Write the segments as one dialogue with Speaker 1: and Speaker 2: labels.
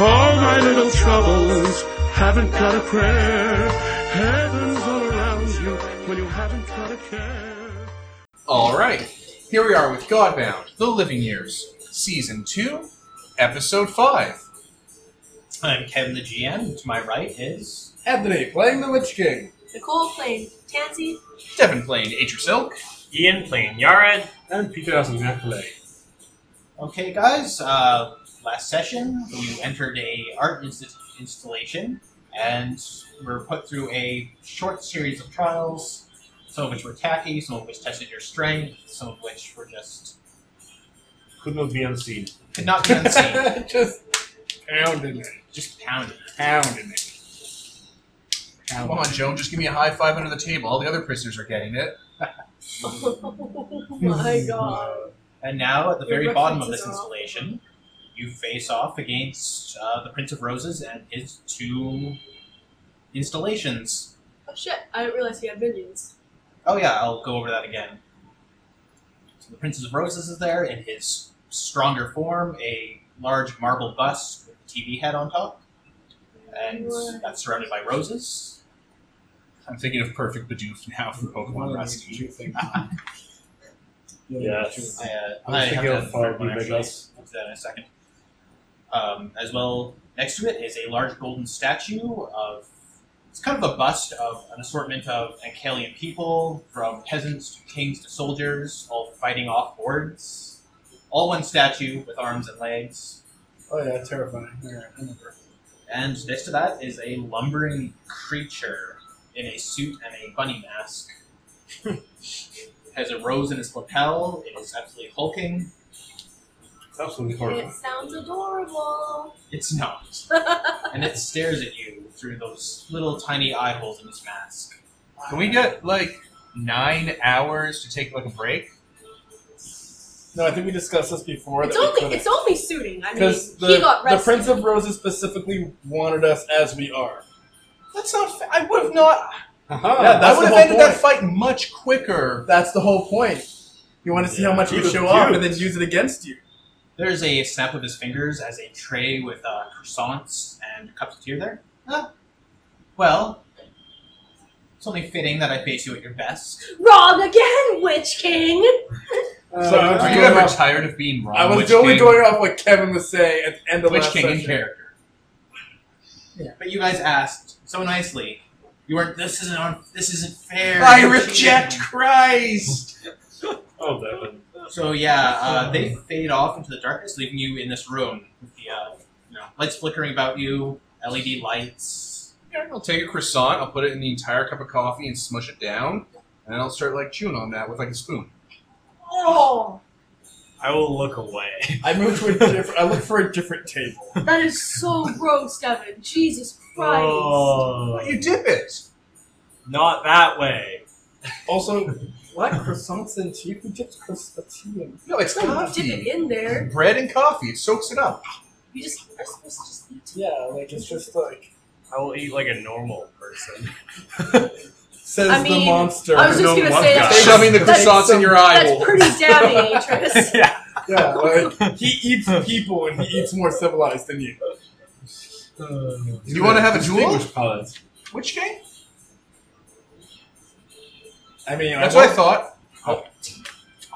Speaker 1: All my little troubles haven't got a prayer. Heaven's all around you when you haven't got a care.
Speaker 2: All right, here we are with Godbound: The Living Years, Season Two, Episode Five.
Speaker 3: I'm Kevin the GM. To my right is
Speaker 4: Anthony playing the Witch King.
Speaker 5: Nicole playing Tansy.
Speaker 2: Devin playing Atria Silk.
Speaker 6: Ian playing Yared.
Speaker 4: And Peter has an accolade.
Speaker 3: okay, guys. Uh, last session you entered a art inst- installation, and were put through a short series of trials. Some of which were tacky, some of which tested your strength, some of which were just
Speaker 6: Could not be unseen.
Speaker 3: could not be unseen,
Speaker 4: Just pounding it.
Speaker 3: just pounded.
Speaker 4: Pounding it.
Speaker 2: Come on, Joe, just give me a high five under the table. All the other prisoners are getting it.
Speaker 5: Oh my god.
Speaker 3: And now, at the
Speaker 5: Your
Speaker 3: very bottom of
Speaker 5: references
Speaker 3: this
Speaker 5: are all-
Speaker 3: installation, you face off against uh, the Prince of Roses and his two installations.
Speaker 5: Oh shit, I didn't realize he had minions.
Speaker 3: Oh yeah, I'll go over that again. So the Princess of Roses is there in his stronger form, a large marble bust with a TV head on top, and that's surrounded by roses.
Speaker 2: I'm thinking of Perfect Bidoof now for Pokemon Rusty.
Speaker 6: Yes.
Speaker 3: I, uh,
Speaker 6: I'm
Speaker 3: I have
Speaker 6: thinking
Speaker 3: that
Speaker 6: of
Speaker 3: third
Speaker 6: Fire
Speaker 3: one, actually.
Speaker 6: Vegas.
Speaker 3: We'll do that in a second. Um, as well, next to it is a large golden statue of. It's kind of a bust of an assortment of Ankalian people, from peasants to kings to soldiers, all fighting off hordes. All one statue with arms and legs.
Speaker 4: Oh yeah, terrifying. Yeah, I remember.
Speaker 3: And next to that is a lumbering creature in a suit and a bunny mask. has a rose in its lapel. It is absolutely hulking.
Speaker 6: Absolutely
Speaker 5: It
Speaker 6: horrible.
Speaker 5: sounds adorable.
Speaker 3: It's not. and it stares at you through those little tiny eye holes in its mask.
Speaker 2: Can we get like nine hours to take like a break?
Speaker 4: No, I think we discussed this before.
Speaker 5: it's
Speaker 4: that we
Speaker 5: only
Speaker 4: couldn't.
Speaker 5: it's only suiting. I mean,
Speaker 4: the,
Speaker 5: he got
Speaker 4: the
Speaker 5: rescued.
Speaker 4: Prince of Roses specifically wanted us as we are.
Speaker 2: That's not. Fa- I would have not.
Speaker 4: Yeah, that's
Speaker 2: I
Speaker 4: the
Speaker 2: would have
Speaker 4: whole
Speaker 2: ended that
Speaker 4: point.
Speaker 2: fight much quicker.
Speaker 4: That's the whole point. You want to see how
Speaker 6: Yeah.
Speaker 4: much you
Speaker 6: He's
Speaker 4: show off
Speaker 6: cute.
Speaker 4: and then use it against you.
Speaker 3: There's a snap of his fingers as a tray with uh, croissants and cups of tea are there. Ah. Well, it's only fitting that I face you at your best.
Speaker 5: Wrong again, Witch King.
Speaker 4: So I was
Speaker 2: Uh, Are you
Speaker 4: going
Speaker 2: ever
Speaker 4: off-
Speaker 2: tired of being wrong?
Speaker 4: I was
Speaker 2: Witch
Speaker 4: only
Speaker 2: King?
Speaker 4: going off what Kevin was saying at the end of
Speaker 2: Witch
Speaker 4: last
Speaker 2: King in
Speaker 4: session.
Speaker 2: character.
Speaker 3: But you guys asked so nicely. You weren't. This isn't. On, this isn't fair.
Speaker 2: I
Speaker 3: You're
Speaker 2: reject
Speaker 3: cheating."
Speaker 2: Christ.
Speaker 6: Oh, Devin.
Speaker 3: So yeah, uh, they fade off into the darkness, leaving you in this room with the uh, you know, lights flickering about you, LED lights.
Speaker 2: Yeah, I'll take a croissant. I'll put it in the entire cup of coffee and smush it down, and then I'll start like chewing on that with like a spoon.
Speaker 5: Oh,
Speaker 6: I will look away.
Speaker 4: I moved to a different. I looked for a different table.
Speaker 5: that is so gross, Devin. Jesus Christ.
Speaker 6: Oh,
Speaker 2: But you dip it.
Speaker 6: not that way.
Speaker 4: Also, what croissants and tea? Who dips croissants tea in?
Speaker 2: No, it's
Speaker 5: Don't dip it
Speaker 2: coffee.
Speaker 5: in there.
Speaker 2: Bread and coffee. It soaks it up.
Speaker 5: You just are supposed to just eat.
Speaker 4: Yeah, like it's just like
Speaker 6: I will eat like a normal person.
Speaker 4: says
Speaker 5: I mean,
Speaker 4: the monster.
Speaker 5: I was just
Speaker 6: No
Speaker 5: gonna
Speaker 6: one
Speaker 5: say
Speaker 6: guy.
Speaker 5: that's
Speaker 4: Shove
Speaker 2: Shoving the
Speaker 5: That's-
Speaker 2: croissants in your eye
Speaker 5: that's
Speaker 2: hole.
Speaker 5: pretty damning, Atris.
Speaker 6: yeah.
Speaker 4: yeah, like he eats people and he eats more civilized than you.
Speaker 6: Uh,
Speaker 2: You wanna have a duel?
Speaker 6: Distinguished palates.
Speaker 2: Witch King?
Speaker 4: I mean,
Speaker 2: That's
Speaker 4: I
Speaker 2: what I thought.
Speaker 4: thought.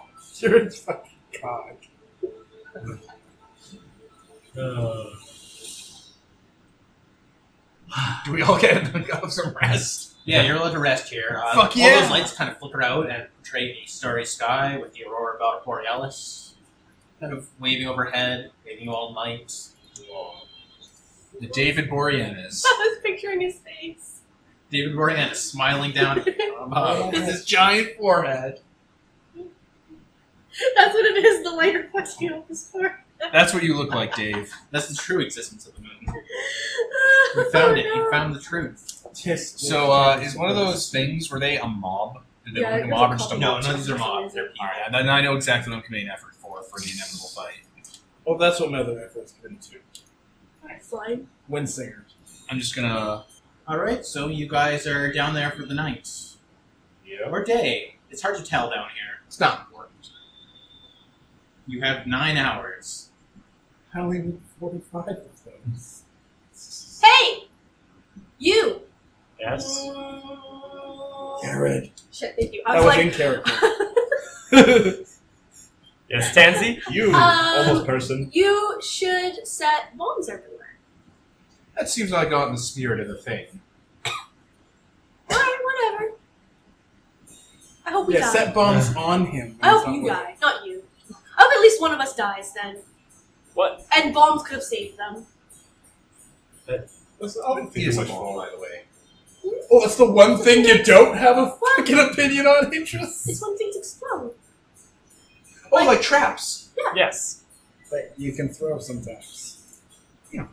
Speaker 4: You're a fucking god.
Speaker 6: Uh,
Speaker 2: Do we all get have some rest?
Speaker 3: Yeah, you're allowed to rest here. Uh,
Speaker 2: Fuck
Speaker 3: All
Speaker 2: yeah.
Speaker 3: those lights kind of flicker out and portray a starry sky with the aurora about borealis, kind of waving overhead, waving all night.
Speaker 2: The David Boreanaz.
Speaker 5: I was picturing his face.
Speaker 3: David Boreanaz smiling down. above.
Speaker 2: With his Uh, giant forehead.
Speaker 5: That's what it is. The light reflecting off his forehead.
Speaker 2: That's what you look like, Dave.
Speaker 3: That's the true existence of the moon.
Speaker 5: We
Speaker 3: You found it.
Speaker 5: Oh, no.
Speaker 3: You found the truth.
Speaker 4: Just-
Speaker 2: So, uh, is one of those things were they a mob? Did they
Speaker 5: Yeah,
Speaker 2: look like a
Speaker 5: there's
Speaker 2: mob
Speaker 5: a
Speaker 2: or just a
Speaker 5: couple.
Speaker 3: No,
Speaker 2: mob?
Speaker 3: no, these are mobs. They're
Speaker 2: All
Speaker 3: people.
Speaker 2: right, then I know exactly what I'm committing effort for for the inevitable fight.
Speaker 4: Well, that's what my other efforts been to.
Speaker 5: Slime.
Speaker 4: Windsinger.
Speaker 2: I'm just gonna.
Speaker 3: All right, so you guys are down there for the night
Speaker 6: yeah.
Speaker 3: or day. It's hard to tell down here.
Speaker 2: It's not important.
Speaker 3: You have nine hours.
Speaker 4: I only need forty-five of
Speaker 5: Hey! You! Mm.
Speaker 6: Yes.
Speaker 4: Jared.
Speaker 5: Shit, thank you. I was,
Speaker 4: That was
Speaker 5: like,
Speaker 4: in character.
Speaker 6: Yes, Tansy.
Speaker 4: Hmm,
Speaker 6: You
Speaker 4: Uh,
Speaker 5: Um,
Speaker 6: almost person.
Speaker 5: you should set bombs everywhere.
Speaker 2: That seems like not in the spirit of the thing.
Speaker 5: Alright, whatever. I hope we
Speaker 4: Yeah,
Speaker 5: die.
Speaker 4: set bombs on him.
Speaker 5: I hope you die, not you. I hope at least one of us dies then.
Speaker 6: What?
Speaker 5: And bombs could have saved them.
Speaker 4: That's,
Speaker 2: He is a ball, by the way.
Speaker 4: Oh, that's the one thing you don't have a fucking opinion on, interest.
Speaker 5: It's when things explode.
Speaker 2: Oh, like traps.
Speaker 6: Yes.
Speaker 4: But you can throw sometimes. Yeah.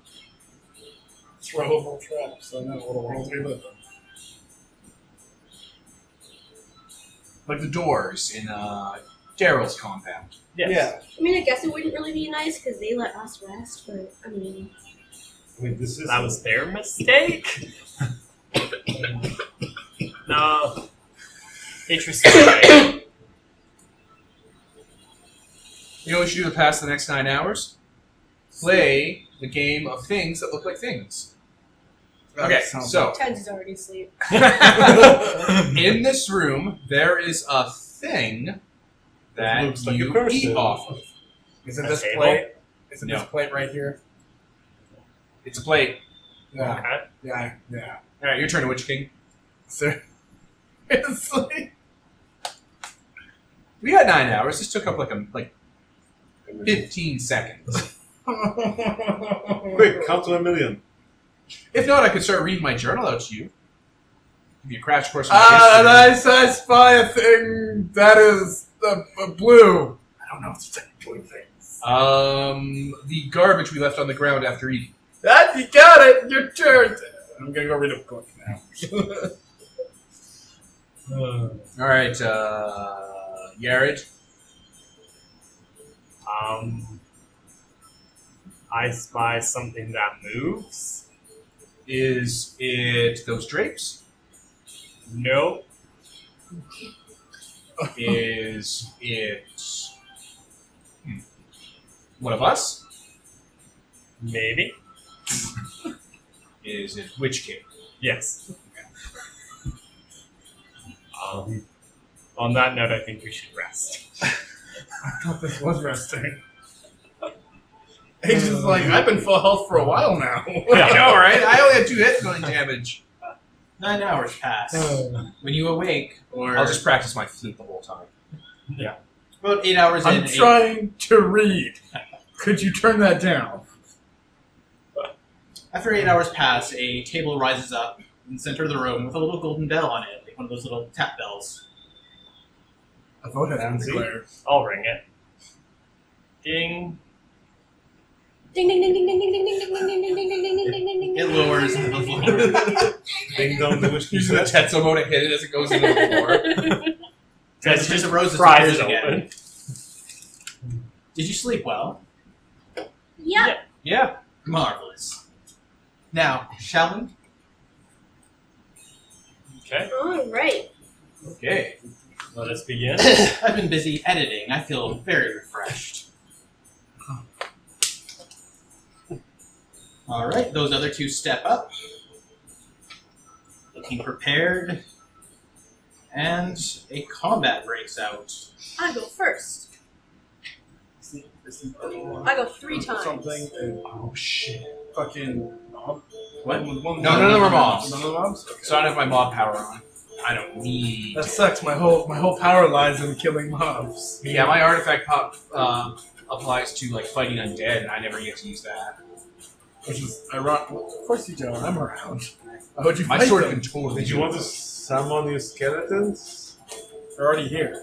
Speaker 4: Throwable traps. I know what a world we live in.
Speaker 2: Like the doors in uh, Daryl's compound.
Speaker 6: Yes.
Speaker 4: Yeah.
Speaker 5: I mean, I guess it wouldn't really be nice because they let us rest, but I mean,
Speaker 6: Wait, this is.
Speaker 1: That
Speaker 6: That was their mistake. no. Interesting. right?
Speaker 2: You know what you should do to pass the next nine hours? Play the game of things that look like things. Okay,
Speaker 4: That sounds-
Speaker 2: so
Speaker 5: Tens is already asleep.
Speaker 2: in this room there is a thing that
Speaker 6: Looks like a
Speaker 2: you eat
Speaker 6: person.
Speaker 2: off of.
Speaker 4: Is it
Speaker 6: A
Speaker 4: this
Speaker 6: table?
Speaker 4: plate? Is it
Speaker 2: No.
Speaker 4: this plate right here?
Speaker 2: It's a plate.
Speaker 4: Yeah.
Speaker 6: Okay.
Speaker 4: Yeah. Yeah.
Speaker 2: All right, your turn, Witch King.
Speaker 4: Seriously?
Speaker 2: We got nine hours. This took up like a like fifteen seconds.
Speaker 6: Quick, count to a million.
Speaker 2: If not, I could start reading my journal out to you. Give you a crash course. in
Speaker 4: Ah,
Speaker 2: history.
Speaker 4: I, I spy a thing that is uh, uh, blue. I don't know if it's like blue things.
Speaker 2: Um, the garbage we left on the ground after eating.
Speaker 4: That you got it. Your turn. I'm gonna go read a book now.
Speaker 6: Uh,
Speaker 2: All right, uh, Yared.
Speaker 6: um, I spy something that moves.
Speaker 2: Is it those drapes?
Speaker 6: No.
Speaker 2: Is it hmm, one of us?
Speaker 6: Maybe.
Speaker 2: Is it Witch King?
Speaker 6: Yes. Um, on that note, I think we should rest.
Speaker 4: I thought this was resting. He's just like I've been full health for a while now.
Speaker 2: I know, right? I only had two hit point damage.
Speaker 3: Nine hours pass. when you awake, or
Speaker 2: I'll just practice my flute the whole time.
Speaker 3: about eight hours in,
Speaker 4: I'm
Speaker 3: eight-
Speaker 4: trying to read. Could you turn that down?
Speaker 3: after eight hours pass, a table rises up in the center of the room with a little golden bell on it, like one of those little tap bells.
Speaker 4: A vote has been
Speaker 6: Nancy?
Speaker 4: declared.
Speaker 6: I'll ring it. Ding.
Speaker 5: Ding ding ding ding ding ding ding ding ding ding ding ding ding ding ding ding ding ding.
Speaker 3: It lowers into the floor.
Speaker 6: Ding dong, the witch
Speaker 2: Using the Tetsuo mode to hit it as it goes into the floor.
Speaker 3: As it just rose its
Speaker 6: Fries
Speaker 3: ears
Speaker 6: it
Speaker 3: again.
Speaker 6: open.
Speaker 3: Did you sleep well?
Speaker 5: Yeah.
Speaker 2: Yeah.
Speaker 3: Marvelous. Now, shall we?
Speaker 6: Okay,
Speaker 5: All right.
Speaker 2: Okay.
Speaker 6: let us begin.
Speaker 3: I've been busy editing. I feel very refreshed. All right, those other two step up, looking prepared, and a combat breaks out.
Speaker 5: I go first.
Speaker 4: Is he- is he-
Speaker 5: I go three times.
Speaker 4: Something. and
Speaker 2: Oh shit.
Speaker 4: Fucking. mob?
Speaker 3: What?
Speaker 4: One- one-
Speaker 2: No, none of them are mobs.
Speaker 4: None of the mobs. Okay.
Speaker 2: So I don't have my mob power on. I don't need.
Speaker 4: That sucks. My whole my whole power lies in killing mobs.
Speaker 2: Yeah, my artifact pop um, applies to like fighting undead, and I never get to use that.
Speaker 4: Which is ironic. Well, of course you don't. I'm around. Why would you
Speaker 2: My
Speaker 4: fight
Speaker 2: sword
Speaker 4: them?
Speaker 2: can totally.
Speaker 6: Did you want to summon your skeletons?
Speaker 4: They're already here.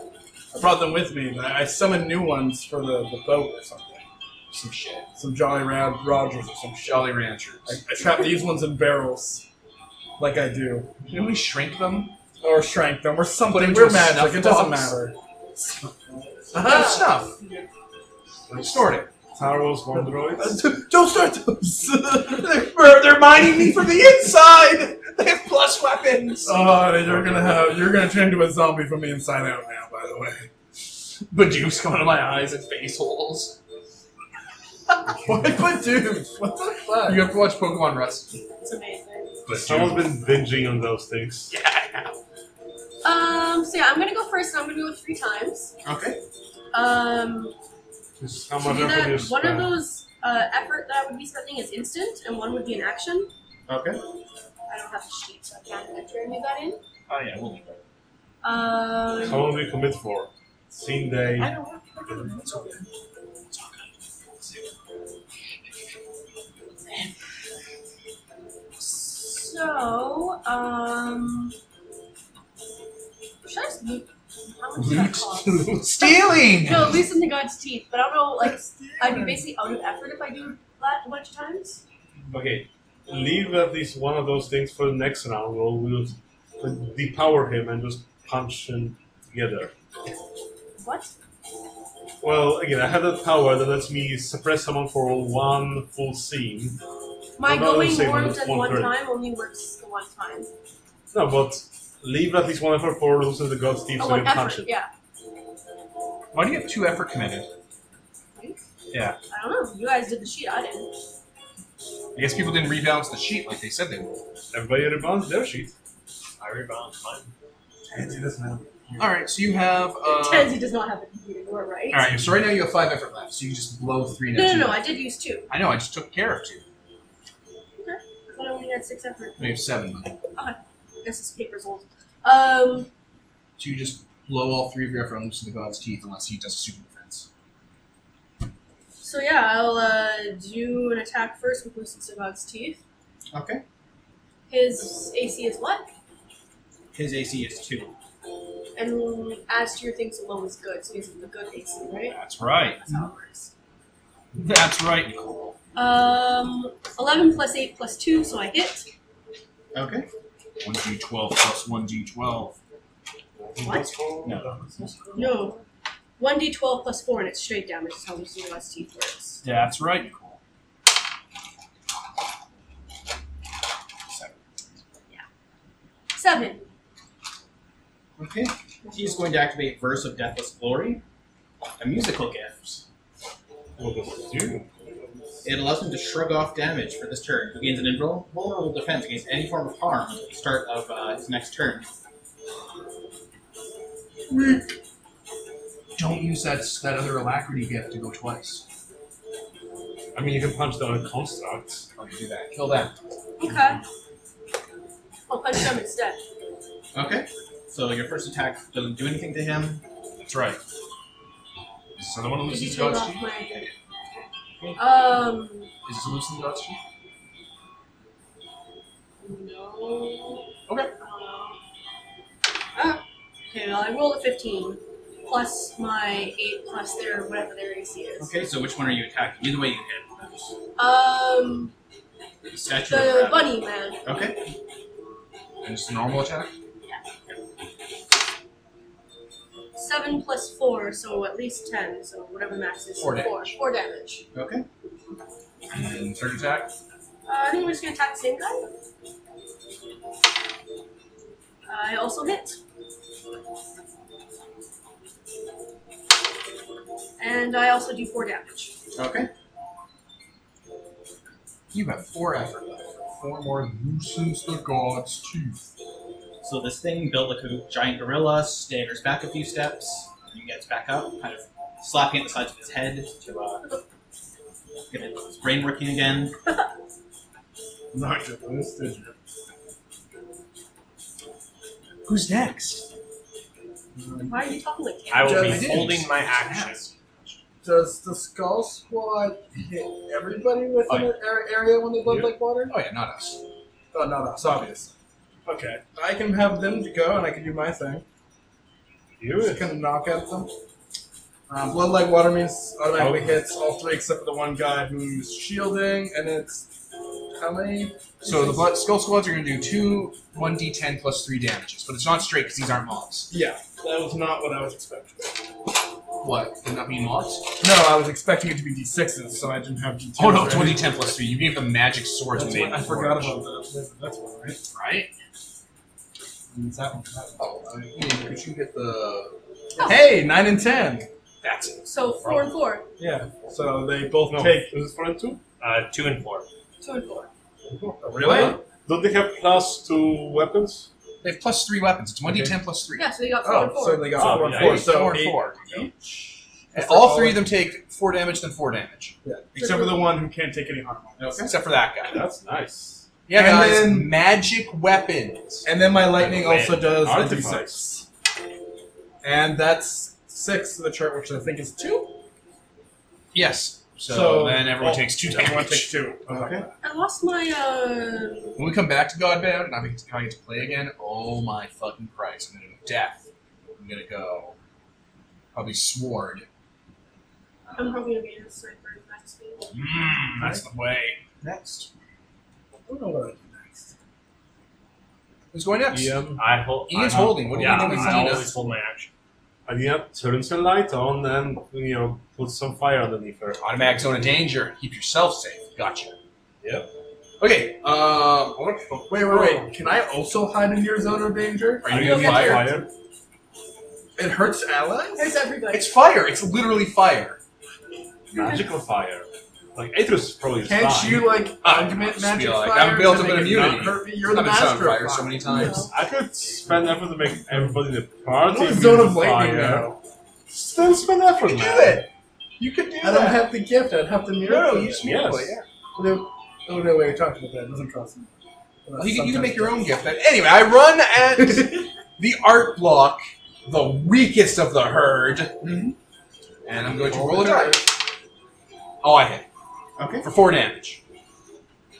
Speaker 4: I brought them with me, but I, I summoned new ones for the, the boat or something.
Speaker 2: some shit?
Speaker 4: Some Jolly Rad Rogers or some shit.
Speaker 2: Jolly Ranchers.
Speaker 4: I, I trapped these ones in barrels, like I do,
Speaker 2: Can we shrink them?
Speaker 4: or shrank them or something.
Speaker 2: into
Speaker 4: We're
Speaker 2: a
Speaker 4: magic.
Speaker 2: snuff
Speaker 4: It doesn't
Speaker 2: box.
Speaker 4: matter.
Speaker 2: No stuff. Snort Uh-huh. it.
Speaker 6: Star Wars Wonderoids?
Speaker 4: Don't start those.
Speaker 2: they're, they're mining me from the inside. They have plus weapons.
Speaker 4: oh, you're gonna have you're gonna turn into a zombie from the inside out now. By the way.
Speaker 2: Badoof's coming out of my eyes and face holes.
Speaker 4: What, what dude? What the fuck?
Speaker 2: You have to watch Pokemon Rust.
Speaker 5: It's amazing.
Speaker 6: But
Speaker 1: Someone's been binging on those things.
Speaker 5: Um, so yeah, I'm gonna go first. and I'm gonna go three times.
Speaker 2: Okay.
Speaker 5: Um,
Speaker 1: This is how
Speaker 5: to
Speaker 1: much
Speaker 5: do
Speaker 1: effort you
Speaker 5: that, one of
Speaker 1: spend.
Speaker 5: those uh, effort that I would be spending is instant, and one would be an action.
Speaker 3: Okay.
Speaker 5: I don't have the sheet, so I can't enter any of that in.
Speaker 3: Oh yeah, we'll leave that.
Speaker 5: Um,
Speaker 1: How long do you commit for? Scene day.
Speaker 3: I don't know. It's okay. It's okay.
Speaker 5: so um, should I just loot? How much does that cost?
Speaker 2: Stealing!
Speaker 5: No, at least in the god's teeth. But I don't know, like, I'd be basically out of effort if I do that a bunch of times.
Speaker 1: Okay, leave at least one of those things for the next round. We'll, we'll depower him and just punch him together.
Speaker 5: What?
Speaker 1: Well, again, I have that power that lets me suppress someone for one full scene.
Speaker 5: My
Speaker 1: Well, no,
Speaker 5: going
Speaker 1: same
Speaker 5: warm
Speaker 1: with
Speaker 5: at
Speaker 1: one
Speaker 5: one
Speaker 1: third.
Speaker 5: time only works the one time.
Speaker 1: No, but leave at least one effort for losing the god's teeth
Speaker 5: Oh,
Speaker 1: so you
Speaker 5: one
Speaker 1: can punch
Speaker 5: effort.
Speaker 1: it.
Speaker 5: Yeah.
Speaker 2: Why do you have two effort committed? Yeah.
Speaker 5: I don't know. You guys did the sheet. I didn't.
Speaker 2: I guess people didn't rebalance the sheet like they said they would.
Speaker 1: Everybody rebounds their sheet.
Speaker 6: I rebound mine.
Speaker 2: Alright, so you have. Uh,
Speaker 5: Tansy does not have a computer. You are right.
Speaker 2: Alright, so right now you have five effort left, so you just blow three
Speaker 5: No,
Speaker 2: next
Speaker 5: no, no.
Speaker 2: round.
Speaker 5: I did use two,
Speaker 2: I know, I just took care of two.
Speaker 5: but I only had six effort.
Speaker 2: We have seven left.
Speaker 5: This is paper's old. Um,
Speaker 2: So you just blow all three of your effort on Loosen the God's teeth unless he does a super defense.
Speaker 5: so yeah, I'll uh, do an attack first with Lucius Savant's teeth.
Speaker 2: Okay.
Speaker 5: His AC is what?
Speaker 3: His AC is two.
Speaker 5: And adds to your things alone is good, so he's a good AC, right?
Speaker 2: That's right.
Speaker 5: That's how it works.
Speaker 2: That's right, Nicole.
Speaker 5: Um, 11 plus 8 plus 2, so I hit.
Speaker 3: Okay.
Speaker 2: 1d12 plus 1d12.
Speaker 5: What?
Speaker 3: No.
Speaker 5: No. 1d12 plus 4, and it's straight damage, is how Lucius Savant's teeth works.
Speaker 2: That's right, Nicole.
Speaker 5: Seven.
Speaker 3: Okay. He's going to activate Verse of Deathless Glory, a musical gift.
Speaker 1: What does it do?
Speaker 3: It allows him to shrug off damage for this turn. He gains an invulnerable defense against any form of harm at the start of uh, his next turn.
Speaker 2: Don't use that that other alacrity gift to go twice.
Speaker 1: I mean, you can punch down a construct.
Speaker 2: How do Oh, you do that? Kill them.
Speaker 5: Okay. I'll punch them instead.
Speaker 3: Okay. So your first attack doesn't do anything to him.
Speaker 2: That's right. Is this another one of
Speaker 5: Did you
Speaker 2: Lucy's
Speaker 5: take
Speaker 2: God's
Speaker 5: off
Speaker 2: sheet?
Speaker 5: my? Um.
Speaker 2: Is this a Lucy's God's sheet?
Speaker 5: No.
Speaker 2: Okay.
Speaker 5: Ah. Okay. Well, I rolled a fifteen plus my eight plus their whatever their AC is.
Speaker 3: Okay, so which one are you attacking? Either way you hit.
Speaker 5: Um.
Speaker 3: The statue of
Speaker 5: The
Speaker 3: Rabbit.
Speaker 5: bunny man.
Speaker 3: Okay.
Speaker 2: And just a normal attack?
Speaker 5: Seven plus four, so at least ten. So whatever max is.
Speaker 2: Four
Speaker 5: Four,
Speaker 2: damage.
Speaker 5: four damage.
Speaker 3: Okay.
Speaker 2: And third attack?
Speaker 5: Uh, I think we're just gonna attack the same guy. Uh, I also hit. And I also do four damage.
Speaker 3: Okay.
Speaker 2: You have four effort left. Four more loosens the god's teeth.
Speaker 3: So this thing built like a giant gorilla, staggers back a few steps, and gets back up, kind of slapping at the sides of his head to uh, get his brain working again.
Speaker 1: Not good. This is good.
Speaker 2: Who's next?
Speaker 5: Why are you talking like
Speaker 6: I
Speaker 5: that?
Speaker 6: will
Speaker 4: Just-
Speaker 6: be holding my action.
Speaker 4: Does the skull squad hit everybody within
Speaker 2: Oh, yeah.
Speaker 4: an ar- area when they blood
Speaker 1: Yeah.
Speaker 4: like water?
Speaker 2: Oh yeah, not us.
Speaker 4: Oh no, that's obvious. Okay, I can have them go, and I can do my thing.
Speaker 1: You
Speaker 4: Just kind of knock at them. Um, blood like water means automatically
Speaker 1: Oh.
Speaker 4: hits all three except for the one guy who's shielding, and it's how many?
Speaker 2: So the blood, skull squads are going to do two 1d10 plus three damages, but it's not straight because these aren't mobs.
Speaker 4: Yeah, that was not what I was expecting.
Speaker 2: What? Can that be mobs?
Speaker 4: No, I was expecting it to be d6s, so I didn't have d10s.
Speaker 2: Oh no,
Speaker 4: ready.
Speaker 2: 2010 plus three. You gave them magic swords
Speaker 4: That's
Speaker 2: and
Speaker 4: what,
Speaker 2: made
Speaker 4: I
Speaker 2: them
Speaker 4: forgot
Speaker 2: orange.
Speaker 4: about that. That's one, right?
Speaker 2: Right?
Speaker 4: And it's that one.
Speaker 2: Oh, I mean, could you get the?
Speaker 5: Oh.
Speaker 4: Hey, nine and ten.
Speaker 2: That's
Speaker 5: So four and four.
Speaker 7: Yeah. So they both
Speaker 6: No.
Speaker 7: take. Is it four and two?
Speaker 6: Uh, two and four.
Speaker 5: Two and four.
Speaker 2: Oh,
Speaker 4: Really?
Speaker 7: Don't they have plus two weapons?
Speaker 2: They have plus three weapons. It's 1d10 plus three.
Speaker 5: Yeah, so they got four
Speaker 7: Oh,
Speaker 5: and four.
Speaker 7: so they got
Speaker 6: So,
Speaker 7: four and
Speaker 6: yeah,
Speaker 7: four.
Speaker 6: eight,
Speaker 7: So
Speaker 2: four and
Speaker 7: eight
Speaker 2: four.
Speaker 7: each.
Speaker 2: And
Speaker 7: For
Speaker 2: all
Speaker 7: all
Speaker 2: three of
Speaker 7: of-
Speaker 2: them take four damage, then four damage.
Speaker 7: Except for the one who can't take any harm.
Speaker 2: Except for that guy.
Speaker 7: That's nice.
Speaker 2: Yeah,
Speaker 7: And
Speaker 2: guys.
Speaker 7: then-
Speaker 2: magic weapons.
Speaker 7: And then my lightning
Speaker 6: Wait.
Speaker 7: also does a
Speaker 6: Artifacts.
Speaker 7: d6. And that's six to the chart, which I think is two.
Speaker 2: Yes. So, then everyone
Speaker 7: oh,
Speaker 2: takes two damage.
Speaker 7: Everyone takes two. Okay.
Speaker 5: I lost my uh.
Speaker 2: When we come back to Godbound and I get to, I get to play again, oh my fucking Christ. I'm gonna go death. I'm gonna go probably sword.
Speaker 5: I'm probably gonna be a sniper. I just think-
Speaker 2: Mmm, that's the way.
Speaker 7: Next. I don't know what I do next.
Speaker 2: Who's going next?
Speaker 7: Ian,
Speaker 6: I hold.
Speaker 2: Ian's
Speaker 6: I hold-
Speaker 2: holding. What do you
Speaker 6: yeah,
Speaker 2: think he's
Speaker 6: I
Speaker 2: doing?
Speaker 6: always hold my action.
Speaker 7: Alina turns her light on and you know puts some fire underneath her.
Speaker 2: Automatic zone of danger. Keep yourself safe. Gotcha.
Speaker 7: Yep.
Speaker 2: Okay. Um. I wanna- oh,
Speaker 4: Wait, wait, wait. Can I also hide in your zone of danger?
Speaker 2: Are you gonna
Speaker 7: fire?
Speaker 2: fire?
Speaker 4: It hurts allies?
Speaker 5: There's everybody.
Speaker 2: It's fire. It's literally fire.
Speaker 7: Magical fire. Like Atrus probably is
Speaker 4: Can't
Speaker 7: fine.
Speaker 4: you like
Speaker 2: I don't know,
Speaker 4: augment
Speaker 2: just
Speaker 4: magic
Speaker 2: be like,
Speaker 4: fire?
Speaker 2: I'm built
Speaker 4: to
Speaker 2: up
Speaker 4: make
Speaker 2: an
Speaker 4: it not
Speaker 2: immunity.
Speaker 4: Hurt me? You're the
Speaker 2: I've been on
Speaker 4: master
Speaker 2: fire
Speaker 4: of
Speaker 2: so many times.
Speaker 7: I could spend effort to make everybody in the
Speaker 4: I'm
Speaker 7: party.
Speaker 4: in the zone of
Speaker 7: immune to
Speaker 4: lightning
Speaker 7: fire.
Speaker 4: now.
Speaker 7: Still spend effort,
Speaker 2: You
Speaker 7: man.
Speaker 2: do it. You could do
Speaker 4: I don't have the gift. I'd have the miracle.
Speaker 7: Yes.
Speaker 4: No, oh no, wait, we talked about that. It doesn't trust me.
Speaker 2: Well, you, can, you can make your own gift. But anyway, I run at the art block, the weakest of the herd, and I'm going to Mm-hmm. roll a die. Oh, I hit.
Speaker 3: Okay.
Speaker 2: For four damage.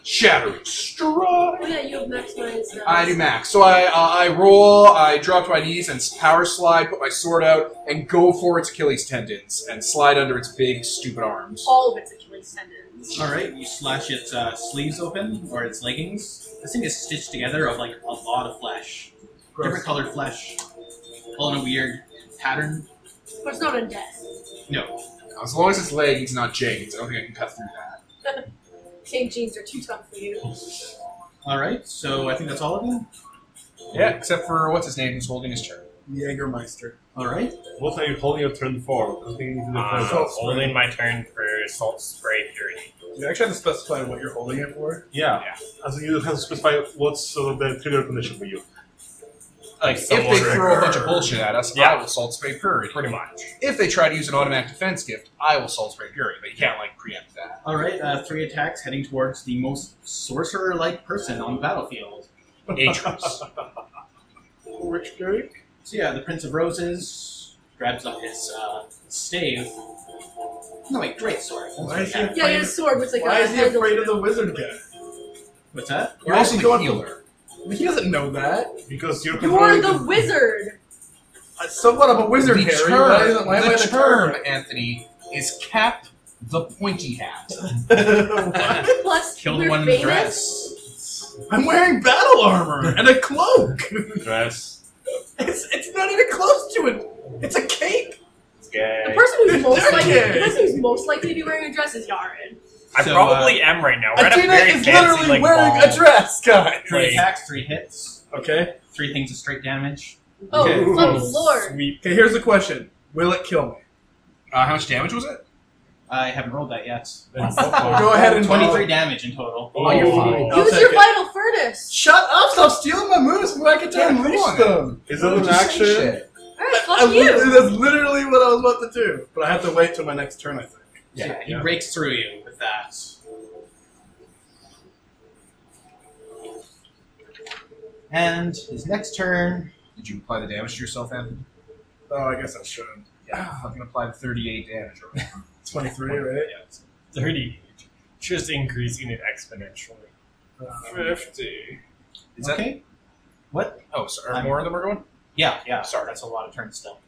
Speaker 2: Shattering strike.
Speaker 5: Oh yeah, you have maximized. Uh,
Speaker 2: I do max. So I uh, I roll. I drop to my knees and power slide. Put my sword out and go for its Achilles tendons and slide under its big stupid arms.
Speaker 5: all of its Achilles tendons.
Speaker 3: All right, you slash its uh, sleeves open or its leggings. This thing is stitched together of like a lot of flesh, different colored flesh, all in a weird pattern.
Speaker 5: But it's not undead.
Speaker 2: As long as its legs not Jane's, I don't think I can cut through that.
Speaker 5: King jeans are too tough for you.
Speaker 3: All right, so I think that's all of them.
Speaker 2: Yeah, except for what's his name who's holding his turn.
Speaker 4: Jägermeister.
Speaker 3: All right,
Speaker 7: What are you holding your turn for? I think you need to
Speaker 6: Uh,
Speaker 7: defend.
Speaker 6: holding my turn for salt spray purity.
Speaker 4: You actually have to specify what you're holding it for.
Speaker 7: Yeah. As you have to specify what's sort of the trigger condition for you.
Speaker 2: Like, if
Speaker 6: Someone
Speaker 2: they throw a bunch of
Speaker 6: record.
Speaker 2: bullshit at us,
Speaker 6: Yeah.
Speaker 2: I will salt spray purity.
Speaker 6: Pretty much.
Speaker 2: If they try to use an automatic defense gift, I will salt spray purity, but you can't like preempt that.
Speaker 3: all right. Uh, three attacks heading towards the most sorcerer-like person on the battlefield.
Speaker 2: Atrus.
Speaker 7: Which period?
Speaker 3: So yeah, the Prince of Roses grabs up his uh, stave. No wait, great sword. That's
Speaker 4: Why
Speaker 3: what
Speaker 4: is
Speaker 3: I
Speaker 4: he
Speaker 3: got.
Speaker 5: Yeah, he has a sword with like
Speaker 4: Why
Speaker 5: a
Speaker 4: is he
Speaker 5: handle.
Speaker 4: afraid of the wizard guy?
Speaker 3: What's that?
Speaker 2: You're
Speaker 4: Why is
Speaker 2: also the
Speaker 4: he going-
Speaker 2: healer.
Speaker 4: He doesn't know that.
Speaker 7: Because you're
Speaker 5: You're
Speaker 7: controlling
Speaker 5: the wizard.
Speaker 4: Uh, Somewhat of a wizard,
Speaker 2: the
Speaker 4: Harry.
Speaker 2: term,
Speaker 4: Why, isn't- why am I
Speaker 2: the
Speaker 4: the
Speaker 2: term, Anthony, is cap the pointy hat.
Speaker 4: term?
Speaker 5: Plus,
Speaker 3: Kill the
Speaker 5: we're
Speaker 3: one in the
Speaker 5: famous.
Speaker 3: dress.
Speaker 4: I'm wearing battle armor and a cloak.
Speaker 6: Dress.
Speaker 4: It's it's not even close to it. It's a cape.
Speaker 5: The
Speaker 6: Gay.
Speaker 5: person who's most likely, the
Speaker 4: Okay.
Speaker 5: person who's most likely to be wearing a dress is Yaren.
Speaker 6: I
Speaker 3: So, uh,
Speaker 6: probably am right now. We're at a
Speaker 4: uh, Athena
Speaker 6: very
Speaker 4: is
Speaker 6: fancy,
Speaker 4: literally
Speaker 6: like,
Speaker 4: wearing
Speaker 6: ball.
Speaker 4: a dress, guy.
Speaker 3: Three
Speaker 6: Like-
Speaker 3: attacks, three hits,
Speaker 4: Okay.
Speaker 3: three things of straight damage.
Speaker 5: Oh,
Speaker 7: Okay.
Speaker 5: funny lord!
Speaker 4: Sweet. Okay. Here's the question: Will it kill me?
Speaker 2: Uh, how much damage was it?
Speaker 3: I haven't rolled that yet.
Speaker 4: Go ahead and
Speaker 3: Twenty-three damage in total.
Speaker 6: Oh, you're fine.
Speaker 4: I'll
Speaker 5: Use
Speaker 4: take
Speaker 5: your
Speaker 4: it.
Speaker 5: vital furnace.
Speaker 4: Shut up! Stop stealing my moves before I can
Speaker 2: Yeah,
Speaker 4: unleash
Speaker 2: come on.
Speaker 4: them.
Speaker 7: Is that an
Speaker 2: Just say
Speaker 7: action?
Speaker 2: shit.
Speaker 5: All right,
Speaker 4: I
Speaker 5: fuck
Speaker 4: li-
Speaker 5: you.
Speaker 4: That's literally what I was about to do, but I have to wait till my next turn. I think.
Speaker 3: So,
Speaker 2: Yeah,
Speaker 3: yeah, he
Speaker 7: yeah.
Speaker 3: breaks through you with that. And his next turn.
Speaker 2: Did you apply the damage to yourself, Anthony? Ah,
Speaker 4: Oh, I guess I should.
Speaker 2: Yeah, I fucking applied 38 damage. or whatever.
Speaker 4: Twenty-three, right?
Speaker 6: Thirty. Just increasing it exponentially.
Speaker 4: Uh,
Speaker 7: Fifty.
Speaker 2: Is that?
Speaker 3: okay. What?
Speaker 2: Oh, sorry.
Speaker 3: I'm-
Speaker 2: More than we're going.
Speaker 3: Yeah, yeah.
Speaker 2: Sorry.
Speaker 3: that's a lot of turns still.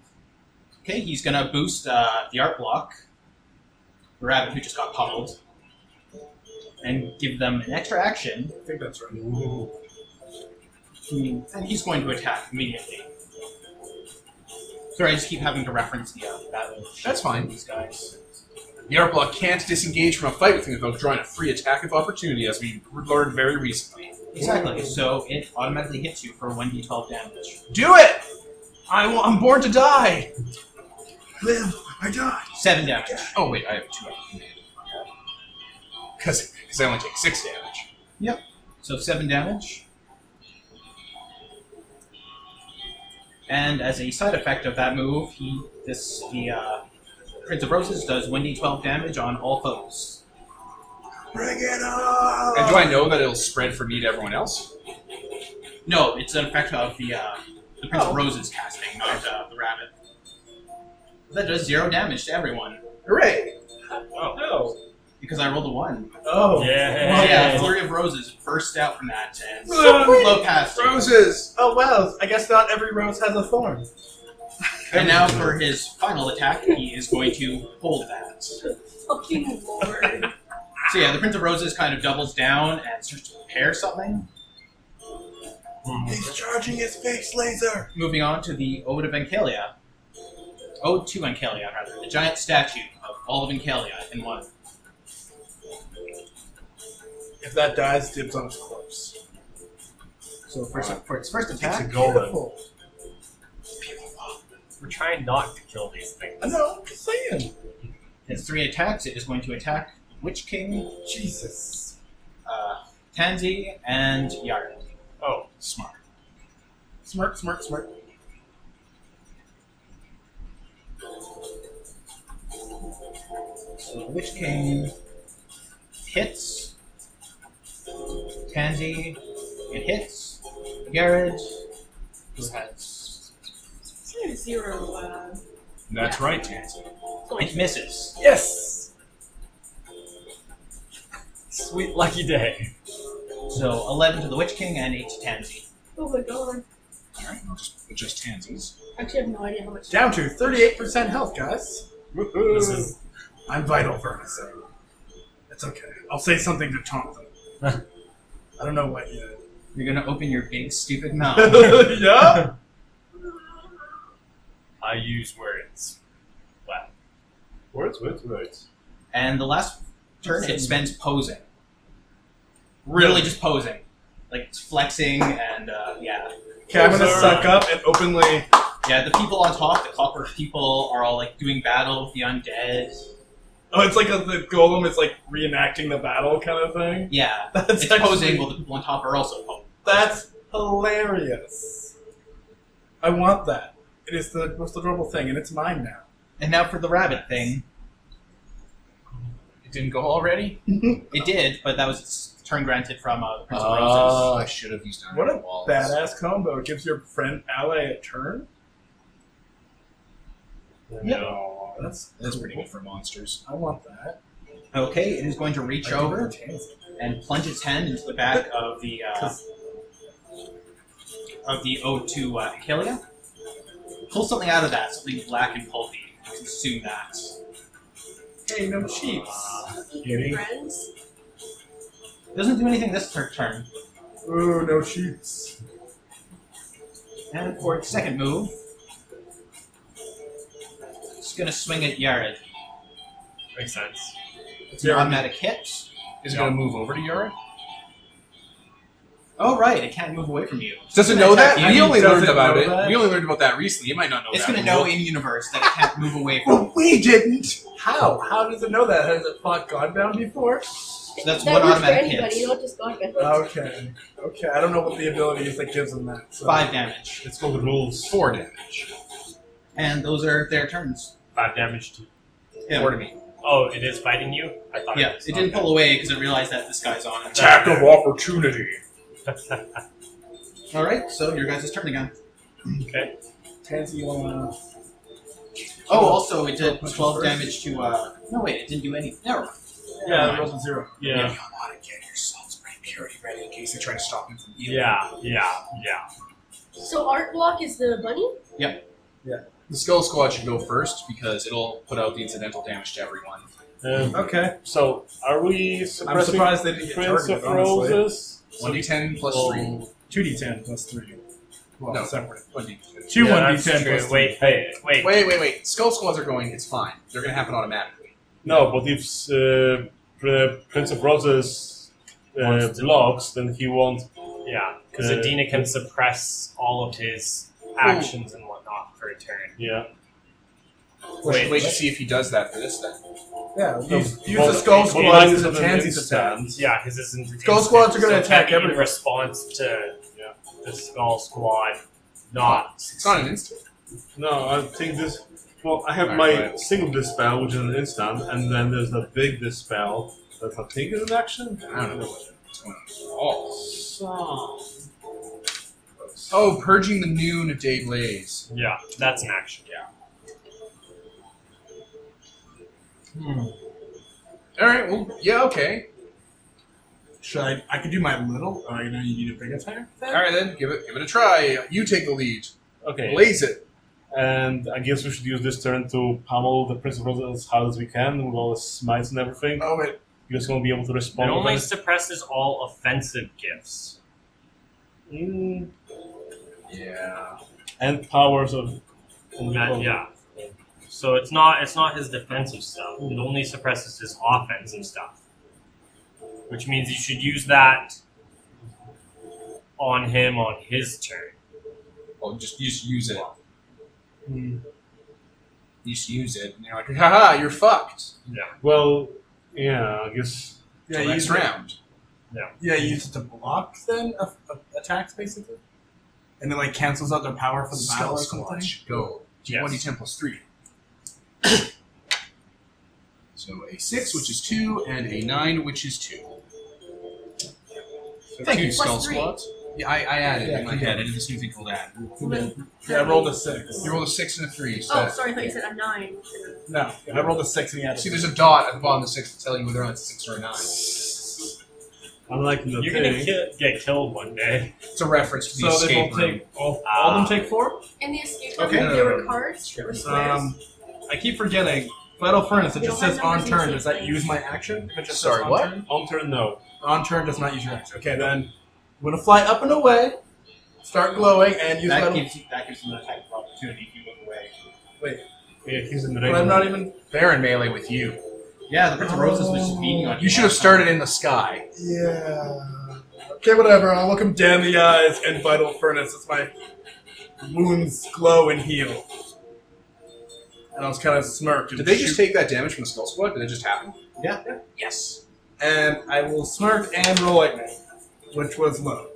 Speaker 3: Okay, he's gonna boost uh, the art block. The rabbit who just got pummeled, and give them an extra action.
Speaker 4: I think that's right.
Speaker 3: And he's going to attack immediately. Sorry, I just keep having to reference the uh, battle.
Speaker 2: That's fine.
Speaker 3: These guys.
Speaker 2: The art block can't disengage from a fight with him without drawing a free attack of opportunity, as we learned very recently.
Speaker 3: Exactly. So it automatically hits you for one d12 damage.
Speaker 2: Do it! I, am born to die.
Speaker 4: Live, I died.
Speaker 3: Seven damage.
Speaker 2: Oh wait, I have two. Because because I only take six damage.
Speaker 3: So seven damage. And as a side effect of that move, he this the uh, Prince of Roses does 1d12 damage on all foes.
Speaker 4: Bring it on!
Speaker 2: And do I know that it'll spread from me to everyone else?
Speaker 3: No, it's an effect of the uh, the Prince
Speaker 2: Oh.
Speaker 3: of Roses casting, not uh, the rabbit. That does zero damage to everyone
Speaker 2: Hooray!
Speaker 3: because I rolled a one.
Speaker 6: Oh. Yeah.
Speaker 3: yeah, a flurry of roses burst out from that and
Speaker 4: So pretty.
Speaker 3: blow past. him.
Speaker 2: Roses.
Speaker 4: Oh, well, I guess not every rose has a thorn.
Speaker 3: And now for his final attack, he is going to hold that. So
Speaker 5: Fucking lord.
Speaker 3: yeah, the Prince of Roses kind of doubles down and starts to repair something.
Speaker 4: He's charging his face laser.
Speaker 3: Moving on to the Ode of Vankalia. Ode to Vankalia, rather. The giant statue of all of Vankalia in one.
Speaker 4: If that dies, dibs on his corpse.
Speaker 3: So for, its- for its first
Speaker 7: It's a
Speaker 3: attack,
Speaker 7: golem.
Speaker 6: We're trying not to kill these things.
Speaker 4: I know, I'm just saying.
Speaker 3: its three attacks, it is going to attack Witch King,
Speaker 4: Jesus.
Speaker 3: uh, Tansy, and Yara.
Speaker 6: Oh.
Speaker 2: Smart.
Speaker 4: Smirk, smirk, smirk.
Speaker 3: So Witch King hits. Tansy, it hits. Garrett, who has.
Speaker 5: Sort of Zero. Uh, oh
Speaker 2: That's right, Tansy.
Speaker 3: It misses.
Speaker 6: Yes. Sweet lucky day.
Speaker 3: So 11 to the Witch King and 8 to Tansy.
Speaker 5: oh my god.
Speaker 2: All right, just, just Tansy's.
Speaker 5: Actually, I have no idea how much.
Speaker 4: Down to 38% health, guys.
Speaker 6: This is
Speaker 4: I'm vital for a second. It's okay. I'll say something to taunt them. I don't know what yet.
Speaker 3: You're gonna open your big stupid mouth.
Speaker 4: yeah.
Speaker 6: I use words. Wow.
Speaker 7: Words, words, words.
Speaker 3: and the last turn it spends posing. Really just posing. Like it's flexing and uh, yeah.
Speaker 4: Okay, I'm gonna
Speaker 6: Those are-
Speaker 4: suck up and openly.
Speaker 3: Yeah, the people on top, the clockwork people, are all like doing battle with the undead.
Speaker 4: Oh, it's like a, the golem is like reenacting the battle kind of thing.
Speaker 3: Yeah.
Speaker 4: That's
Speaker 3: It's
Speaker 4: actually-
Speaker 3: posing while the people on top are also posing.
Speaker 4: That's hilarious. I want that. It is the most adorable thing, and it's mine now.
Speaker 3: And now for the rabbit thing.
Speaker 2: It didn't go already.
Speaker 3: It did, but that was its turn granted from uh, Prince of
Speaker 2: Oh,
Speaker 3: Roses.
Speaker 2: I should have used it.
Speaker 4: What a
Speaker 2: walls.
Speaker 4: Badass combo. It gives your friend ally a turn.
Speaker 2: No,
Speaker 4: That's
Speaker 2: that's pretty good for monsters.
Speaker 4: I want that.
Speaker 3: Okay, it is going to reach
Speaker 4: I do
Speaker 3: over
Speaker 4: want Tansy.
Speaker 3: and plunge its hand into the back of the uh,
Speaker 4: 'Cause-
Speaker 3: of the ode to uh, Achelia. Pull something out of that, something black and pulpy. Consume that.
Speaker 4: Hey, no sheeps.
Speaker 7: Kidding.
Speaker 5: Friends.
Speaker 3: Doesn't do anything this third turn.
Speaker 4: Ooh, no sheeps.
Speaker 3: And for its second move, it's gonna swing at Yared.
Speaker 6: Makes sense.
Speaker 3: It's an automatic hit.
Speaker 2: Is it gonna move over to Yara?
Speaker 3: Oh right, it can't move away from you.
Speaker 2: Doesn't
Speaker 3: Gonna
Speaker 2: know
Speaker 3: attack
Speaker 2: that.
Speaker 3: you.
Speaker 2: We only
Speaker 4: Doesn't
Speaker 2: learned about
Speaker 4: know
Speaker 2: it.
Speaker 4: that.
Speaker 2: We only learned about that recently. You might not know.
Speaker 3: It's
Speaker 2: that
Speaker 3: gonna
Speaker 2: rule.
Speaker 3: know in universe that it can't move away from. you.
Speaker 4: But we didn't. How? How does it know that? Has it fought Godbound before?
Speaker 5: that
Speaker 3: that's one
Speaker 5: works
Speaker 3: automatic
Speaker 5: for anybody,
Speaker 3: hit.
Speaker 5: not just God.
Speaker 4: Okay. Okay. I don't know what the ability is that gives him that. So.
Speaker 3: Five damage,
Speaker 7: It's called rules.
Speaker 2: four damage.
Speaker 3: and those are their turns.
Speaker 6: Five damage to.
Speaker 3: Yeah.
Speaker 2: Four to me.
Speaker 6: Oh, it is fighting you. I thought.
Speaker 3: Yeah,
Speaker 6: was-
Speaker 3: it didn't
Speaker 6: okay.
Speaker 3: pull away because it realized that this guy's on it.
Speaker 6: Attack of
Speaker 2: opportunity.
Speaker 3: All right, so your guys' turn again.
Speaker 6: Okay.
Speaker 4: Tansy, you wanna-
Speaker 3: Oh, also it did
Speaker 4: Punch
Speaker 3: twelve
Speaker 4: first.
Speaker 3: damage to. uh... No wait, it didn't do any. Never mind.
Speaker 4: Yeah, it rolls a zero.
Speaker 6: Yeah.
Speaker 2: You want to get yourselves great purity ready in case they try to stop him from eating.
Speaker 6: Yeah. Yeah. Yeah.
Speaker 5: So art block is the bunny.
Speaker 2: The Skull Squad should go first because it'll put out the incidental damage to everyone.
Speaker 7: Um,
Speaker 4: Okay.
Speaker 7: so, are we
Speaker 4: I'm
Speaker 7: suppressing
Speaker 4: surprised they didn't get
Speaker 7: Prince
Speaker 4: targeted.
Speaker 7: of
Speaker 4: Honestly.
Speaker 7: Roses?
Speaker 2: One d ten plus
Speaker 6: Oh,
Speaker 2: three.
Speaker 4: Two d10 plus three. Well,
Speaker 2: No.
Speaker 4: separate.
Speaker 2: One d ten.
Speaker 4: Two
Speaker 6: Yeah,
Speaker 4: one
Speaker 6: that's
Speaker 4: d10
Speaker 6: true.
Speaker 4: plus three.
Speaker 6: Wait. Hey. Wait.
Speaker 2: Wait, wait, wait. Skull Squads are going. It's fine. They're gonna happen automatically.
Speaker 7: No, but if uh, Pr- Prince of Roses uh,
Speaker 6: Wants to-
Speaker 7: blocks, then he won't.
Speaker 6: Yeah, because
Speaker 7: Uh,
Speaker 6: Adina can suppress all of his actions and whatnot for a turn.
Speaker 7: Yeah.
Speaker 2: We should
Speaker 6: Wait.
Speaker 2: wait to see if he does that for this thing.
Speaker 4: Yeah,
Speaker 7: Use-
Speaker 4: use
Speaker 7: well,
Speaker 4: the skull
Speaker 7: well,
Speaker 4: squad
Speaker 7: mine
Speaker 4: as
Speaker 7: is
Speaker 4: a
Speaker 7: an
Speaker 4: tansy
Speaker 7: instant.
Speaker 4: stand.
Speaker 6: Yeah, his isn't.
Speaker 4: Skull squads are gonna
Speaker 6: instant, so
Speaker 4: attack
Speaker 6: in
Speaker 4: everyone.
Speaker 6: response to the skull squad, not
Speaker 2: It's not an instant.
Speaker 7: No, I think this. Well, I have
Speaker 2: Alright,
Speaker 7: my
Speaker 2: right.
Speaker 7: single dispel, which is an instant, and then there's the big dispel that I think is an action.
Speaker 2: I don't know what's going on. at all.
Speaker 7: So,
Speaker 2: Oh, purging the noon of day blaze.
Speaker 6: yeah, that's an action.
Speaker 2: All right. Hmm. Well, yeah. Okay.
Speaker 4: Should I? I could do my little. Oh, you know, you need a big attack.
Speaker 2: All right then. Give it. Give it a try. You take the lead.
Speaker 7: okay.
Speaker 2: Blaze it.
Speaker 7: And I guess we should use this turn to pummel the Prince of Roses as hard as we can with all his smites and everything.
Speaker 4: Oh wait,
Speaker 7: You're just gonna be able to
Speaker 6: It
Speaker 7: respond.
Speaker 6: only
Speaker 7: with
Speaker 6: suppresses all offensive gifts.
Speaker 7: an- Mm,
Speaker 2: Yeah.
Speaker 7: and powers of. of-
Speaker 6: That- yeah. So it's not it's not his defensive stuff. It only suppresses his offensive stuff, which means you should use that on him on his turn.
Speaker 2: Well, just you just use it.
Speaker 4: Hmm.
Speaker 7: Mm.
Speaker 2: You just use it, and you're like, haha, you're fucked.
Speaker 7: Well, yeah, I guess.
Speaker 4: yeah,
Speaker 2: Till
Speaker 4: you
Speaker 2: next
Speaker 4: use it.
Speaker 2: round.
Speaker 4: Yeah, you use it to block then of, of attacks basically, and it like cancels out their power for the battle
Speaker 2: Skull
Speaker 4: or something.
Speaker 2: Squatch. Go.
Speaker 6: Yes.
Speaker 2: One d ten plus three. so a six, which is two, and a nine, which is two. So
Speaker 5: Thank
Speaker 2: two
Speaker 5: you.
Speaker 2: skull
Speaker 5: Plus three.
Speaker 2: squads. Yeah, I, I added
Speaker 4: Yeah,
Speaker 2: in my
Speaker 4: you
Speaker 2: head.
Speaker 4: did.
Speaker 2: I did this new thing called add.
Speaker 4: Yeah, I rolled a six.
Speaker 2: You roll a six and a three. So
Speaker 5: Oh,
Speaker 2: that-
Speaker 5: sorry, I thought you said a nine.
Speaker 4: No, I rolled a six and he had a
Speaker 2: see, there's a dot at the bottom of the six to tell you whether or not it's a six or a nine.
Speaker 7: Unlike in the
Speaker 6: You're
Speaker 7: thing.
Speaker 6: gonna ki- get killed one day.
Speaker 2: It's a reference to the
Speaker 4: So they
Speaker 2: escape
Speaker 4: both
Speaker 2: room.
Speaker 4: take all, all of them take four.
Speaker 5: In the escape room,
Speaker 2: Okay.
Speaker 5: there were cards that were squares.
Speaker 4: Um, I keep forgetting. Vital furnace. It
Speaker 5: You
Speaker 4: just
Speaker 5: don't
Speaker 4: says
Speaker 5: have
Speaker 4: on
Speaker 5: numbers in
Speaker 4: turn.
Speaker 5: the
Speaker 4: Does that
Speaker 5: thing.
Speaker 4: use my action? If it just says
Speaker 2: Sorry,
Speaker 4: on
Speaker 2: what?
Speaker 4: turn?
Speaker 7: On turn, no.
Speaker 4: On turn does not use your action. Okay, then I'm gonna fly up and away, start glowing, and use
Speaker 3: That
Speaker 4: vital.
Speaker 3: gives, that gives him an attack of opportunity if you move away.
Speaker 7: Yeah, he's in the
Speaker 4: But I'm not even.
Speaker 2: They're in melee with you.
Speaker 3: Yeah, the Prince of Roses was just beating on
Speaker 2: You should have
Speaker 3: last
Speaker 2: started
Speaker 3: time.
Speaker 2: in the sky.
Speaker 4: Yeah. Okay, whatever. I'll look him down the eyes and vital furnace as my wounds glow and heal. And I was kind of smirked. and
Speaker 2: Did they
Speaker 4: shoot-
Speaker 2: just take that damage from the skull squad? Did it just happen?
Speaker 3: Yeah.
Speaker 2: Yes.
Speaker 4: and I will smirk and roll it, which was low.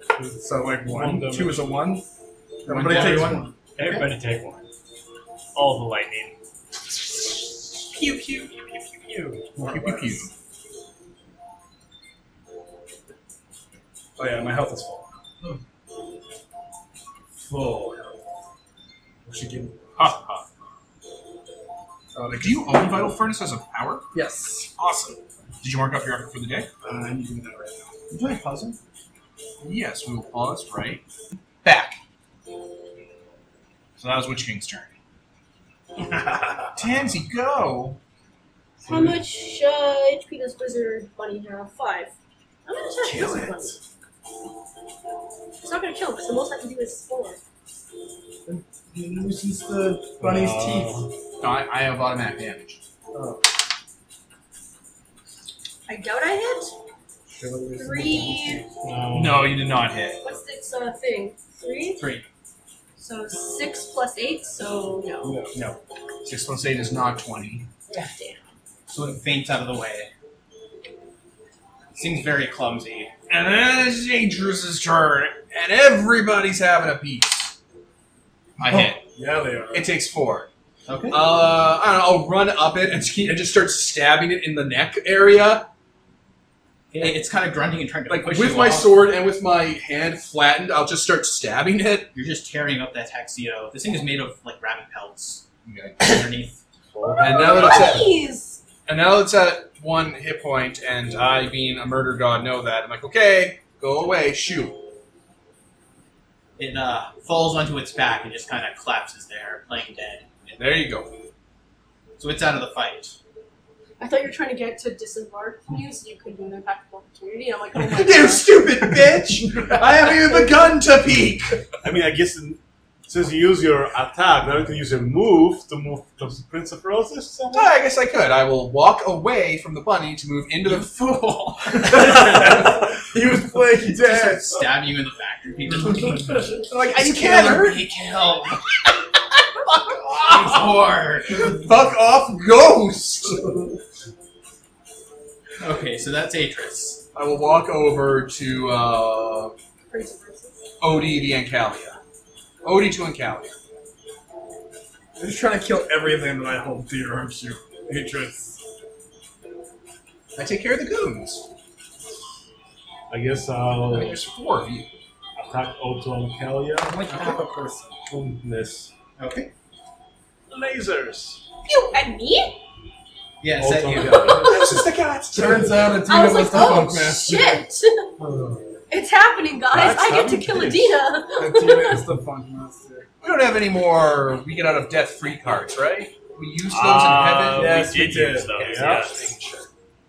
Speaker 4: So like
Speaker 7: One
Speaker 4: one,
Speaker 7: damage.
Speaker 4: two is a one.
Speaker 2: One
Speaker 4: Everybody
Speaker 2: damage.
Speaker 4: takes one.
Speaker 6: Everybody take one. All the lightning.
Speaker 2: Pew pew pew pew pew pew. Pew pew pew.
Speaker 4: Oh yeah, my health is full. Full. We should give.
Speaker 6: Ha ha.
Speaker 4: Oh, like,
Speaker 2: Uh, Do you own Vital Furnace as a power?
Speaker 4: Yes.
Speaker 2: Awesome. Did you mark up your effort for the day?
Speaker 4: Uh, I'm using that right now.
Speaker 3: Did I pause him?
Speaker 2: Yes, we will pause right back. So that was Witch King's turn. Tansy, go!
Speaker 5: How much uh, HP does Wizard Bunny have? Five. I'm gonna attack
Speaker 4: Kill
Speaker 5: Wizard
Speaker 4: it.
Speaker 5: Bunny. It's not gonna kill him, because the most I can do is four.
Speaker 4: He loosens the bunny's
Speaker 7: Uh,
Speaker 4: teeth.
Speaker 2: No, I, I have automatic damage.
Speaker 4: Oh,
Speaker 5: I doubt I hit.
Speaker 4: should I loosen the
Speaker 5: Three.
Speaker 7: No.
Speaker 2: you did not hit.
Speaker 5: What's this uh, thing? Three?
Speaker 2: Three.
Speaker 5: So six plus eight, so Oh, no.
Speaker 4: bunny's teeth? No.
Speaker 2: Six plus eight is not twenty.
Speaker 5: Yeah, damn.
Speaker 3: So it faints out of the way. Seems very clumsy.
Speaker 2: And then it's Dangerous's turn, and everybody's having a piece. I hit.
Speaker 4: Yeah, they are.
Speaker 2: It takes four.
Speaker 3: Okay.
Speaker 2: Uh, I don't know, I'll run up it and, ske- and just start stabbing it in the neck area,
Speaker 3: It- it's kind of grunting and trying to
Speaker 2: like
Speaker 3: push
Speaker 2: with
Speaker 3: you
Speaker 2: my
Speaker 3: off.
Speaker 2: sword and with my hand flattened. I'll just start stabbing it.
Speaker 3: You're just tearing up that taxio. This thing is made of like rabbit pelts
Speaker 2: Okay.
Speaker 3: underneath.
Speaker 2: And now that it's at,
Speaker 5: Please!
Speaker 2: and now that it's at one hit point, and I, being a murder god, know that I'm like, okay, go away, shoot.
Speaker 3: It uh, falls onto its back and just kind of collapses there, playing dead.
Speaker 2: There you go.
Speaker 3: So it's out of the fight.
Speaker 5: I thought you were trying to get to disembark from you so you could do an impact of opportunity. I'm like, oh my
Speaker 2: You
Speaker 5: god.
Speaker 2: stupid bitch! I haven't even begun to peek.
Speaker 7: I mean, I guess in- since you use your attack, now you can use your move to move to Prince of Roses.
Speaker 2: Oh, I guess I could. I will walk away from the bunny to move into the fool.
Speaker 4: He was playing
Speaker 3: Just
Speaker 4: dead.
Speaker 3: starts stabbing you in the back. Repeat
Speaker 2: like I can't hurt
Speaker 3: He killed.
Speaker 2: Fuck off.
Speaker 3: It's hard.
Speaker 2: Fuck off, ghost!
Speaker 3: Okay, so that's Atris.
Speaker 2: I will walk over to uh,
Speaker 5: Crazy versus.
Speaker 2: Odie the Ancalia. Odie to Ancalia.
Speaker 4: I'm just trying to kill everything that I hold dear, aren't you? Atris.
Speaker 2: I take care of the goons.
Speaker 7: I guess
Speaker 2: I
Speaker 7: I'll
Speaker 2: mean, there's four of you.
Speaker 7: attack Otto and Kalia.
Speaker 4: I'm like half a person.
Speaker 7: Boom, miss.
Speaker 3: Okay.
Speaker 7: Lasers.
Speaker 5: You and me?
Speaker 3: Yeah,
Speaker 7: Otto
Speaker 3: set
Speaker 7: and
Speaker 3: you.
Speaker 7: Kalia.
Speaker 2: Versus the cats.
Speaker 4: Turns out
Speaker 5: I
Speaker 4: Adina
Speaker 5: was like,
Speaker 4: the
Speaker 5: oh
Speaker 4: funk master.
Speaker 5: shit! it's happening, guys.
Speaker 7: That's
Speaker 5: I get to
Speaker 7: happening.
Speaker 5: kill Adina.
Speaker 4: Adina is the funk master.
Speaker 2: We don't have any more we get out of death free cards, right? We use those in heaven.
Speaker 6: Uh, we
Speaker 4: Yes, we
Speaker 6: did
Speaker 4: did.
Speaker 6: use those.
Speaker 2: Okay,
Speaker 7: yeah.
Speaker 6: Yes.
Speaker 2: sure.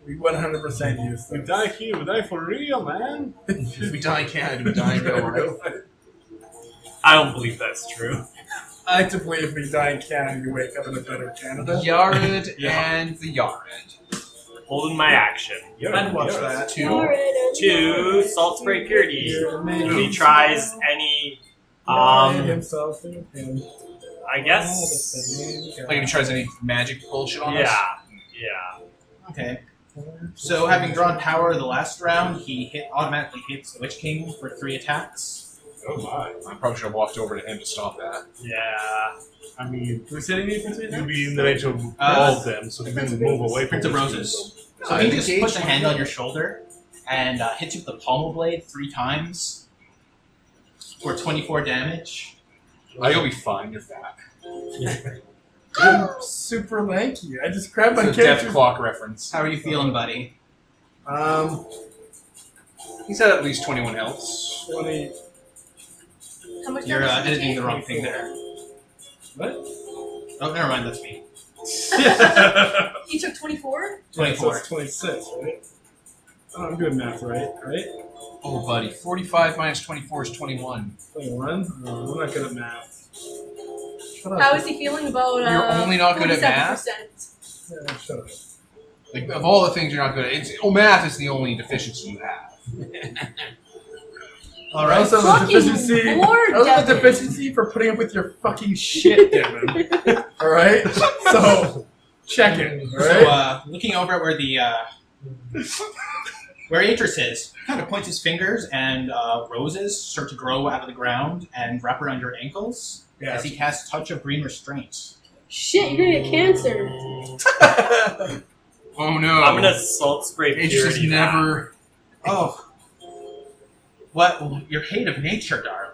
Speaker 4: We 100% use
Speaker 7: We
Speaker 4: them.
Speaker 7: die here, we die for real, man.
Speaker 2: If we die in Canada, we die in real life.
Speaker 6: I don't believe that's true.
Speaker 4: I like to believe we die in Canada, you wake up in a better
Speaker 2: The
Speaker 4: Canada.
Speaker 2: Yared
Speaker 6: Yeah.
Speaker 2: and the Yared.
Speaker 6: Holding my action.
Speaker 7: Yeah,
Speaker 4: I'd watch
Speaker 7: yeah.
Speaker 4: that.
Speaker 2: Two.
Speaker 6: Two salt spray purity. If he tries any, um,
Speaker 4: himself and him.
Speaker 6: I guess,
Speaker 2: Like if he tries any magic bullshit on
Speaker 6: yeah,
Speaker 2: us.
Speaker 6: yeah.
Speaker 3: Okay. So having drawn power the last round, he hit automatically hits the Witch King for three attacks.
Speaker 7: Oh my.
Speaker 2: I probably should have walked over to him to stop that.
Speaker 6: Yeah.
Speaker 7: I mean,
Speaker 4: Who's hitting me for three
Speaker 7: you'll
Speaker 4: now?
Speaker 7: be in the range of all of them, so you can move away from
Speaker 3: Prince of
Speaker 7: these
Speaker 3: Roses.
Speaker 7: people.
Speaker 3: So he just puts a hand on your shoulder and uh, hits you with the pommel blade three times for 24 damage.
Speaker 2: Oh, you'll be fine. You're back.
Speaker 4: I'm super lanky. I just grabbed my
Speaker 2: It's a death
Speaker 4: character.
Speaker 2: clock reference.
Speaker 3: How are you feeling, buddy?
Speaker 4: Um,
Speaker 2: He's had at least 21 health.
Speaker 4: 20.
Speaker 5: How much
Speaker 3: You're uh,
Speaker 5: damage did
Speaker 3: editing
Speaker 5: you
Speaker 3: the
Speaker 5: take?
Speaker 3: wrong thing there.
Speaker 4: What?
Speaker 3: Oh, never mind. That's me.
Speaker 5: You took 24?
Speaker 4: Yeah, so
Speaker 3: 24.
Speaker 4: it's 26, right? Oh, I'm doing math right, right?
Speaker 2: Oh, buddy. 45 minus 24 is 21.
Speaker 4: 21? Oh, I'm not good at math. Shut up.
Speaker 5: How is he feeling about uh,
Speaker 2: You're only not good at
Speaker 5: 47%?
Speaker 2: math?
Speaker 4: Yeah, shut up.
Speaker 2: Like, of all the things you're not good at, it's, oh, math is the only deficiency you have.
Speaker 3: All right.
Speaker 4: Also, the
Speaker 5: Fucking
Speaker 4: deficiency.
Speaker 5: bored,
Speaker 4: Also, the
Speaker 5: Devin.
Speaker 4: deficiency for putting up with your fucking shit, Devin. all right. So check it. All
Speaker 3: So,
Speaker 4: right.
Speaker 3: uh, looking over at where the uh, where Atris is, he kind of points his fingers, and uh, roses start to grow out of the ground and wrap around your ankles as he casts Touch of Green Restraint.
Speaker 5: Shit, you're gonna get cancer.
Speaker 2: Oh, no.
Speaker 6: I'm gonna salt spray
Speaker 2: It's
Speaker 6: purity.
Speaker 2: just
Speaker 6: that.
Speaker 2: never.
Speaker 3: Oh, what your hate of nature, darling!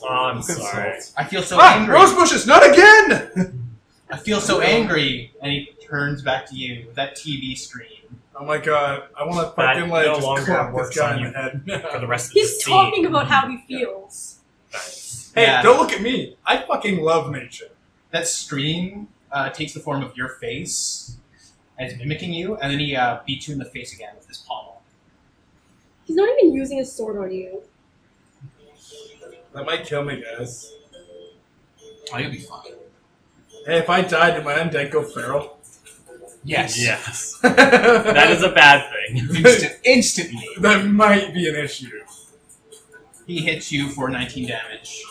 Speaker 6: Oh, I'm sorry.
Speaker 3: I feel so
Speaker 2: Ah,
Speaker 3: angry.
Speaker 2: rose bushes, not again!
Speaker 3: I feel so angry, and he turns back to you with that TV screen.
Speaker 4: Oh my god. I want to
Speaker 6: That
Speaker 4: fucking like
Speaker 6: no
Speaker 4: just
Speaker 6: longer
Speaker 4: clap this
Speaker 6: works
Speaker 4: guy
Speaker 6: on
Speaker 4: in the
Speaker 6: you.
Speaker 4: head.
Speaker 6: For the rest of the
Speaker 5: He's
Speaker 6: scene.
Speaker 5: talking about how he feels.
Speaker 4: hey,
Speaker 3: Yeah.
Speaker 4: don't look at me. I fucking love nature.
Speaker 3: that scream uh, takes the form of your face and is mimicking you, and then he uh, beats you in the face again with his pommel.
Speaker 5: He's not even using his sword on you.
Speaker 4: That might kill me, guys.
Speaker 2: Oh, you'll be fine.
Speaker 4: Hey, if I die, did my undead go feral?
Speaker 2: Yes.
Speaker 6: Yes. That
Speaker 4: that
Speaker 6: is a bad thing.
Speaker 2: Instant, instantly.
Speaker 4: That might be an issue.
Speaker 3: He hits you for 19 damage.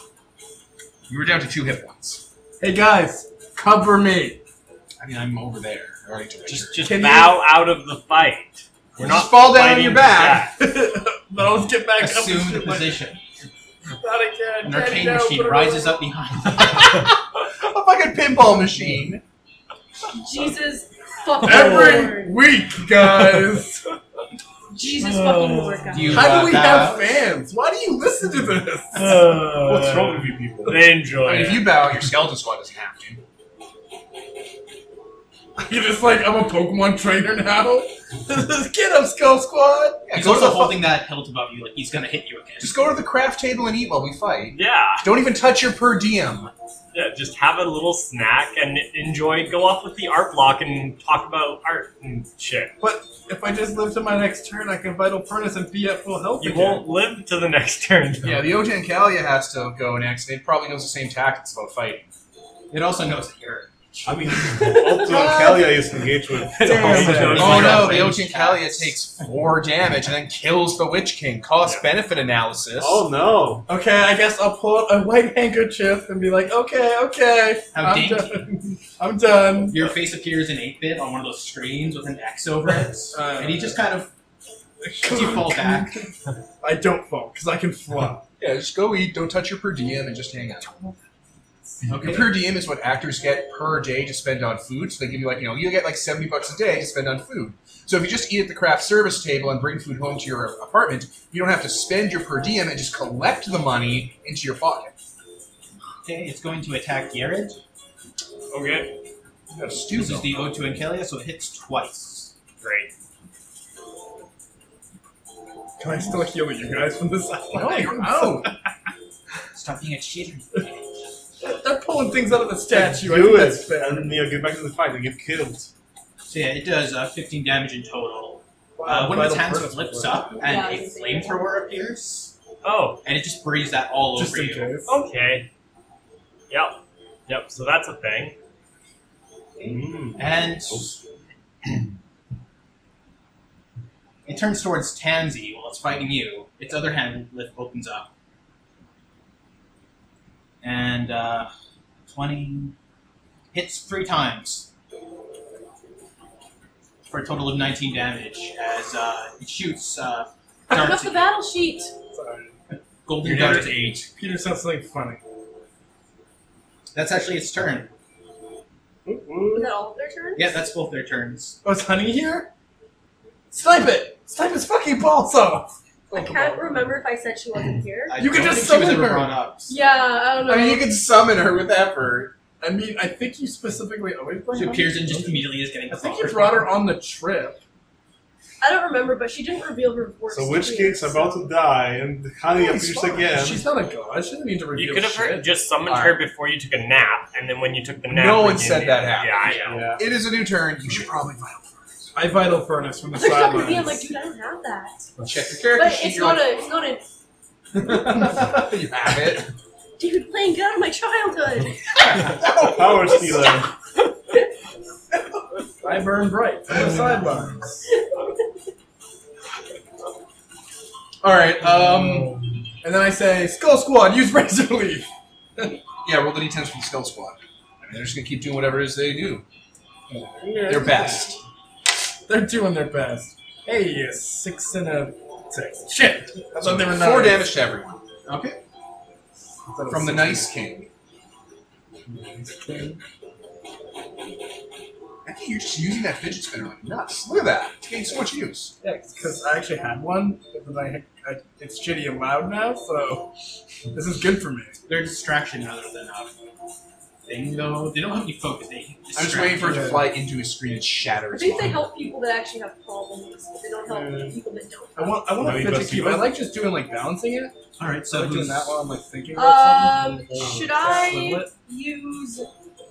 Speaker 2: You were down to two hit points.
Speaker 4: Hey guys, cover me.
Speaker 2: I mean, I'm over there. I already took a
Speaker 6: Just,
Speaker 2: hit.
Speaker 6: just
Speaker 4: Can you-
Speaker 6: bow out of the fight. We're
Speaker 2: Just
Speaker 6: not
Speaker 2: fall down on
Speaker 6: fighting
Speaker 2: your back.
Speaker 4: but I'll get back up. and
Speaker 3: Assume the
Speaker 4: shit like-
Speaker 3: position.
Speaker 4: Not again.
Speaker 3: An
Speaker 4: Daddy,
Speaker 3: arcane
Speaker 4: no,
Speaker 3: machine
Speaker 4: put it
Speaker 3: rises
Speaker 4: away.
Speaker 3: up behind
Speaker 2: a fucking pinball machine.
Speaker 5: Jesus fucking
Speaker 4: Every
Speaker 5: Lord.
Speaker 4: week, guys.
Speaker 5: Jesus fucking Lord, guys.
Speaker 3: you.
Speaker 4: How
Speaker 3: uh,
Speaker 4: do we
Speaker 3: bow
Speaker 4: have
Speaker 3: out.
Speaker 4: fans? Why do you listen to this?
Speaker 6: Uh.
Speaker 7: What's wrong with you people?
Speaker 6: They enjoy
Speaker 2: I mean, if
Speaker 6: it.
Speaker 2: you bow out, your skeleton squad doesn't have to.
Speaker 4: You're just like, I'm a Pokemon trainer now. Get up, Skull Squad.
Speaker 2: Yeah,
Speaker 3: He's
Speaker 2: go to the
Speaker 3: also
Speaker 2: fu-
Speaker 3: holding that hilt above you, like he's gonna hit you again.
Speaker 2: just go to the craft table and eat while we fight.
Speaker 6: Yeah,
Speaker 2: Don't even touch your per diem.
Speaker 6: yeah. Just have a little snack and enjoy. Go off with the art block and talk about art and shit.
Speaker 4: If I just live to my next turn, I can Vital Furnace and be at full health
Speaker 6: You
Speaker 4: again.
Speaker 6: won't live to the next turn.
Speaker 2: Yeah, the Ojan Kalia has to go Oh, next, and it probably knows the same tactics about fighting.
Speaker 3: It also knows that you're
Speaker 6: match.
Speaker 7: I mean, Alto Kalia is engaged with.
Speaker 6: Damn.
Speaker 2: Oh no,
Speaker 6: Ranged
Speaker 2: the Ocean Kalia
Speaker 3: attacks.
Speaker 2: takes four damage and then kills the Witch King. Cost benefit analysis.
Speaker 7: Oh no!
Speaker 4: Okay, I guess I'll pull out a white handkerchief and be like, okay, okay.
Speaker 3: How
Speaker 4: I'm
Speaker 3: dainty.
Speaker 4: done. I'm done.
Speaker 3: Your face appears in 8 bit on one of those screens with an X over it.
Speaker 4: Uh,
Speaker 3: and he just kind of. As you fall back,
Speaker 4: I don't fall because I can fly.
Speaker 2: Yeah, just go eat, don't touch your per diem, and just hang out. Your
Speaker 3: okay.
Speaker 2: per diem is what actors get per day to spend on food. So they give you like, you know, you get like 70 bucks a day to spend on food. So if you just eat at the craft service table and bring food home to your apartment, you don't have to spend your per diem and just collect the money into your pocket.
Speaker 3: okay, it's going to attack Garrett.
Speaker 6: Okay.
Speaker 2: That's
Speaker 3: This is
Speaker 2: stupid.
Speaker 3: the O2 Ankelia, so it hits twice.
Speaker 6: Great.
Speaker 4: Can I still heal you guys from this?
Speaker 2: No, you're out.
Speaker 3: Stop being a cheater.
Speaker 4: They're pulling things out of the statue. I
Speaker 7: Do
Speaker 4: think
Speaker 7: it,
Speaker 4: that's fair.
Speaker 7: and you know, get back to the fight and get killed.
Speaker 3: So yeah, it does uh, 15 damage in total.
Speaker 4: Wow,
Speaker 3: Uh, one of its
Speaker 4: vital
Speaker 3: hands
Speaker 4: purpose
Speaker 3: flips
Speaker 4: before.
Speaker 3: up,
Speaker 5: Yeah,
Speaker 3: and
Speaker 5: I
Speaker 3: a
Speaker 5: see.
Speaker 3: flamethrower appears,
Speaker 6: Oh,
Speaker 3: and it just breathes that all
Speaker 4: Just
Speaker 3: over
Speaker 4: in
Speaker 3: you.
Speaker 4: case.
Speaker 6: okay. Yep. Yep, so that's a thing.
Speaker 7: Mm.
Speaker 3: And
Speaker 4: Oh.
Speaker 3: it turns towards Tansy while it's fighting you. Its other hand lift opens up. And uh, 20 hits three times for a total of 19 damage as uh, it shoots uh,
Speaker 5: Put
Speaker 3: darts
Speaker 5: up
Speaker 3: at
Speaker 5: the
Speaker 3: you.
Speaker 5: battle sheet.
Speaker 4: Oh, Sorry.
Speaker 3: golden
Speaker 4: You're down
Speaker 3: darts.
Speaker 4: to eight. Peter sounds something funny.
Speaker 3: That's actually its turn.
Speaker 5: Was that all of their turn?
Speaker 3: Yeah, that's both their turns.
Speaker 4: Oh, is Honey here? Snipe it! Snipe his fucking balls off!
Speaker 5: I can't remember if I said she wasn't here.
Speaker 3: I
Speaker 4: You could
Speaker 3: don't
Speaker 4: just
Speaker 3: think she was
Speaker 4: summon
Speaker 3: ever
Speaker 4: her.
Speaker 3: brought up.
Speaker 5: Yeah, I don't know.
Speaker 2: I mean, you can summon her with effort.
Speaker 4: I mean, I think you specifically always bring
Speaker 3: She
Speaker 4: her.
Speaker 3: appears and just immediately is getting.
Speaker 4: I think you
Speaker 3: clobbered.
Speaker 4: brought her on the trip.
Speaker 5: I don't remember, but she didn't reveal her voice.
Speaker 7: So
Speaker 5: to
Speaker 7: Witch
Speaker 5: me,
Speaker 7: King's
Speaker 5: so-
Speaker 7: about to die, and Kali
Speaker 4: Oh, he's
Speaker 7: appears
Speaker 4: fine.
Speaker 7: again.
Speaker 4: She's not a god. She doesn't need to reveal
Speaker 6: You could have
Speaker 4: shit.
Speaker 6: heard- just summoned
Speaker 2: All
Speaker 6: her before you took a nap, and then when you took the nap,
Speaker 2: No one
Speaker 6: we
Speaker 2: said
Speaker 6: did-
Speaker 2: that happened.
Speaker 6: Yeah, I know.
Speaker 7: yeah.
Speaker 2: It is a new turn. You should probably vital first.
Speaker 4: I vital furnace from the
Speaker 5: I looked up at me, I'm
Speaker 4: sidelines.
Speaker 5: like, dude, I don't have that.
Speaker 2: Check your character
Speaker 5: But
Speaker 2: sheet.
Speaker 5: it's
Speaker 2: you're
Speaker 5: not
Speaker 2: like,
Speaker 5: a, it's not a,
Speaker 2: you have it.
Speaker 5: David Blaine, get out of my childhood.
Speaker 7: Power stealer.
Speaker 4: I burn bright from the sidelines.
Speaker 2: All right. Um.
Speaker 4: And then I say, Skull Squad, use Razor Leaf!
Speaker 2: Yeah, roll the d10s for the skill squad. I mean, they're just gonna keep doing whatever it is they do. Their best.
Speaker 4: They're doing their best. Hey, a six and a six. Shit! I thought they were
Speaker 2: Four
Speaker 4: nine.
Speaker 2: damage to everyone. Okay.
Speaker 4: I thought it was
Speaker 2: From the
Speaker 4: six.
Speaker 2: nice king. I think you're just using that fidget spinner like nuts. Look at that. It's getting so much use.
Speaker 4: Yeah, because I actually had one, but then I, I, it's shitty and loud now, so this is good for me.
Speaker 3: They're a distraction rather than a thing, though. They don't have any focus. They
Speaker 2: I'm just waiting for it to
Speaker 4: Yeah.
Speaker 2: fly into his screen and shatter
Speaker 5: I
Speaker 2: his
Speaker 5: think they
Speaker 2: mind.
Speaker 5: help people that actually have problems, but they don't help
Speaker 4: Mm.
Speaker 5: people that don't. Um,
Speaker 4: I want, I want
Speaker 7: Maybe
Speaker 4: a fidget
Speaker 7: best you
Speaker 4: cube. I
Speaker 7: go.
Speaker 4: like just doing like balancing it.
Speaker 3: All right,
Speaker 4: I
Speaker 3: so
Speaker 4: like doing
Speaker 3: who's
Speaker 4: that while I'm like thinking about
Speaker 5: Um,
Speaker 4: something.
Speaker 5: should
Speaker 4: Just
Speaker 5: I
Speaker 4: swivel it.
Speaker 5: use?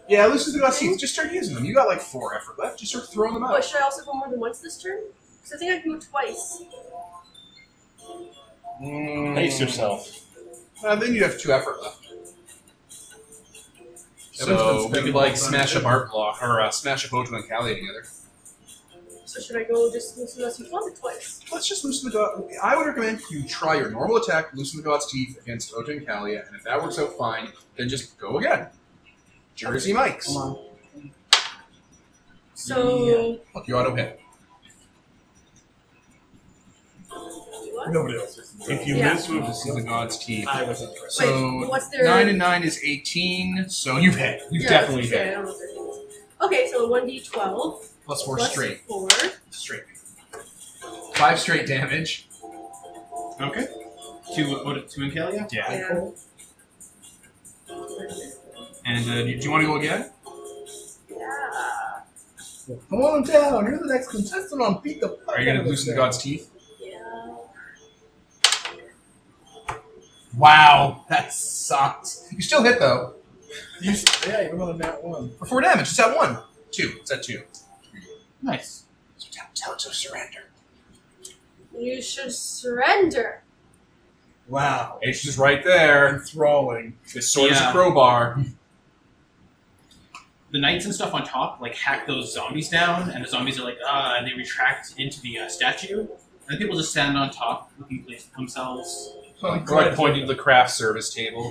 Speaker 2: Yeah, lose the glass seats. Just start using them. You got like four effort left. Just start throwing them out.
Speaker 5: What should I also go more than once this turn? Because I think I can go twice.
Speaker 2: Mm.
Speaker 7: Pace yourself.
Speaker 2: Uh, then you have two effort left. So
Speaker 4: Everyone's
Speaker 2: we
Speaker 4: been
Speaker 2: could like
Speaker 4: spending
Speaker 2: smash
Speaker 4: more
Speaker 2: up
Speaker 4: time.
Speaker 2: Art Block or uh, smash up Ojo and Callie together.
Speaker 5: So should I go just as soon as you want it twice?
Speaker 2: Let's just loosen the god. I would recommend you try your normal attack, loosen the god's teeth against Ojo and Callia, and if that works out fine, then just go again. Jersey Mike's.
Speaker 3: Come on.
Speaker 5: So
Speaker 2: Look, you auto hit.
Speaker 5: what?
Speaker 4: Nobody else. is.
Speaker 7: If you
Speaker 5: Yeah.
Speaker 7: miss with
Speaker 2: Loosen the god's teeth.
Speaker 4: I was impressed.
Speaker 5: Wait,
Speaker 2: So
Speaker 5: what's their
Speaker 2: nine and nine is eighteen. So you've hit. You've
Speaker 5: Yeah,
Speaker 2: definitely
Speaker 5: okay, I
Speaker 2: hit.
Speaker 5: don't know what their thing is. Okay, so one d twelve
Speaker 2: Plus four
Speaker 5: plus
Speaker 2: straight.
Speaker 5: four.
Speaker 2: Straight. Five straight damage.
Speaker 3: Okay. To what? To Ankelia?
Speaker 2: Yeah.
Speaker 5: Yeah.
Speaker 2: And uh, do, do you want to go again?
Speaker 5: Yeah.
Speaker 4: Come on down. You're the next contestant on Beat the. Fuck
Speaker 2: Are you going to
Speaker 4: Out of
Speaker 2: loosen the
Speaker 4: This
Speaker 2: god's teeth?
Speaker 5: Yeah.
Speaker 2: Wow, that sucks. You still hit though
Speaker 4: Thing. You s- yeah, even on that one.
Speaker 2: for four damage. It's at one, two. It's at two.
Speaker 3: Nice.
Speaker 2: So tell, tell it to surrender.
Speaker 5: You should surrender.
Speaker 4: Wow.
Speaker 2: It's just right there.
Speaker 4: Enthralling.
Speaker 2: This sword is a
Speaker 3: Yeah.
Speaker 2: crowbar.
Speaker 3: the knights and stuff on top like hack those zombies down, and the zombies are like ah, and they retract into the uh, statue, and the people just stand on top looking pleased with themselves.
Speaker 2: We're like pointing to the craft service table.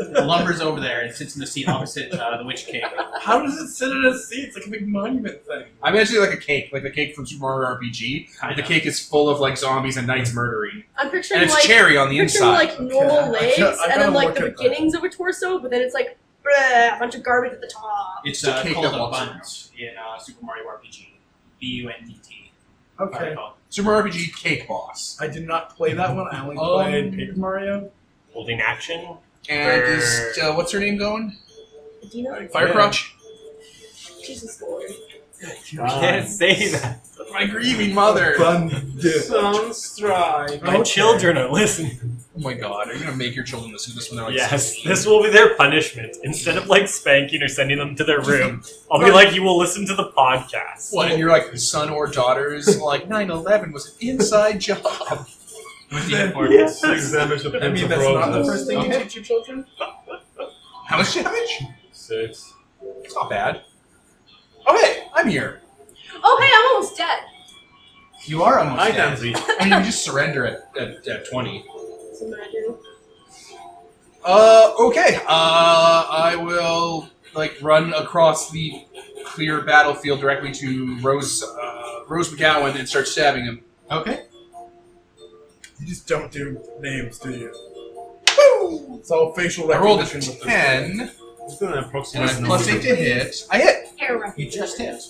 Speaker 3: Lumbers over there and sits in the seat opposite uh, the witch king.
Speaker 4: How does it sit in a seat? It's like a big monument thing.
Speaker 2: I imagine it like a cake, like the cake from Super Mario RPG.
Speaker 3: Kind
Speaker 2: The
Speaker 3: of.
Speaker 2: cake is full of like zombies and
Speaker 6: Mm.
Speaker 2: knights murdering,
Speaker 5: I'm
Speaker 2: and
Speaker 5: picturing
Speaker 2: it's
Speaker 5: like
Speaker 2: cherry on the
Speaker 5: picturing
Speaker 2: inside.
Speaker 5: like normal
Speaker 4: Okay, I
Speaker 5: legs,
Speaker 4: gotta- I
Speaker 5: and
Speaker 4: gotta
Speaker 5: then like
Speaker 4: look
Speaker 5: the
Speaker 4: at that.
Speaker 5: beginnings of a torso, but then it's like bleh, a bunch of garbage at the top.
Speaker 3: It's
Speaker 2: It's a
Speaker 3: uh,
Speaker 2: cake
Speaker 3: called
Speaker 2: that
Speaker 3: a
Speaker 2: walks
Speaker 3: bunt in uh, Super Mario RPG. B U N D T.
Speaker 4: Okay.
Speaker 2: Super Mario RPG Cake Boss,
Speaker 4: I did not play that one. I only
Speaker 2: Um,
Speaker 4: played Paper Mario.
Speaker 6: Holding action.
Speaker 2: and is uh, what's her name going?
Speaker 5: Adina?
Speaker 2: Firecrotch.
Speaker 5: Jesus Lord.
Speaker 6: Can't say that.
Speaker 2: My grieving mother. Oh
Speaker 4: Fun. Yeah.
Speaker 7: Sounds dry.
Speaker 6: My children are listening.
Speaker 2: my god, are you gonna make your children listen to this when they're like?
Speaker 6: Yes,
Speaker 2: 16?
Speaker 6: this will be their punishment. Instead of like spanking or sending them to their room, I'll be like, you will listen to the podcast.
Speaker 2: What? And you're like son or daughters? like 9/11 was an inside job.
Speaker 3: With the
Speaker 4: Yeah.
Speaker 3: importance.
Speaker 7: Six damage of
Speaker 4: I mean,
Speaker 7: Prince of
Speaker 4: that's not the
Speaker 7: Roses.
Speaker 4: first thing you teach your children.
Speaker 2: How much damage?
Speaker 7: Six.
Speaker 2: It's not bad. Oh hey, I'm here.
Speaker 5: Oh hey, I'm almost dead.
Speaker 3: You are almost
Speaker 7: Hi,
Speaker 3: dead.
Speaker 7: Danzy.
Speaker 2: I mean, you just surrender at, at, at 20.
Speaker 5: That's what I do.
Speaker 2: Uh, okay. Uh, I will like run across the clear battlefield directly to Rose, uh, Rose McGowan, and start stabbing him.
Speaker 3: Okay.
Speaker 4: You just don't do names, do you? It's all facial
Speaker 2: I rolled a
Speaker 4: recognition. with this thing.
Speaker 2: ten,
Speaker 7: It's an
Speaker 2: and
Speaker 7: approximate
Speaker 2: I plus eight
Speaker 7: number.
Speaker 2: to hit. I hit
Speaker 5: Hair recognition.
Speaker 3: You just hit.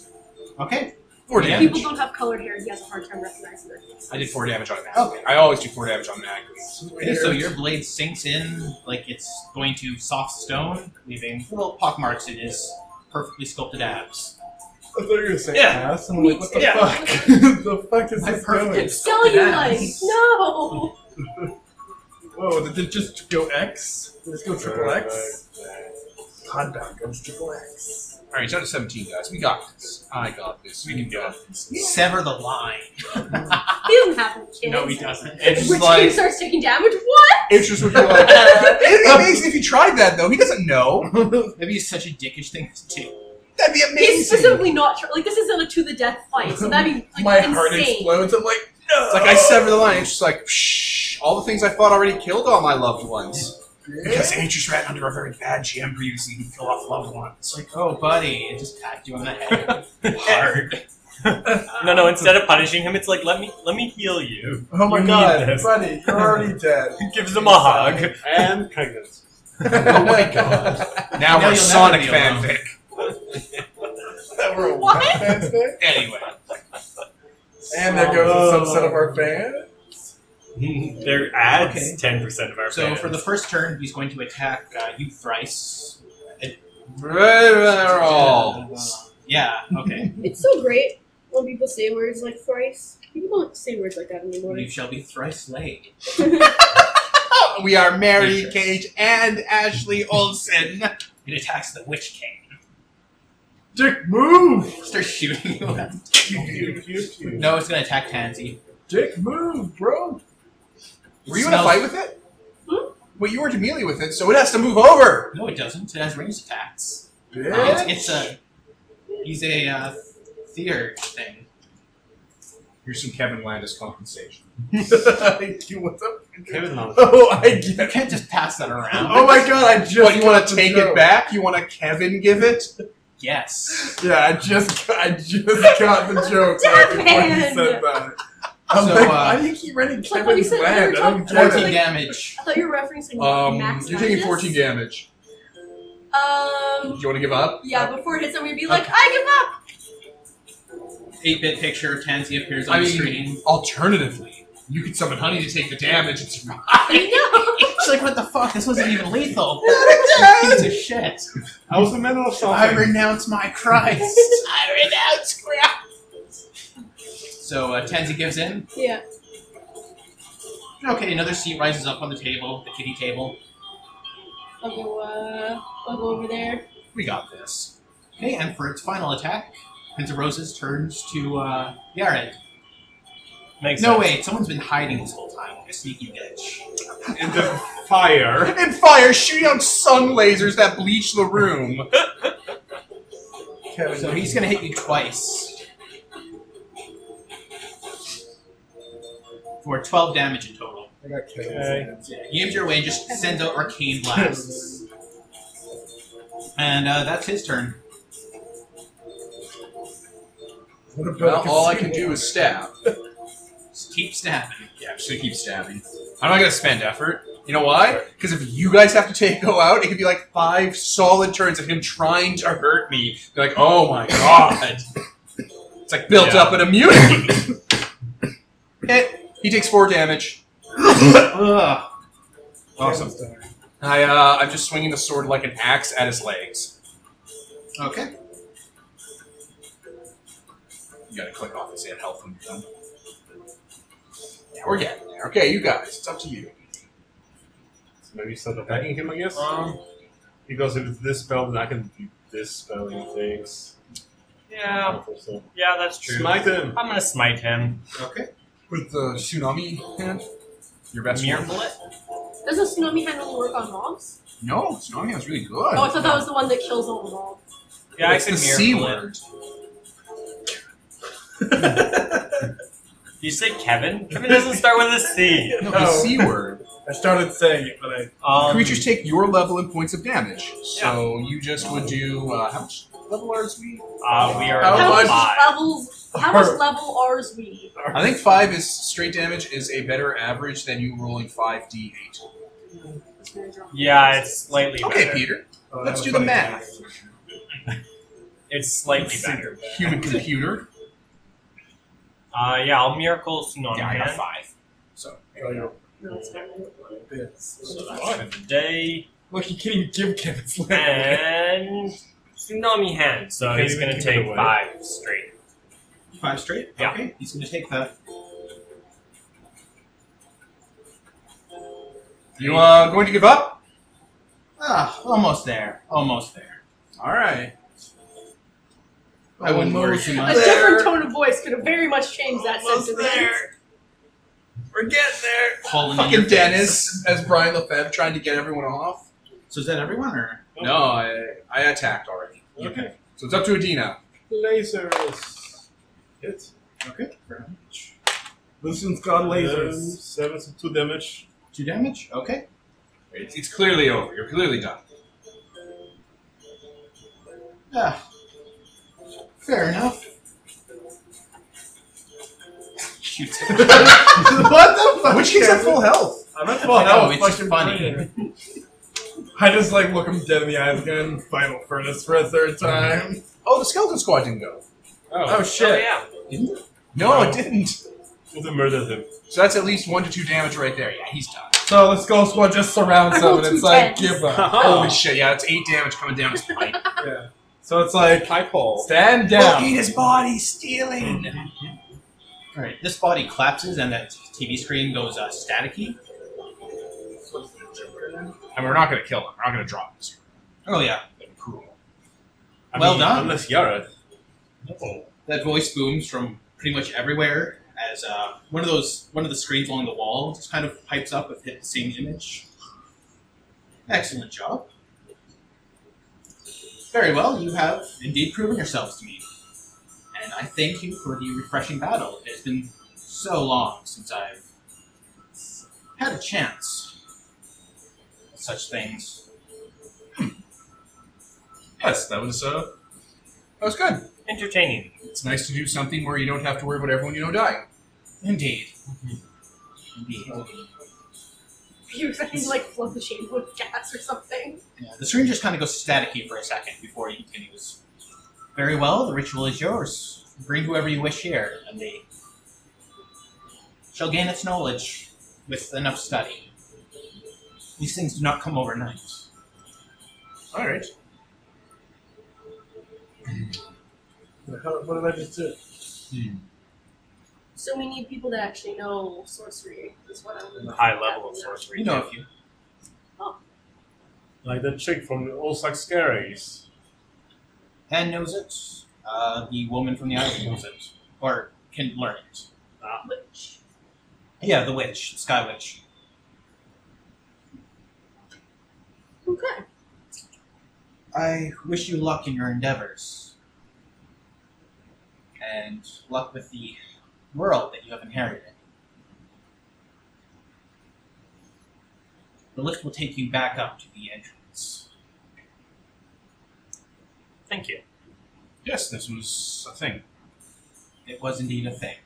Speaker 3: Okay.
Speaker 2: four
Speaker 3: Yeah.
Speaker 2: damage.
Speaker 5: People don't have colored hair. He has a hard time recognizing their face.
Speaker 2: I did four damage on that. Okay. I always do four damage on mag.
Speaker 3: Okay, so your blade sinks in like it's going to soft stone, leaving little pockmarks in his perfectly sculpted abs.
Speaker 4: I thought you were gonna say
Speaker 6: Yeah.
Speaker 4: ass. I'm like, what the
Speaker 6: Yeah.
Speaker 4: fuck? the fuck is
Speaker 2: My
Speaker 4: this
Speaker 2: perfect
Speaker 4: going?
Speaker 5: Cellulite. No.
Speaker 4: Whoa, did it just go X? Let's go triple X. Hotbound goes triple X.
Speaker 2: All right, he's down to seventeen, guys. We got this. I got this. We can do it.
Speaker 3: Sever the line.
Speaker 5: He doesn't have any kids.
Speaker 3: No, he doesn't.
Speaker 2: It's
Speaker 5: Which
Speaker 2: just like
Speaker 5: starts taking damage? What?
Speaker 2: it's just would be like. it, it'd be amazing if you tried that though. He doesn't know.
Speaker 3: Maybe it's such a dickish thing to do.
Speaker 2: That'd be amazing.
Speaker 5: He's specifically not tr- like this isn't a to the death fight, so that'd be like
Speaker 4: My
Speaker 5: insane.
Speaker 4: heart explodes. I'm like, no.
Speaker 2: It's like I sever the line. It's just like psh, all the things I fought already killed all my loved ones. Because Atrus ran under a very bad GM previously and killed off loved ones.
Speaker 3: It's like, oh, buddy, it just packed you on the head hard.
Speaker 6: No, no. Instead of punishing him, it's like let me let me heal you.
Speaker 4: Oh my
Speaker 6: You need
Speaker 4: god,
Speaker 6: this.
Speaker 4: buddy, you're already dead.
Speaker 6: Gives him a hug.
Speaker 7: And pregnant.
Speaker 2: oh my god! Now
Speaker 3: Now
Speaker 2: we're
Speaker 3: you'll
Speaker 2: Sonic
Speaker 3: never be alone.
Speaker 2: fanfic.
Speaker 4: That we're a
Speaker 5: What?
Speaker 4: fans there?
Speaker 2: Anyway,
Speaker 4: And there goes a subset of
Speaker 6: Oh.
Speaker 4: our fans.
Speaker 6: There adds
Speaker 3: Okay.
Speaker 6: ten percent of our.
Speaker 3: So
Speaker 6: fans.
Speaker 3: for the first turn, he's going to attack uh, you thrice.
Speaker 2: roll.
Speaker 3: Yeah, okay.
Speaker 5: It's so great when people say words like thrice. People don't say words like that anymore.
Speaker 3: you shall be thrice laid.
Speaker 2: We are Mary
Speaker 3: Atrus.
Speaker 2: Cage and Ashley Olsen.
Speaker 3: It attacks the witch king.
Speaker 4: Dick, move!
Speaker 3: Starts shooting you.
Speaker 4: Cute, cute, cute.
Speaker 3: No, it's going to attack Tansy.
Speaker 4: Dick, move, bro.
Speaker 2: Were you in a
Speaker 3: Smells-
Speaker 2: fight with it?
Speaker 5: Hmm?
Speaker 2: Well, you weren't immediately with it, so it has to move over.
Speaker 3: No, it doesn't. It has range attacks. Uh,
Speaker 4: Bitch.
Speaker 3: it's, it's a. He's a uh, theater thing.
Speaker 2: Here's some Kevin Landis compensation.
Speaker 4: you, what's up?
Speaker 7: Kevin Love.
Speaker 4: Oh, I
Speaker 3: You
Speaker 4: get
Speaker 3: can't just pass that around.
Speaker 4: Oh my god, I just.
Speaker 2: What, you want
Speaker 4: got
Speaker 2: to
Speaker 4: the
Speaker 2: take
Speaker 4: joke.
Speaker 2: it back? You want to Kevin give it?
Speaker 3: Yes.
Speaker 4: Yeah, I just, I just got the joke.
Speaker 5: Damn
Speaker 4: right when
Speaker 5: it.
Speaker 4: you said that. I'm
Speaker 3: So,
Speaker 4: like,
Speaker 3: uh,
Speaker 4: why do you keep running
Speaker 5: like when you
Speaker 4: Kevin's
Speaker 5: said when
Speaker 4: land?
Speaker 5: we
Speaker 4: I don't
Speaker 5: talked
Speaker 4: get
Speaker 3: 14
Speaker 4: it.
Speaker 3: damage.
Speaker 5: I thought you were referencing
Speaker 2: Um,
Speaker 5: Max.
Speaker 2: you're taking
Speaker 5: Matthews.
Speaker 2: 14 damage. Do
Speaker 5: Um.
Speaker 2: you want to give up?
Speaker 5: Yeah, before it hits him, we'd be like, I
Speaker 3: 8-bit picture of Tansy appears on
Speaker 2: I
Speaker 3: the
Speaker 2: mean-
Speaker 3: screen.
Speaker 2: Alternatively, you could summon Honey to take the damage and survive.
Speaker 5: give up. I know.
Speaker 3: She's like, what the fuck? This wasn't even lethal. Piece of shit.
Speaker 7: I was the man of something.
Speaker 3: I renounce my Christ. I renounce Christ. So uh, Tansy gives in.
Speaker 5: Yeah.
Speaker 3: Okay, another seat rises up on the table, the kitty table.
Speaker 5: I'll go. Uh, I'll go over there.
Speaker 3: We got this. Okay, and for its final attack, Prince of Roses turns to uh, Yaren.
Speaker 6: Makes
Speaker 3: No,
Speaker 6: sense.
Speaker 3: wait, someone's been hiding this whole time, like a sneaky bitch.
Speaker 7: in the fire.
Speaker 2: And fire shooting out sun lasers that bleach the room. Kevin.
Speaker 3: So he's gonna hit you twice. For 12 damage in total.
Speaker 2: I got Kevin's
Speaker 7: Okay.
Speaker 2: hands.
Speaker 3: Yeah, he aims your way and just sends out arcane blasts. and uh, that's his turn.
Speaker 4: What about
Speaker 2: Well, all I can do is stab.
Speaker 3: Just keep snapping.
Speaker 2: Yeah, I'm just gonna keep stabbing. I'm not gonna spend effort. You know why? Because if you guys have to take go out, it could be like five solid turns of him trying to hurt me. They're like, oh my god. it's like built
Speaker 7: Yeah.
Speaker 2: up an immunity. Hit. He takes four damage.
Speaker 3: Ugh.
Speaker 2: Awesome. I uh, I'm just swinging the sword like an axe at his legs.
Speaker 3: Okay.
Speaker 2: You gotta click off his health when you're done. Yeah, we're getting there. Okay, you guys, it's up to you.
Speaker 7: So maybe start attacking him, I guess?
Speaker 2: Um,
Speaker 7: Because if it's this spell, then I can do this spelling things.
Speaker 6: Yeah,
Speaker 7: So-
Speaker 6: yeah, that's true.
Speaker 7: Smite him!
Speaker 6: I'm gonna smite him.
Speaker 3: Okay.
Speaker 2: with the tsunami hand, your best
Speaker 6: Mirror
Speaker 2: one.
Speaker 6: bullet.
Speaker 5: Does a tsunami hand only work on mobs?
Speaker 2: No, tsunami hand's really good.
Speaker 5: Oh, I thought that was the one that kills all the mobs.
Speaker 6: Yeah, I
Speaker 2: It's
Speaker 6: can
Speaker 2: the
Speaker 6: mirror
Speaker 2: C
Speaker 6: bullet.
Speaker 2: word.
Speaker 6: Did you say Kevin? Kevin doesn't start with a C.
Speaker 2: No, the
Speaker 4: No.
Speaker 2: C word.
Speaker 4: I started saying it, but I
Speaker 6: Oh. Um,
Speaker 2: Creatures take your level in points of damage. So you just would do uh, how much level are we?
Speaker 6: Uh, we are
Speaker 5: How
Speaker 2: How
Speaker 6: level
Speaker 5: much
Speaker 2: much-
Speaker 6: five.
Speaker 5: levels? How much level are we?
Speaker 2: I think five is straight damage is a better average than you rolling five d eight.
Speaker 6: Yeah, it's slightly
Speaker 2: Okay,
Speaker 6: better.
Speaker 2: Peter.
Speaker 4: Oh,
Speaker 2: Let's
Speaker 4: that was
Speaker 2: do the
Speaker 4: funny.
Speaker 2: math.
Speaker 6: It's slightly better.
Speaker 2: Human computer.
Speaker 6: Uh, yeah, I'll miracle tsunami
Speaker 2: Yeah, I got
Speaker 6: hand.
Speaker 2: five. So
Speaker 4: Oh, you're
Speaker 5: No, it's not really one.
Speaker 6: So that's for the day.
Speaker 4: Look, you can't even give Kevin's leg.
Speaker 6: And tsunami hand. So
Speaker 7: Okay,
Speaker 6: he's
Speaker 7: we
Speaker 6: gonna
Speaker 7: can give it
Speaker 6: take
Speaker 7: away.
Speaker 6: five straight.
Speaker 3: Five straight?
Speaker 6: Yeah.
Speaker 3: Okay. He's gonna take the.
Speaker 2: you are going to give up?
Speaker 3: Ah, almost there. Almost there.
Speaker 2: All right. I
Speaker 3: Almost
Speaker 2: wouldn't worry too
Speaker 5: A
Speaker 2: much.
Speaker 5: different tone of voice could have very much changed that
Speaker 4: Almost
Speaker 5: sentence.
Speaker 4: there. We're getting there.
Speaker 3: Falling in your
Speaker 2: Fucking
Speaker 3: face.
Speaker 2: Dennis as Brian Lefebvre trying to get everyone off.
Speaker 3: So is that everyone, or?
Speaker 6: Oh.
Speaker 2: No, I, I attacked already.
Speaker 7: Okay.
Speaker 2: So it's up to Adina.
Speaker 7: Lasers! Hit.
Speaker 3: Okay. fair enough.
Speaker 4: Lucian's got
Speaker 7: Um,
Speaker 4: lasers.
Speaker 7: Seven, so two damage.
Speaker 3: Two damage? Okay.
Speaker 2: It's, it's clearly over. You're clearly done.
Speaker 3: Ah. Fair enough. Shoot.
Speaker 4: what the fuck?
Speaker 2: Which he's at full health.
Speaker 4: I'm at
Speaker 3: Well,
Speaker 4: full
Speaker 3: no,
Speaker 4: health.
Speaker 3: it's just
Speaker 4: fucking
Speaker 3: funny.
Speaker 4: I just like look him dead in the eyes again. Final furnace for a third time.
Speaker 2: Oh, the skeleton squad didn't go.
Speaker 4: Oh,
Speaker 6: Oh
Speaker 4: shit.
Speaker 6: yeah.
Speaker 2: No,
Speaker 7: No.
Speaker 2: it didn't.
Speaker 7: Would have murdered him.
Speaker 2: So that's at least one to two damage right there. Yeah, he's done.
Speaker 4: So the skull squad just surrounds
Speaker 5: I
Speaker 4: him
Speaker 5: rolled
Speaker 4: and it's
Speaker 5: two
Speaker 4: like,
Speaker 5: tens.
Speaker 4: give up.
Speaker 2: Holy shit! Yeah, that's eight damage coming down his pipe.
Speaker 4: yeah. So it's like,
Speaker 7: High pole.
Speaker 4: stand down.
Speaker 2: his body stealing.
Speaker 3: Alright, this body collapses and that TV screen goes uh, staticky.
Speaker 2: And we're not gonna kill him. We're not gonna drop him. This
Speaker 3: Oh, yeah.
Speaker 2: would be cruel.
Speaker 7: I
Speaker 3: Well
Speaker 7: mean,
Speaker 3: done.
Speaker 7: Unless Yara.
Speaker 3: That voice booms from pretty much everywhere as uh, one of those one of the screens along the wall just kind of pipes up with the same image. Excellent job. Very well, you have indeed proven yourselves to me, and I thank you for the refreshing battle. It has been so long since I've had a chance at such things.
Speaker 2: Yes, that was uh, that was good.
Speaker 6: Entertaining.
Speaker 2: It's nice to do something where you don't have to worry about everyone you know dying.
Speaker 3: Indeed. Indeed.
Speaker 5: You expect me to like flood the shade with gas or something?
Speaker 3: Yeah, the screen just kind of goes staticky for a second before he continues. Very well, the ritual is yours. Bring whoever you wish here, and they shall gain its knowledge with enough study. These things do not come overnight.
Speaker 2: All right.
Speaker 4: What what did I just do?
Speaker 5: So we need people that actually know sorcery. Is what I'm
Speaker 6: High level of sorcery.
Speaker 3: We know a few.
Speaker 7: Like that chick from the All Sucks Scaries.
Speaker 3: Han knows it. Uh, the woman from the island knows it, or can learn it.
Speaker 5: Which
Speaker 3: Yeah, the witch, the sky witch.
Speaker 5: okay.
Speaker 3: I wish you luck in your endeavors. and luck with the world that you have inherited. The lift will take you back up to the entrance.
Speaker 6: Thank you.
Speaker 7: Yes, this was
Speaker 2: uh,
Speaker 7: a thing.
Speaker 3: It was indeed a thing.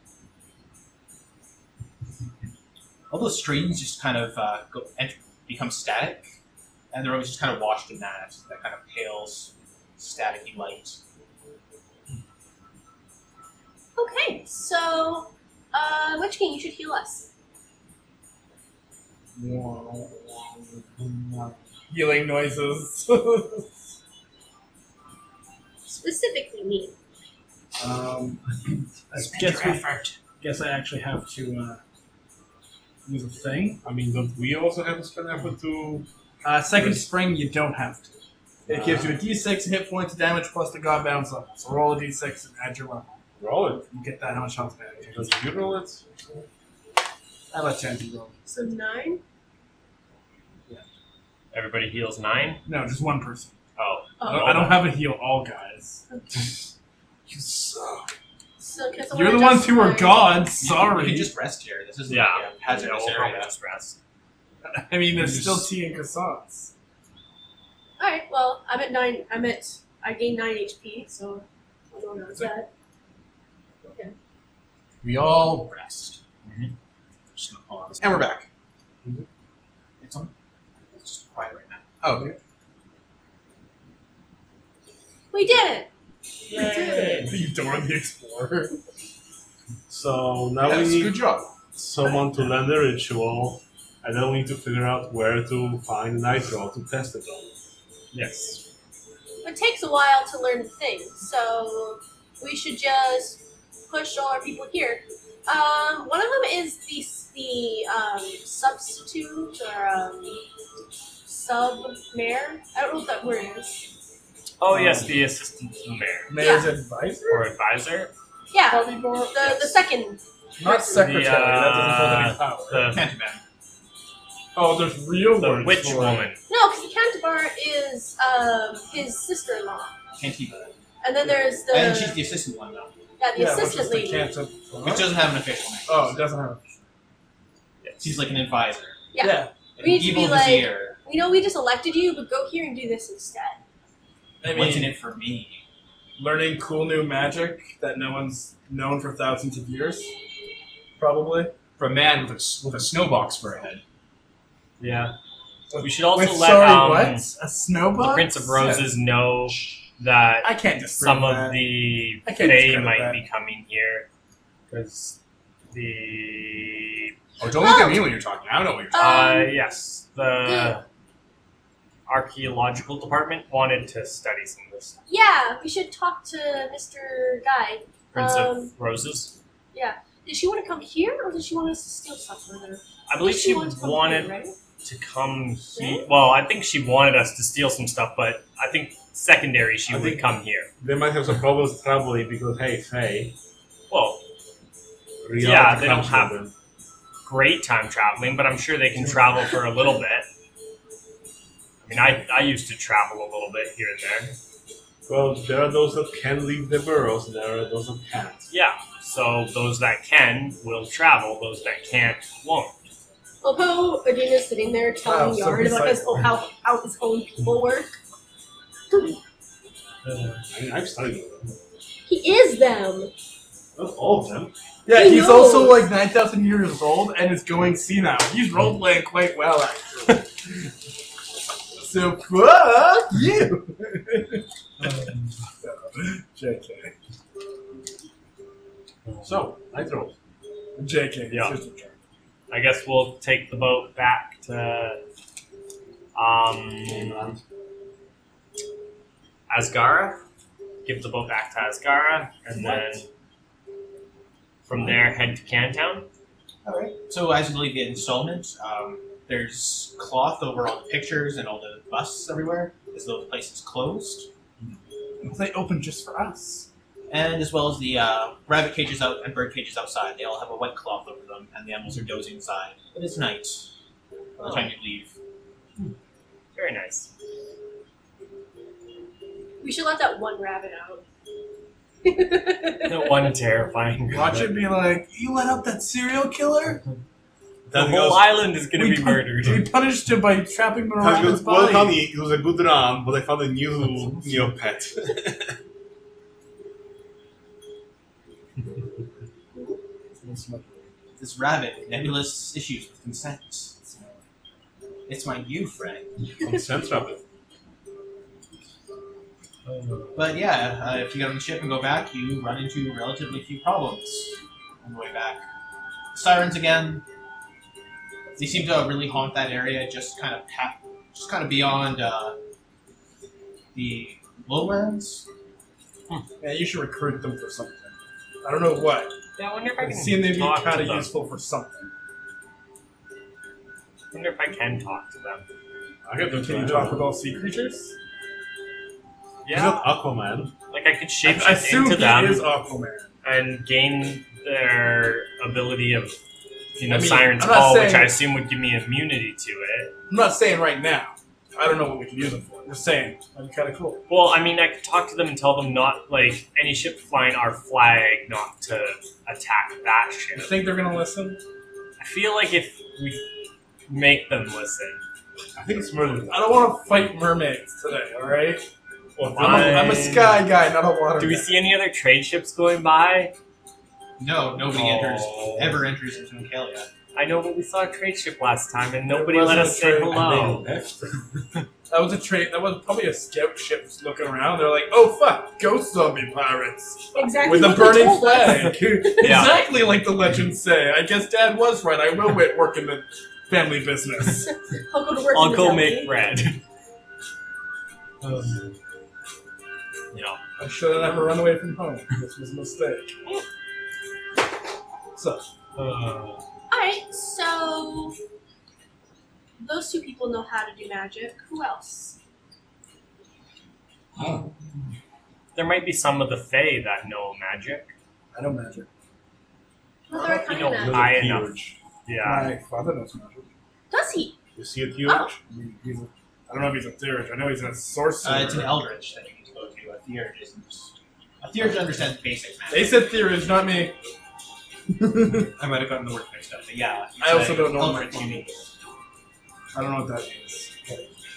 Speaker 3: All those streams just kind of uh, go, ent- become static, and they're always just kind of washed in that, that kind of pale, staticky light.
Speaker 5: Okay, so uh, Witch King, you should heal us.
Speaker 4: Healing noises.
Speaker 5: Specifically me.
Speaker 8: Um, I guess, we, guess I actually have to uh, use a thing.
Speaker 7: I mean, don't we also have to spend effort to?
Speaker 8: Uh, second spring, you don't have to.
Speaker 4: it gives you a d6 hit points of damage plus the god bounce level. So roll a d6 and add your level.
Speaker 7: Roll it.
Speaker 4: You get that how much health back.
Speaker 7: Does you roll it?
Speaker 4: I let Tandy roll.
Speaker 5: So nine?
Speaker 6: Everybody heals nine.
Speaker 4: No, just one person.
Speaker 6: Oh,
Speaker 4: I don't- I don't have a heal all guys.
Speaker 2: You suck.
Speaker 5: So can someone
Speaker 4: You're the
Speaker 5: adjust
Speaker 4: ones who are
Speaker 5: my-
Speaker 4: gods.
Speaker 3: You can- You
Speaker 4: Sorry.
Speaker 3: can just rest here. This is
Speaker 6: Yeah.
Speaker 3: yeah, hazardous
Speaker 6: yeah, we'll probably
Speaker 3: area.
Speaker 6: just rest.
Speaker 4: I mean,
Speaker 7: You
Speaker 4: there's still
Speaker 7: just-
Speaker 4: tea and croissants.
Speaker 5: All right. Well, I'm at nine. I'm at. I gained nine HP, so I don't know that.
Speaker 2: We all.
Speaker 3: Rest.
Speaker 2: Mm-hmm.
Speaker 7: Mhm.
Speaker 3: Just gonna pull out this-
Speaker 2: And we're back.
Speaker 3: It's on. It's just quiet right now.
Speaker 2: Oh, okay.
Speaker 5: We did it.
Speaker 4: The Dora the Explorer.
Speaker 7: So now
Speaker 2: Yes,
Speaker 7: we
Speaker 2: good
Speaker 7: need
Speaker 2: job.
Speaker 7: someone to land a ritual, and then we need to figure out where to find an ice roll to test it on.
Speaker 6: Yes.
Speaker 5: It takes a while to learn the thing, so we should just push all our people here. Um, one of them is the the um, substitute or um, sub mayor. I don't know what that word is.
Speaker 6: Oh yes, the assistant to the mayor
Speaker 4: Mayor's advisor?
Speaker 6: or advisor,
Speaker 5: Yeah, the, the second.
Speaker 4: Not secretary.
Speaker 6: The,
Speaker 4: that doesn't hold any power.
Speaker 6: the,
Speaker 3: Can't man.
Speaker 4: Oh, there's real
Speaker 6: the
Speaker 4: words
Speaker 6: witch
Speaker 4: for it.
Speaker 6: woman.
Speaker 5: No, because the Cantabar is um, his sister-in-law,
Speaker 3: Cantiba.
Speaker 5: and then there's the
Speaker 3: And she's the assistant one though,
Speaker 5: yeah, the
Speaker 4: Yeah, which is
Speaker 5: assistant
Speaker 4: the
Speaker 5: lady.
Speaker 4: cancer.
Speaker 3: which doesn't have an official name.
Speaker 4: Oh, it doesn't have.
Speaker 3: She's like an advisor.
Speaker 5: Yeah.
Speaker 3: An
Speaker 5: We need to
Speaker 3: evil
Speaker 5: be like-
Speaker 3: vizier.
Speaker 5: We know we just elected you, but go here and do this instead.
Speaker 4: I
Speaker 3: What's in
Speaker 4: mean,
Speaker 3: it for me?
Speaker 4: learning cool new magic that no one's known for thousands of years. Probably.
Speaker 8: For a man with a, s- with a snowbox for a head.
Speaker 6: Yeah. We should also
Speaker 4: Wait,
Speaker 6: let
Speaker 4: sorry,
Speaker 6: um,
Speaker 4: what? A snowbox?
Speaker 6: the Prince of Roses know that
Speaker 4: I can't just
Speaker 6: some of the
Speaker 4: I can't
Speaker 6: Fae
Speaker 4: discredit
Speaker 6: might
Speaker 4: that.
Speaker 6: be coming here because the
Speaker 2: Oh, don't look at me when you're talking. I don't know what you're talking.
Speaker 6: uh,
Speaker 5: Um,
Speaker 6: yes the archaeological department wanted to study some of this
Speaker 5: Yeah, we should talk to Mr. Guy.
Speaker 6: Prince
Speaker 5: Um,
Speaker 6: of Roses.
Speaker 5: Did she want to come here, or did she want us to steal stuff from her?
Speaker 6: I believe
Speaker 5: Did
Speaker 6: she
Speaker 5: want to come
Speaker 6: wanted
Speaker 5: here, right?
Speaker 6: to come here. Well, I think she wanted us to steal some stuff, but I think secondary she
Speaker 7: I
Speaker 6: would
Speaker 7: think-
Speaker 6: come here.
Speaker 7: They might have some problems traveling because hey, Faye,
Speaker 6: Well,
Speaker 7: reality
Speaker 6: Yeah, they don't
Speaker 7: comes
Speaker 6: have-
Speaker 7: with them.
Speaker 6: great time traveling, but I'm sure they can travel for a little bit. I mean, I, I used to travel a little bit here and there.
Speaker 7: Well, there are those that can leave the burrows, and there are those that can't.
Speaker 6: Yeah, so those that can will travel, those that can't won't.
Speaker 5: Love how Adina's sitting there
Speaker 4: Wow,
Speaker 5: telling
Speaker 4: so
Speaker 5: Yard about his, oh, how, how his own people work.
Speaker 7: I mean, I've studied them.
Speaker 5: He is them.
Speaker 7: Not all of them.
Speaker 4: Yeah,
Speaker 5: He
Speaker 4: he's
Speaker 5: knows.
Speaker 4: also like 9,000 years old and is going senile. He's role playing quite well, actually. so, fuck you! JK.
Speaker 7: So, I drove.
Speaker 4: JK. it's
Speaker 6: Yeah.
Speaker 4: just a joke.
Speaker 6: I guess we'll take the boat back to um, Asgara. Give the boat back to Asgara, and then from there head to Cantown.
Speaker 3: All right. So as you leave the installment, um, there's cloth over all the pictures and all the busts everywhere, as though the place is closed,
Speaker 4: They open just for us.
Speaker 3: and as well as the uh, rabbit cages out and bird cages outside. They all have a white cloth over them, and the animals are dozing inside. It is night by the time you leave.
Speaker 6: Very nice.
Speaker 5: We should let that one rabbit out.
Speaker 6: That one terrifying.
Speaker 4: Watch it be like, you let out that serial killer?
Speaker 6: The
Speaker 7: Then
Speaker 6: whole
Speaker 7: goes,
Speaker 6: island is gonna
Speaker 4: We
Speaker 6: be
Speaker 4: pun-
Speaker 6: murdered.
Speaker 4: We punished him by trapping him
Speaker 7: Then
Speaker 4: around his
Speaker 7: goes, Mm-hmm. well,
Speaker 4: body.
Speaker 7: honey, it was a good run, but I found a new new pet.
Speaker 3: This rabbit with nebulous issues with consent. It's my new friend.
Speaker 7: Consent rabbit.
Speaker 3: But yeah, uh, if you get on the ship and go back, you run into relatively few problems on the way back. Sirens again. They seem to really haunt that area, just kind of pa- just kind of beyond uh, the lowlands.
Speaker 4: Yeah, you should recruit them for something. I don't know what.
Speaker 6: Yeah, I wonder if I
Speaker 4: It
Speaker 6: can
Speaker 4: seemed they'd be
Speaker 6: talk
Speaker 4: kind
Speaker 6: to
Speaker 4: of
Speaker 6: them.
Speaker 4: useful for something.
Speaker 6: I wonder if I can talk to them.
Speaker 7: I got the
Speaker 4: Can you talk with all sea creatures?
Speaker 7: Is
Speaker 6: Yeah,
Speaker 7: that Aquaman?
Speaker 6: like I could shape
Speaker 4: I assume
Speaker 6: into
Speaker 4: he
Speaker 6: them
Speaker 4: is Aquaman.
Speaker 6: and gain their ability of, you know,
Speaker 4: I mean,
Speaker 6: Siren's
Speaker 4: I'm not
Speaker 6: Call, which
Speaker 4: saying-
Speaker 6: I assume would give me immunity to it.
Speaker 4: I'm not saying right now. I don't know what we can use them for. I'm just saying. That'd be kind of cool.
Speaker 6: Well, I mean, I could talk to them and tell them not like any ship flying our flag, not to attack that
Speaker 4: You
Speaker 6: ship.
Speaker 4: think they're going to listen?
Speaker 6: I feel like if we make them listen,
Speaker 7: I think it's murder.
Speaker 4: I don't want to fight mermaids today, alright?
Speaker 7: Or
Speaker 4: I'm a- I'm a
Speaker 6: Why?
Speaker 4: sky guy, not a water
Speaker 6: do we
Speaker 4: guy.
Speaker 6: see any other trade ships going by?
Speaker 3: No, nobody enters
Speaker 6: Oh.
Speaker 3: ever enters into Ancalia.
Speaker 6: I know, but we saw a trade ship last time, and nobody
Speaker 4: It
Speaker 6: let
Speaker 4: wasn't
Speaker 6: us
Speaker 4: a
Speaker 6: say
Speaker 4: trade.
Speaker 6: hello.
Speaker 4: That was a train. That was probably a scout ship just looking around. They're like, "Oh fuck, ghost zombie pirates
Speaker 5: Exactly.
Speaker 4: with a
Speaker 5: what they
Speaker 4: burning
Speaker 5: told us.
Speaker 4: flag." exactly like the legends say. I guess Dad was right. I will wait work in the family business.
Speaker 5: I'll go to work. in
Speaker 6: I'll
Speaker 5: the
Speaker 6: go
Speaker 5: deli.
Speaker 6: make bread.
Speaker 4: Um,
Speaker 6: you know,
Speaker 4: I should have never run away from home. This was a mistake. So, uh,
Speaker 5: Alright, so those two people know how to do magic. Who else?
Speaker 6: there might be some of the Fae that know magic.
Speaker 4: I don't magic.
Speaker 5: Well, they're kind
Speaker 6: know
Speaker 5: of magic.
Speaker 6: high enough. Yeah.
Speaker 4: My father knows magic.
Speaker 5: Does he?
Speaker 7: You see it, you?
Speaker 5: Oh.
Speaker 4: I mean, he's a, I don't know if he's a theorist. I know he's a sorcerer.
Speaker 3: Uh, it's an Eldritch that you need to go to. A Theurge isn't. A Theurge understands basic
Speaker 4: they
Speaker 3: magic.
Speaker 4: said theorist, not me.
Speaker 3: I might have gotten the word mixed up, but yeah.
Speaker 4: I also don't know my
Speaker 3: Eldritch, you need.
Speaker 4: I don't know what that means.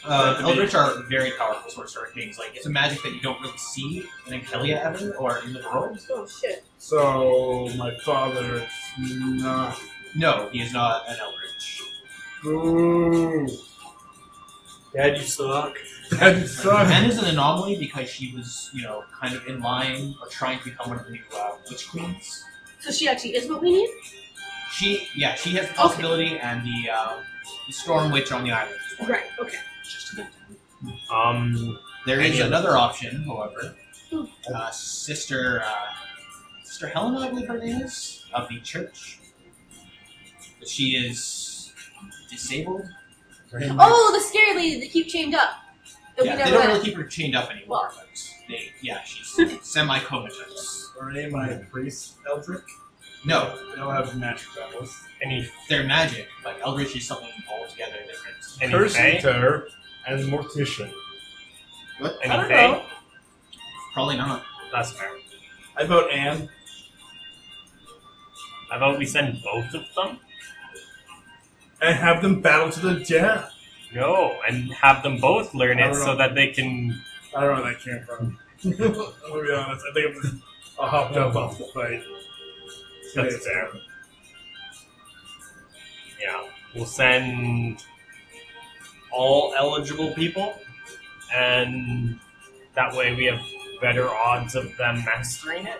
Speaker 3: Uh, Eldritch are very powerful sorcerer kings. Like it's a magic that you don't really see in Ankelia ever or in the world.
Speaker 5: Oh shit.
Speaker 4: So my father, nah.
Speaker 3: No, he is not an Eldritch.
Speaker 4: Ooh.
Speaker 7: Dad, you suck.
Speaker 4: That sucks.
Speaker 3: Anne is an anomaly because she was, you know, kind of in line or trying to become one of the new uh, witch queens.
Speaker 5: So she actually is what we need?
Speaker 3: She, yeah, she has the possibility and the, uh, the storm witch on the island.
Speaker 5: Right, okay.
Speaker 3: It's just a good thing.
Speaker 6: Um,
Speaker 3: There
Speaker 6: Any
Speaker 3: is
Speaker 6: other-
Speaker 3: another option, however.
Speaker 5: Hmm.
Speaker 3: Uh, Sister uh, Sister Helena, I believe her name is, of the church. She is disabled.
Speaker 5: Oh, the scary lady that keep chained up. That
Speaker 3: Yeah,
Speaker 5: we
Speaker 3: they
Speaker 5: never
Speaker 3: don't
Speaker 5: met.
Speaker 3: really keep her chained up anymore, but they, yeah, she's semi-comatose.
Speaker 4: Or name my priest Eldrick.
Speaker 3: No,
Speaker 4: They don't have magic battles.
Speaker 6: any
Speaker 3: they're magic, but Eldritch is something altogether different.
Speaker 6: any
Speaker 7: Curse
Speaker 6: Fae?
Speaker 7: eater and mortician.
Speaker 6: Any
Speaker 4: I don't
Speaker 6: Fae?
Speaker 4: know.
Speaker 3: Probably not.
Speaker 6: That's fair.
Speaker 4: I vote Anne.
Speaker 6: How about we send both of them?
Speaker 4: And have them battle to the death.
Speaker 6: No, and have them both learn
Speaker 4: I
Speaker 6: it
Speaker 4: don't
Speaker 6: so
Speaker 4: know.
Speaker 6: that they can.
Speaker 4: I don't know where that came from. I'm gonna be honest. I think I'm just I hopped up off the fight.
Speaker 6: That's fair. Yeah, we'll send all eligible people, and that way we have better odds of them mastering it.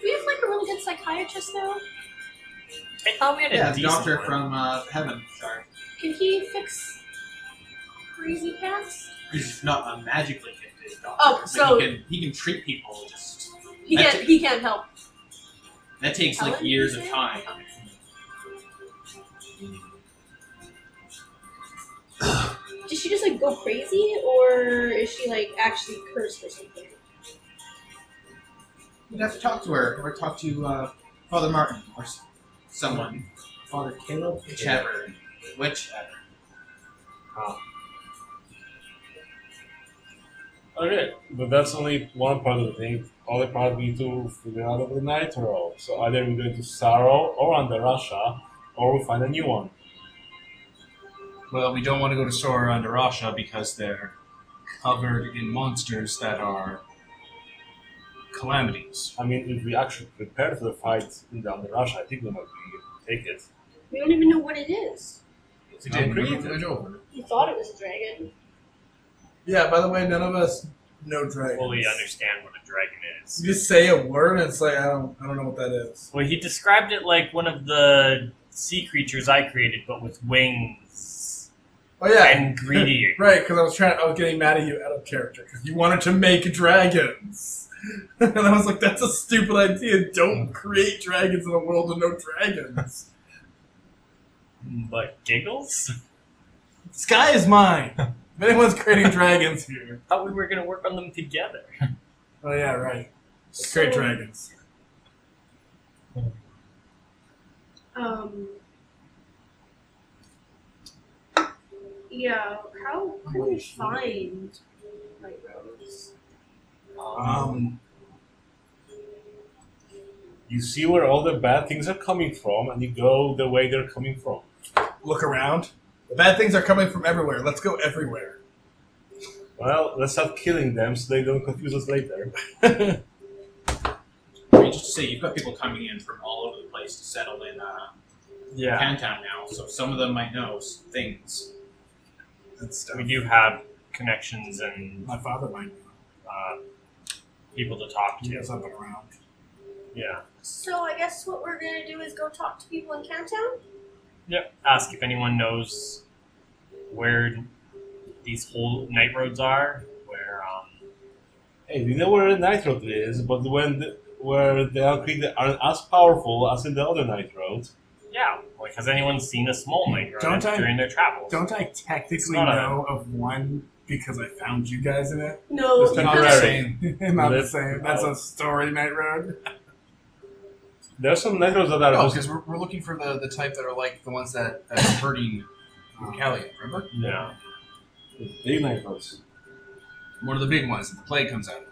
Speaker 5: Do we have like a really good psychiatrist now?
Speaker 6: I thought we had
Speaker 3: Yeah,
Speaker 6: a
Speaker 3: the
Speaker 6: decent
Speaker 3: doctor
Speaker 6: one.
Speaker 3: from uh, heaven. Sorry,
Speaker 5: Can he fix crazy cats?
Speaker 3: he's not a magically gifted doctor.
Speaker 5: Oh,
Speaker 3: but
Speaker 5: so-
Speaker 3: he can, he can treat people. Just
Speaker 5: He
Speaker 3: That's
Speaker 5: can't
Speaker 3: it.
Speaker 5: he can't help.
Speaker 3: that takes like
Speaker 5: Helen,
Speaker 3: years
Speaker 5: you
Speaker 3: of
Speaker 5: say?
Speaker 3: time.
Speaker 5: Did she just like go crazy or is she like actually cursed or something?
Speaker 3: You'd have to talk to her, or talk to uh, Father Martin, or s- someone. Father Caleb, whichever, whichever.
Speaker 6: I Okay.
Speaker 7: But that's only one part of the thing. Other part we need to figure out of the night roll. So either we go to Sorrow or under Russia, or we find a new one.
Speaker 9: Well, we don't want to go to Sora under Russia because they're covered in monsters that are calamities.
Speaker 7: I mean, if we actually prepare for the fight in the under Russia, I think we might be able to take it.
Speaker 5: We don't even know what it is.
Speaker 2: It's not
Speaker 7: created.
Speaker 2: really over.
Speaker 5: You thought it was a dragon.
Speaker 4: Yeah, by the way, none of us know dragons.
Speaker 6: Fully understand what a dragon is.
Speaker 4: You just say a word and it's like, I don't, I don't know what that is.
Speaker 6: Well, he described it like one of the sea creatures I created, but with wings
Speaker 4: Oh, yeah.
Speaker 6: and greedy.
Speaker 4: Right, because I was trying. I was getting mad at you out of character because you wanted to make dragons, and I was like, "That's a stupid idea. Don't create dragons in a world of no dragons."
Speaker 6: but giggles?
Speaker 4: The Sky is mine. If anyone's creating dragons here,
Speaker 6: Thought we were gonna work on them together.
Speaker 4: oh yeah, right. Let's create
Speaker 5: So-
Speaker 4: dragons.
Speaker 5: Um. Yeah, how could we find White Rose?
Speaker 4: Um,
Speaker 7: You see where all the bad things are coming from, and you go the way they're coming from.
Speaker 4: look around. The bad things are coming from everywhere. Let's go everywhere.
Speaker 7: Well, let's start killing them so they don't confuse us later.
Speaker 3: I mean, just to say, you've got people coming in from all over the place to settle in uh,
Speaker 6: Yeah.
Speaker 3: Cantown now, so some of them might know s- things.
Speaker 4: And stuff.
Speaker 6: We do have connections and
Speaker 4: My father might know.
Speaker 6: uh, people to talk
Speaker 4: He
Speaker 6: to.
Speaker 4: knows I've been around.
Speaker 6: Yeah.
Speaker 5: So I guess what we're gonna do is go talk to people in Countdown.
Speaker 6: Yep. Ask if anyone knows where these whole night roads are. Where um,
Speaker 7: Hey, we know where the night road is, but when the, where the Alcrete aren't as powerful as in the other night road,
Speaker 6: yeah, like has anyone seen a small night road
Speaker 4: Don't I-
Speaker 6: during their travels?
Speaker 4: Don't I
Speaker 6: It's
Speaker 4: technically
Speaker 6: not a-
Speaker 4: know of one because I found you guys in it?
Speaker 5: No,
Speaker 7: It's
Speaker 5: because-
Speaker 7: temporary.
Speaker 4: Not the
Speaker 7: Live
Speaker 4: same. That's a story, Night Road.
Speaker 7: there are some night roads that are
Speaker 9: Oh,
Speaker 7: just
Speaker 9: because we're, we're looking for the, the type that are like the ones that that are hurting Callie, remember?
Speaker 7: yeah, big night roads.
Speaker 9: One of the big ones that the plague comes out of.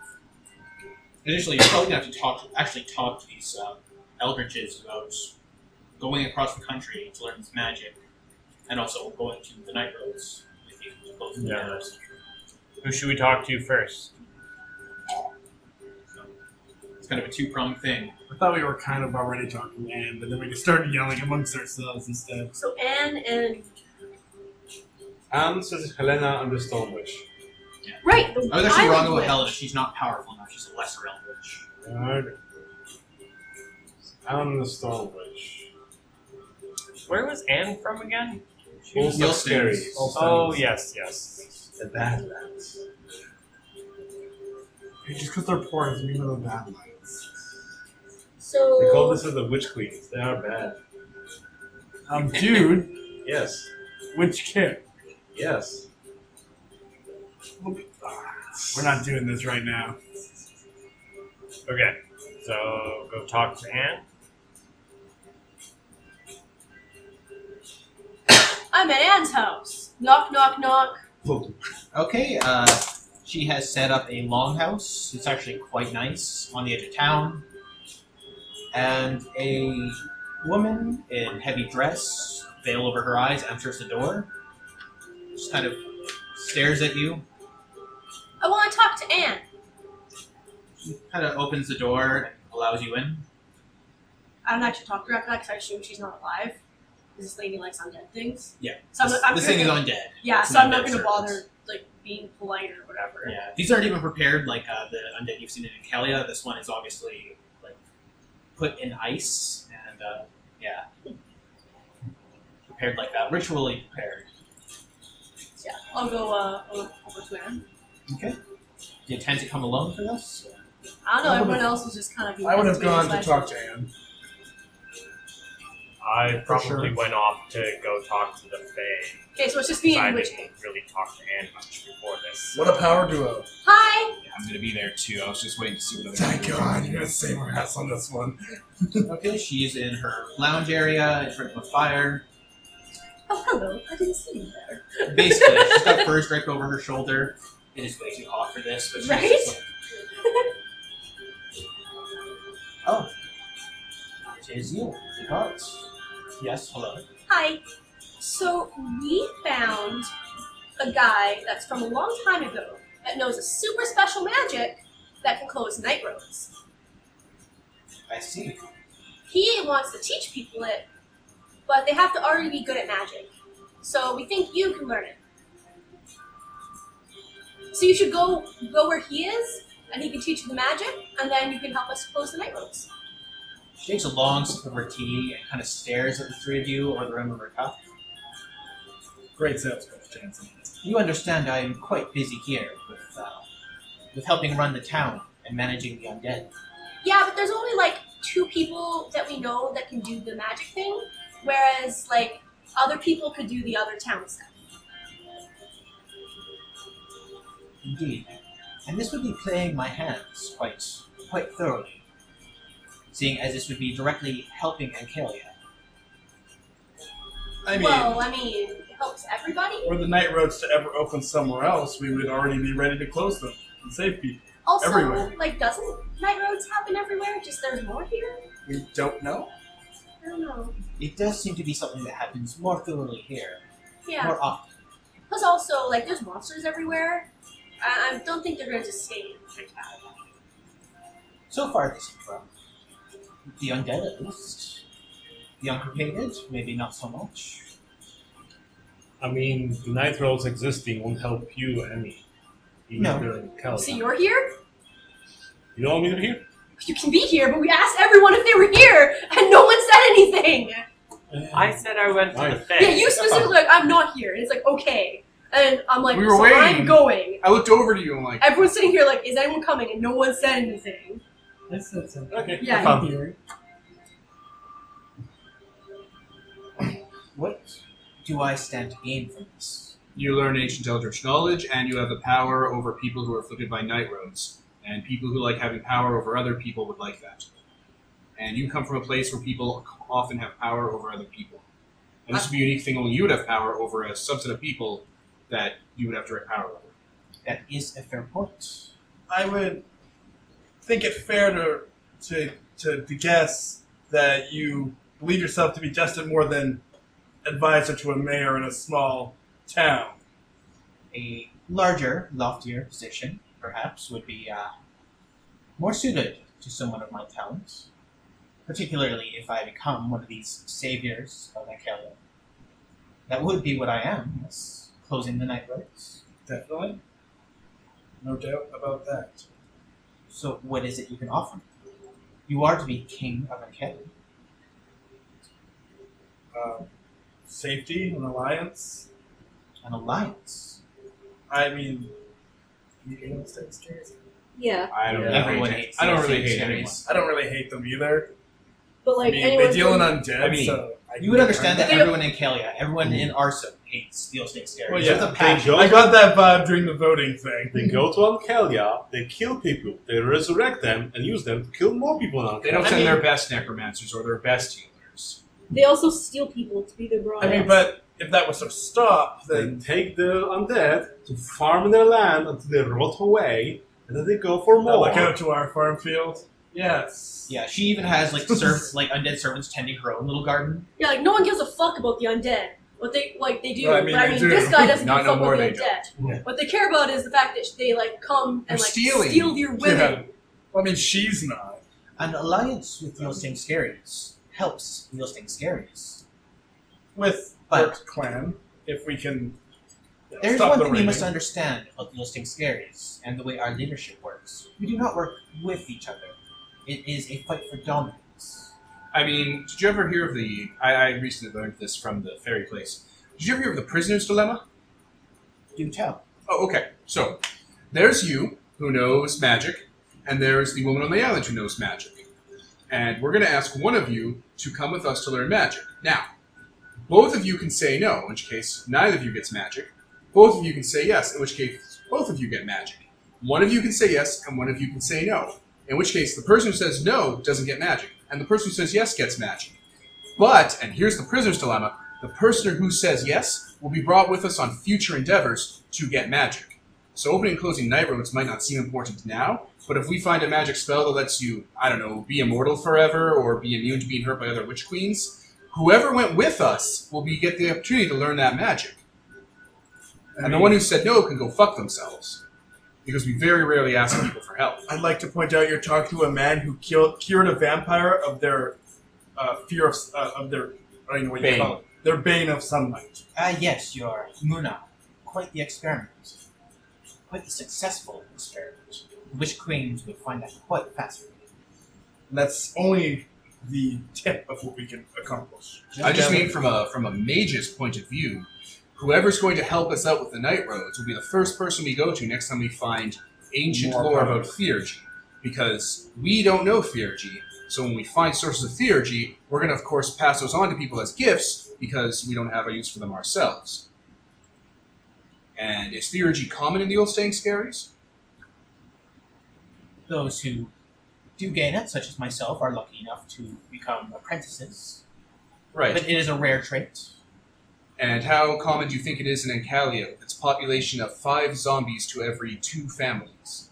Speaker 3: Initially, you're probably gonna have to talk, actually talk to these uh, eldritches about going across the country to learn this magic, and also going to the night roads with you. to both of them.
Speaker 6: Yeah, that's Who should we talk to first?
Speaker 3: So, it's kind of a two-pronged thing.
Speaker 4: I thought we were kind of already talking to Anne, but then we just started yelling amongst ourselves instead.
Speaker 5: so Anne and
Speaker 7: And says Helena and the Stone Witch.
Speaker 5: right. The
Speaker 3: I was actually wrong
Speaker 5: Island
Speaker 3: about
Speaker 5: Witch.
Speaker 3: Helena. She's not powerful enough. She's a lesser eldritch.
Speaker 7: Alright. And the Stone Witch.
Speaker 6: Where was Anne from again?
Speaker 7: Both are scary.
Speaker 6: Oh yes, yes.
Speaker 7: The Badlands.
Speaker 4: Hey, Just because they're poor doesn't mean they're the bad ones.
Speaker 7: They call this
Speaker 5: So
Speaker 7: the Witch Queens. They are bad.
Speaker 4: Um, dude,
Speaker 7: Yes.
Speaker 4: which kid?
Speaker 7: Yes.
Speaker 4: We're not doing this right now.
Speaker 6: Okay. So go talk to Anne.
Speaker 5: I'm at Anne's house. Knock, knock, knock.
Speaker 3: Okay, uh, she has set up a longhouse. It's actually quite nice on the edge of town. And a woman in heavy dress, veil over her eyes, enters the door. Just kind of stares at you,
Speaker 5: I want to talk to Anne.
Speaker 3: kind of opens the door and allows you in.
Speaker 5: I don't actually talk to her after that because I assume she's not alive. 'Cause This lady likes undead things.
Speaker 3: Yeah.
Speaker 5: So I'm,
Speaker 3: this
Speaker 5: I'm
Speaker 3: this
Speaker 5: gonna-
Speaker 3: thing is undead.
Speaker 5: Yeah,
Speaker 3: it's
Speaker 5: so I'm
Speaker 3: not
Speaker 5: not gonna
Speaker 3: dead servants.
Speaker 5: bother like being polite or whatever.
Speaker 3: Yeah, these aren't even prepared like uh, the undead you've seen in Kalia. This one is obviously like put in ice and uh, yeah, prepared like that, ritually prepared.
Speaker 5: Yeah, I'll go uh, o- over to Anne.
Speaker 3: Do you intend to come alone for this?
Speaker 5: I don't know.
Speaker 4: I would've-
Speaker 5: Everyone else is just kind of.
Speaker 4: I would have gone
Speaker 5: intimidated
Speaker 4: to
Speaker 5: by-
Speaker 4: talk to Anne.
Speaker 6: I
Speaker 3: For
Speaker 6: probably
Speaker 3: sure.
Speaker 6: went off to go talk to the Fae.
Speaker 5: Okay, so it's just me
Speaker 6: because I
Speaker 5: and Witch King.
Speaker 6: didn't really talk to Anne much before this.
Speaker 4: What a power duo.
Speaker 5: Hi.
Speaker 9: Yeah, I'm gonna be there too. I was just waiting to see what other
Speaker 4: Thank God, you're gonna save our ass on this one.
Speaker 3: Okay, she's in her lounge area in front of a fire.
Speaker 5: Oh, hello. I didn't see you there.
Speaker 3: Basically, she's got furs draped over her shoulder. It is way too hot for this, but she's
Speaker 5: Right?
Speaker 3: just like- oh, it is you. The cards. Yes. Hello.
Speaker 5: Hi. So we found a guy that's from a long time ago that knows a super special magic that can close night roads.
Speaker 3: I see.
Speaker 5: He wants to teach people it, but they have to already be good at magic. So we think you can learn it. So you should go go where he is, and he can teach you the magic, and then you can help us close the night roads.
Speaker 3: She takes a long sip of her tea and kind of stares at the three of you over the rim of her cup.
Speaker 8: Great sales pitch, Jansen.
Speaker 3: You understand I am quite busy here with, uh, with helping run the town and managing the undead.
Speaker 5: Yeah, but there's only like two people that we know that can do the magic thing, whereas like other people could do the other town stuff.
Speaker 3: Indeed. And this would be playing my hands quite quite thoroughly, seeing as this would be directly helping Ancalia.
Speaker 4: I mean,
Speaker 5: well, I mean, it helps everybody.
Speaker 4: were the night roads to ever open somewhere else, we would already be ready to close them and save people.
Speaker 5: Also,
Speaker 4: everywhere.
Speaker 5: like, doesn't night roads happen everywhere? Just there's more here.
Speaker 4: We don't know.
Speaker 5: I don't know.
Speaker 3: It does seem to be something that happens more thoroughly here,
Speaker 5: Yeah.
Speaker 3: more often.
Speaker 5: Plus, also, like, there's monsters everywhere. I, I don't think they're gonna just stay like that.
Speaker 3: So far, this is from the undead at least. The unprepared, maybe not so much.
Speaker 7: I mean, the night rolls existing won't help you any.
Speaker 3: No.
Speaker 7: Either no.
Speaker 5: So you're here.
Speaker 7: You don't want me to be here?
Speaker 5: You can be here, but we asked everyone if they were here, and no one said anything.
Speaker 6: I said I went to the
Speaker 7: Nice.
Speaker 6: thing.
Speaker 5: Yeah, you specifically like I'm not here. And it's like okay, and I'm like
Speaker 2: We were
Speaker 5: so
Speaker 2: waiting.
Speaker 5: I'm going.
Speaker 2: I looked over to you and like,
Speaker 5: Everyone's sitting here like, is anyone coming? And no one said anything.
Speaker 8: I said something.
Speaker 7: Okay.
Speaker 5: Yeah.
Speaker 7: Fun.
Speaker 8: Here.
Speaker 3: What do I stand to gain from this?
Speaker 2: you learn ancient eldritch knowledge, and you have the power over people who are afflicted by night roads. And people who like having power over other people would like that. And you come from a place where people often have power over other people. And this would be a unique thing only you would have power over a subset of people that you would have direct power over.
Speaker 3: That is a fair point.
Speaker 4: I would think it fair to to to, to guess that you believe yourself to be Justin more than advisor to a mayor in a small town.
Speaker 3: a larger, loftier position, perhaps, would be uh, more suited to someone of my talents, particularly if I become one of these saviors of Akelia. That would be what I am, yes, closing the night roads.
Speaker 4: Definitely. No doubt about that.
Speaker 3: So, what is it you can offer? You are to be king of Akelia.
Speaker 4: Um, safety and alliance.
Speaker 3: An alliance.
Speaker 4: I mean, you hate those types of characters?
Speaker 5: Yeah,
Speaker 2: I don't
Speaker 4: Yeah.
Speaker 2: really
Speaker 3: Everyone
Speaker 2: hate-
Speaker 3: hates
Speaker 2: I don't
Speaker 3: the
Speaker 2: really hate
Speaker 3: Ascension
Speaker 2: anyone.
Speaker 3: series.
Speaker 4: I don't really hate them either.
Speaker 5: but
Speaker 4: I
Speaker 5: like
Speaker 4: mean,
Speaker 5: anyone.
Speaker 4: they deal in
Speaker 5: can-
Speaker 4: undead,
Speaker 2: I mean,
Speaker 4: so I
Speaker 3: You would understand that
Speaker 5: They-
Speaker 3: everyone in Kalia, everyone in Arso hates Steel Snake Scary.
Speaker 4: Well,
Speaker 3: There's
Speaker 4: yeah,
Speaker 3: a
Speaker 7: They
Speaker 3: passion.
Speaker 7: go,
Speaker 4: I got that vibe during the voting thing.
Speaker 7: they go to Alcalia, they kill people, they resurrect them, and use them to kill more people in Alcalia.
Speaker 2: They don't
Speaker 5: I
Speaker 2: send
Speaker 5: mean-
Speaker 2: their best necromancers or their best healers.
Speaker 5: They also steal people to be their bride.
Speaker 4: I mean, but if that was to stop,
Speaker 7: They
Speaker 4: then
Speaker 7: take the undead to farm their land until they rot away, and then they go for
Speaker 4: Now
Speaker 7: more.
Speaker 4: look out to our farm field. Yes.
Speaker 3: Yeah, she even has like serv- like undead servants tending her own little garden.
Speaker 5: yeah, like no one gives a fuck about the undead. What they like, they do.
Speaker 4: Well, I
Speaker 5: but
Speaker 4: mean,
Speaker 5: I
Speaker 4: they
Speaker 5: mean
Speaker 4: do.
Speaker 5: this guy doesn't
Speaker 2: Not
Speaker 5: give a
Speaker 2: no
Speaker 5: fuck
Speaker 2: more
Speaker 5: about
Speaker 2: they
Speaker 5: the undead. What they care about is the fact that they like come
Speaker 2: They're
Speaker 5: and like
Speaker 2: stealing.
Speaker 5: steal your women.
Speaker 4: Yeah. Well, I mean, she's not.
Speaker 3: An alliance with Yosting Scaries helps Yosting Scaries.
Speaker 4: With
Speaker 3: But-
Speaker 4: her clan, if we can you know,
Speaker 3: There's
Speaker 4: stop
Speaker 3: one
Speaker 4: the
Speaker 3: thing you
Speaker 4: raiding.
Speaker 3: must understand about Yosting Scaries and the way our leadership works. We do not work with each other. It is a fight for dominance.
Speaker 2: I mean, did you ever hear of the? I, I recently learned this from the fairy place. Did you ever hear of the prisoner's dilemma?
Speaker 3: Do tell.
Speaker 2: Oh, okay. So there's you who knows magic, and there's the woman on the island who knows magic, and we're gonna ask one of you to come with us to learn magic. Now, both of you can say no, in which case neither of you gets magic. Both of you can say yes, in which case both of you get magic. One of you can say yes, and one of you can say no. In which case, the person who says no doesn't get magic, and the person who says yes gets magic. But, and here's the prisoner's dilemma the person who says yes will be brought with us on future endeavors to get magic. So opening and closing night roads might not seem important now, but if we find a magic spell that lets you, I don't know, be immortal forever or be immune to being hurt by other witch queens, whoever went with us will be get the opportunity to learn that magic. And the one who said no can go fuck themselves. Because we very rarely ask people for help.
Speaker 4: I'd like to point out you're talking to a man who killed, cured a vampire of their uh, fear of uh, of their I don't know what
Speaker 2: Bane.
Speaker 4: you call it. Their bane of sunlight.
Speaker 3: Ah, yes, your Muna. Quite the experiment. Quite the successful experiment. Which queens would find that quite fascinating.
Speaker 4: And that's only the tip of what we can accomplish.
Speaker 2: I just mean from a from a mage's point of view, whoever's going to help us out with the night roads will be the first person we go to next time we find ancient
Speaker 4: More
Speaker 2: lore about
Speaker 4: powers.
Speaker 2: theurgy, because we don't know theurgy. So when we find sources of theurgy, we're going to of course pass those on to people as gifts because we don't have a use for them ourselves. And is theurgy common in the old staying scaries?
Speaker 3: Those who do gain it, such as myself, are lucky enough to become apprentices.
Speaker 2: Right.
Speaker 3: But it is a rare trait.
Speaker 2: And how common do you think it is in Ancalia with its population of five zombies to every two families?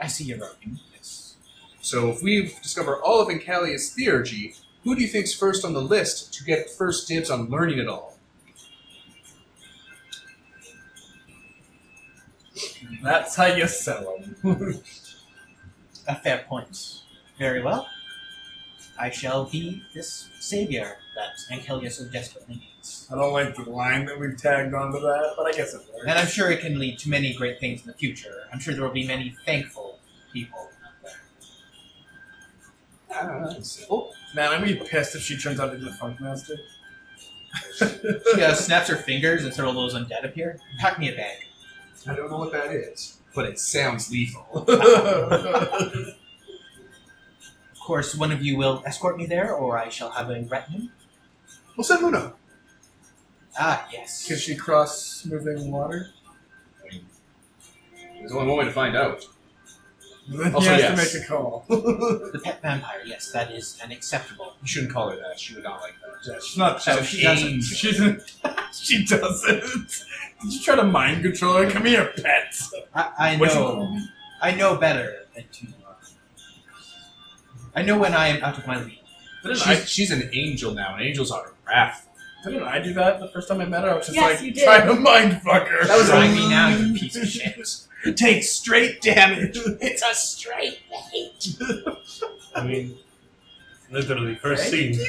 Speaker 3: I see your argument. Yes.
Speaker 2: So if we discover all of Encalia's theurgy, who do you think's first on the list to get first dibs on learning it all?
Speaker 4: That's how you sell them.
Speaker 3: A fair point. Very well. I shall be this savior that Ankelia so desperately needs.
Speaker 4: I don't like the line that we've tagged onto that, but I guess it works.
Speaker 3: And I'm sure it can lead to many great things in the future. I'm sure there will be many thankful people out there.
Speaker 2: I don't know. That's simple.
Speaker 4: Man, I'm gonna be pissed if she turns out to be the funk master.
Speaker 3: She uh, snaps her fingers and several of those undead appear. Pack me a bag.
Speaker 2: I don't know what that is, but it sounds lethal.
Speaker 3: Of course, one of you will escort me there, or I shall have a retinue.
Speaker 2: We'll send Luna.
Speaker 3: Ah, yes.
Speaker 4: Can she cross smoothing water?
Speaker 2: There's only one way to find out.
Speaker 4: Then
Speaker 2: Also,
Speaker 4: he has
Speaker 2: yes.
Speaker 4: to make a call.
Speaker 3: The pet vampire, yes, that is an acceptable.
Speaker 2: You shouldn't call her that. She would not like that.
Speaker 4: Yeah, she's not.
Speaker 2: So
Speaker 4: she
Speaker 2: she
Speaker 4: doesn't.
Speaker 2: aims.
Speaker 4: She's she doesn't. Did you try to mind control her? Come here, pet.
Speaker 3: I, I
Speaker 4: What'd you
Speaker 3: know. I know better than to. uh, I know when I am out of my league.
Speaker 4: Didn't I,
Speaker 2: She's, she's an angel now, and angels are wrathful.
Speaker 4: didn't I do that the first time I met her? I was just
Speaker 5: Yes,
Speaker 4: like
Speaker 5: you did.
Speaker 4: trying to mind fuck her.
Speaker 2: That was
Speaker 3: Try
Speaker 2: a-
Speaker 3: me now, you piece of shit.
Speaker 2: Take straight damage.
Speaker 3: It's a straight hate.
Speaker 7: I mean, literally, first
Speaker 4: Thank
Speaker 7: scene.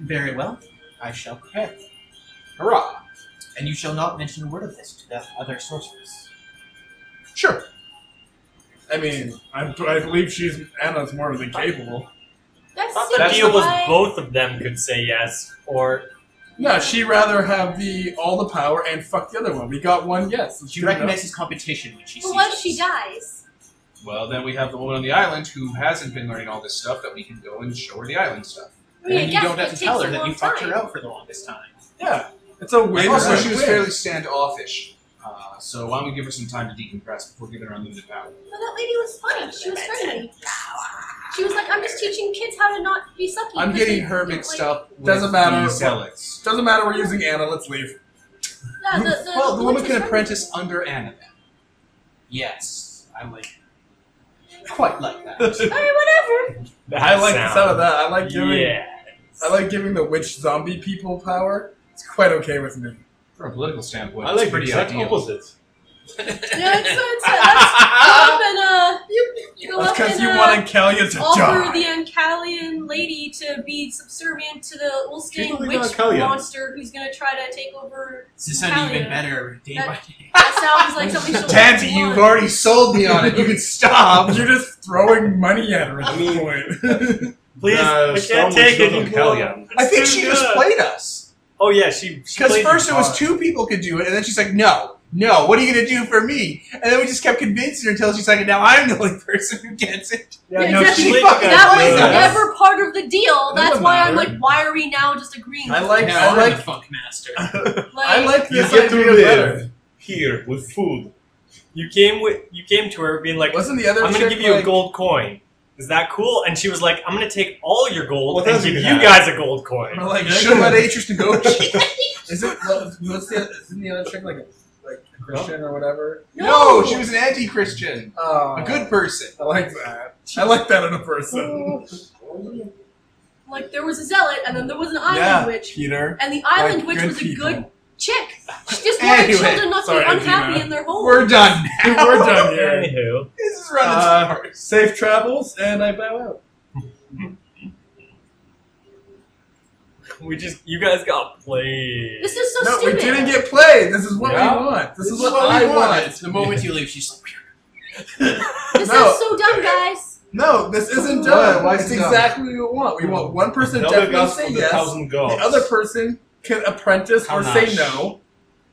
Speaker 3: Very well. I shall prepare.
Speaker 2: Hurrah!
Speaker 3: And you shall not mention a word of this to the other sorceress.
Speaker 2: Sure.
Speaker 4: I mean, I, I believe she's Anna's more than capable.
Speaker 5: That's
Speaker 6: thought the
Speaker 5: seems
Speaker 6: deal was
Speaker 5: like-
Speaker 6: both of them could say yes, or
Speaker 4: No, she'd rather have the all the power and fuck the other one. We got one, yes.
Speaker 3: She recognizes competition when she
Speaker 5: But
Speaker 3: sees
Speaker 5: what if
Speaker 3: us.
Speaker 5: she dies?
Speaker 2: Well, then we have the woman on the island who hasn't been learning all this stuff that we can go and show her the island stuff.
Speaker 5: I mean, I
Speaker 3: and you
Speaker 5: guess it
Speaker 3: don't have to
Speaker 5: takes
Speaker 3: tell
Speaker 5: a
Speaker 3: her that
Speaker 5: long
Speaker 3: you fucked her
Speaker 5: time.
Speaker 3: up for the longest time.
Speaker 4: Yeah, it's a win.
Speaker 2: also,
Speaker 4: win,
Speaker 2: she was
Speaker 4: win.
Speaker 2: fairly standoffish, uh, so why don't we give her some time to decompress before giving her unlimited power?
Speaker 5: But that lady was funny. She was friendly. She was like, I'm just teaching kids how to not be sucky.
Speaker 2: I'm
Speaker 5: because
Speaker 2: getting
Speaker 5: they
Speaker 2: her
Speaker 5: don't
Speaker 2: mixed
Speaker 5: like-"
Speaker 2: up with
Speaker 4: Doesn't matter.
Speaker 2: the zealots.
Speaker 4: Doesn't matter. We're using Anna. Let's leave.
Speaker 5: Yeah, the, the,
Speaker 2: Well, the woman
Speaker 5: witch
Speaker 2: can
Speaker 5: was
Speaker 2: apprentice under Anna.
Speaker 3: Yes, I would quite like that.
Speaker 5: friendly. Alright, whatever.
Speaker 6: that
Speaker 4: I like the
Speaker 6: sound.
Speaker 4: sound of that. I like doing.
Speaker 6: Yeah.
Speaker 4: I like giving the witch zombie people power. It's quite okay with me.
Speaker 2: From a political standpoint,
Speaker 7: I like
Speaker 2: it's pretty
Speaker 7: exact
Speaker 2: ideal.
Speaker 7: opposite.
Speaker 5: Yeah, it's, it's, that's go up and uh, you go up
Speaker 4: Because
Speaker 5: and
Speaker 4: you
Speaker 5: uh,
Speaker 4: want Ankelia to
Speaker 5: offer the
Speaker 4: die.
Speaker 5: Ancalian lady to be subservient to the Ulstein
Speaker 7: People like
Speaker 5: witch
Speaker 7: Ancalia.
Speaker 5: monster who's gonna try to take over.
Speaker 3: this is sounding even
Speaker 5: Italian.
Speaker 3: better day by day.
Speaker 5: That sounds like something she'll
Speaker 2: Tansy,
Speaker 5: want.
Speaker 2: you've already sold me on it. You can stop.
Speaker 4: You're just throwing money at her at
Speaker 7: I
Speaker 4: this
Speaker 7: mean-
Speaker 4: point.
Speaker 6: Please,
Speaker 7: Uh,
Speaker 6: I
Speaker 7: Storm
Speaker 6: can't
Speaker 7: was
Speaker 6: take
Speaker 7: not
Speaker 6: it
Speaker 7: on
Speaker 6: anymore.
Speaker 7: Kalyan.
Speaker 6: It's
Speaker 2: I think
Speaker 6: too
Speaker 2: she just
Speaker 6: good.
Speaker 2: played us.
Speaker 6: Oh yeah, she. she
Speaker 2: Because
Speaker 6: played
Speaker 2: first it was
Speaker 6: hard.
Speaker 2: two people could do it, and then she's like, no, no, what are you going to do for me? And then we just kept convincing her until she's like, now I'm the only person who gets it.
Speaker 5: Yeah,
Speaker 7: no,
Speaker 5: exactly.
Speaker 7: she played
Speaker 2: fucking
Speaker 7: the
Speaker 5: That
Speaker 2: Yeah.
Speaker 5: was
Speaker 7: guy.
Speaker 2: Yeah.
Speaker 5: never part of the deal.
Speaker 4: It
Speaker 5: That's
Speaker 4: doesn't
Speaker 5: why I'm
Speaker 4: matter.
Speaker 5: like, why are we now just agreeing?
Speaker 4: I
Speaker 5: with
Speaker 4: like.
Speaker 3: now
Speaker 4: I
Speaker 3: I'm the
Speaker 4: like.
Speaker 3: funk master.
Speaker 4: I like
Speaker 7: You
Speaker 4: this
Speaker 7: get to
Speaker 4: idea
Speaker 7: live
Speaker 4: better.
Speaker 7: here with food.
Speaker 6: You came with. You came to her being like,
Speaker 4: Wasn't the other?
Speaker 6: "I'm gonna
Speaker 4: chick
Speaker 6: give you
Speaker 4: like-
Speaker 6: a gold coin. Is that cool?" And she was like, "I'm gonna take all your gold
Speaker 7: What
Speaker 6: and
Speaker 7: else
Speaker 6: give
Speaker 7: you
Speaker 6: you
Speaker 7: have?"
Speaker 6: guys a gold
Speaker 4: I'm
Speaker 6: coin."
Speaker 4: like,
Speaker 2: Should have let Atrus negotiate.
Speaker 4: Is it? well, What's the? Isn't the other chick like a like a Christian or whatever?
Speaker 2: No, she was an anti-Christian,
Speaker 4: Oh,
Speaker 2: a good person.
Speaker 4: I like that. I like that in a person.
Speaker 5: Like there was a zealot, and then there was an island
Speaker 10: yeah,
Speaker 5: witch,
Speaker 10: Peter.
Speaker 5: and the island
Speaker 10: like
Speaker 5: witch was a
Speaker 10: people.
Speaker 5: good chick. She just wanted
Speaker 2: Anyway,
Speaker 5: children not
Speaker 10: sorry,
Speaker 5: to be
Speaker 10: Anjuna.
Speaker 5: unhappy in their home.
Speaker 2: We're done now.
Speaker 10: We're done here.
Speaker 6: Anywho,
Speaker 2: This is running
Speaker 10: Uh,
Speaker 2: too hard.
Speaker 10: Safe travels, and I bow out.
Speaker 6: we just you guys got played.
Speaker 5: This is so
Speaker 4: no,
Speaker 5: stupid.
Speaker 4: we didn't get played. This is what
Speaker 6: Yeah.
Speaker 4: we want. This, is what,
Speaker 2: we
Speaker 4: I
Speaker 2: wanted.
Speaker 4: want.
Speaker 11: The moment you leave, she's like,
Speaker 5: This
Speaker 4: No.
Speaker 5: is so dumb, guys.
Speaker 4: No, this isn't
Speaker 2: Why?
Speaker 4: done.
Speaker 2: Why is
Speaker 4: it's
Speaker 2: it dumb?
Speaker 4: exactly what we want. We want one person to
Speaker 7: Tell the
Speaker 4: definitely
Speaker 7: gospel
Speaker 4: say
Speaker 7: of the
Speaker 4: yes.
Speaker 7: thousand
Speaker 4: The
Speaker 7: gods.
Speaker 4: other person can apprentice or
Speaker 11: How
Speaker 4: say
Speaker 11: nice.
Speaker 4: no.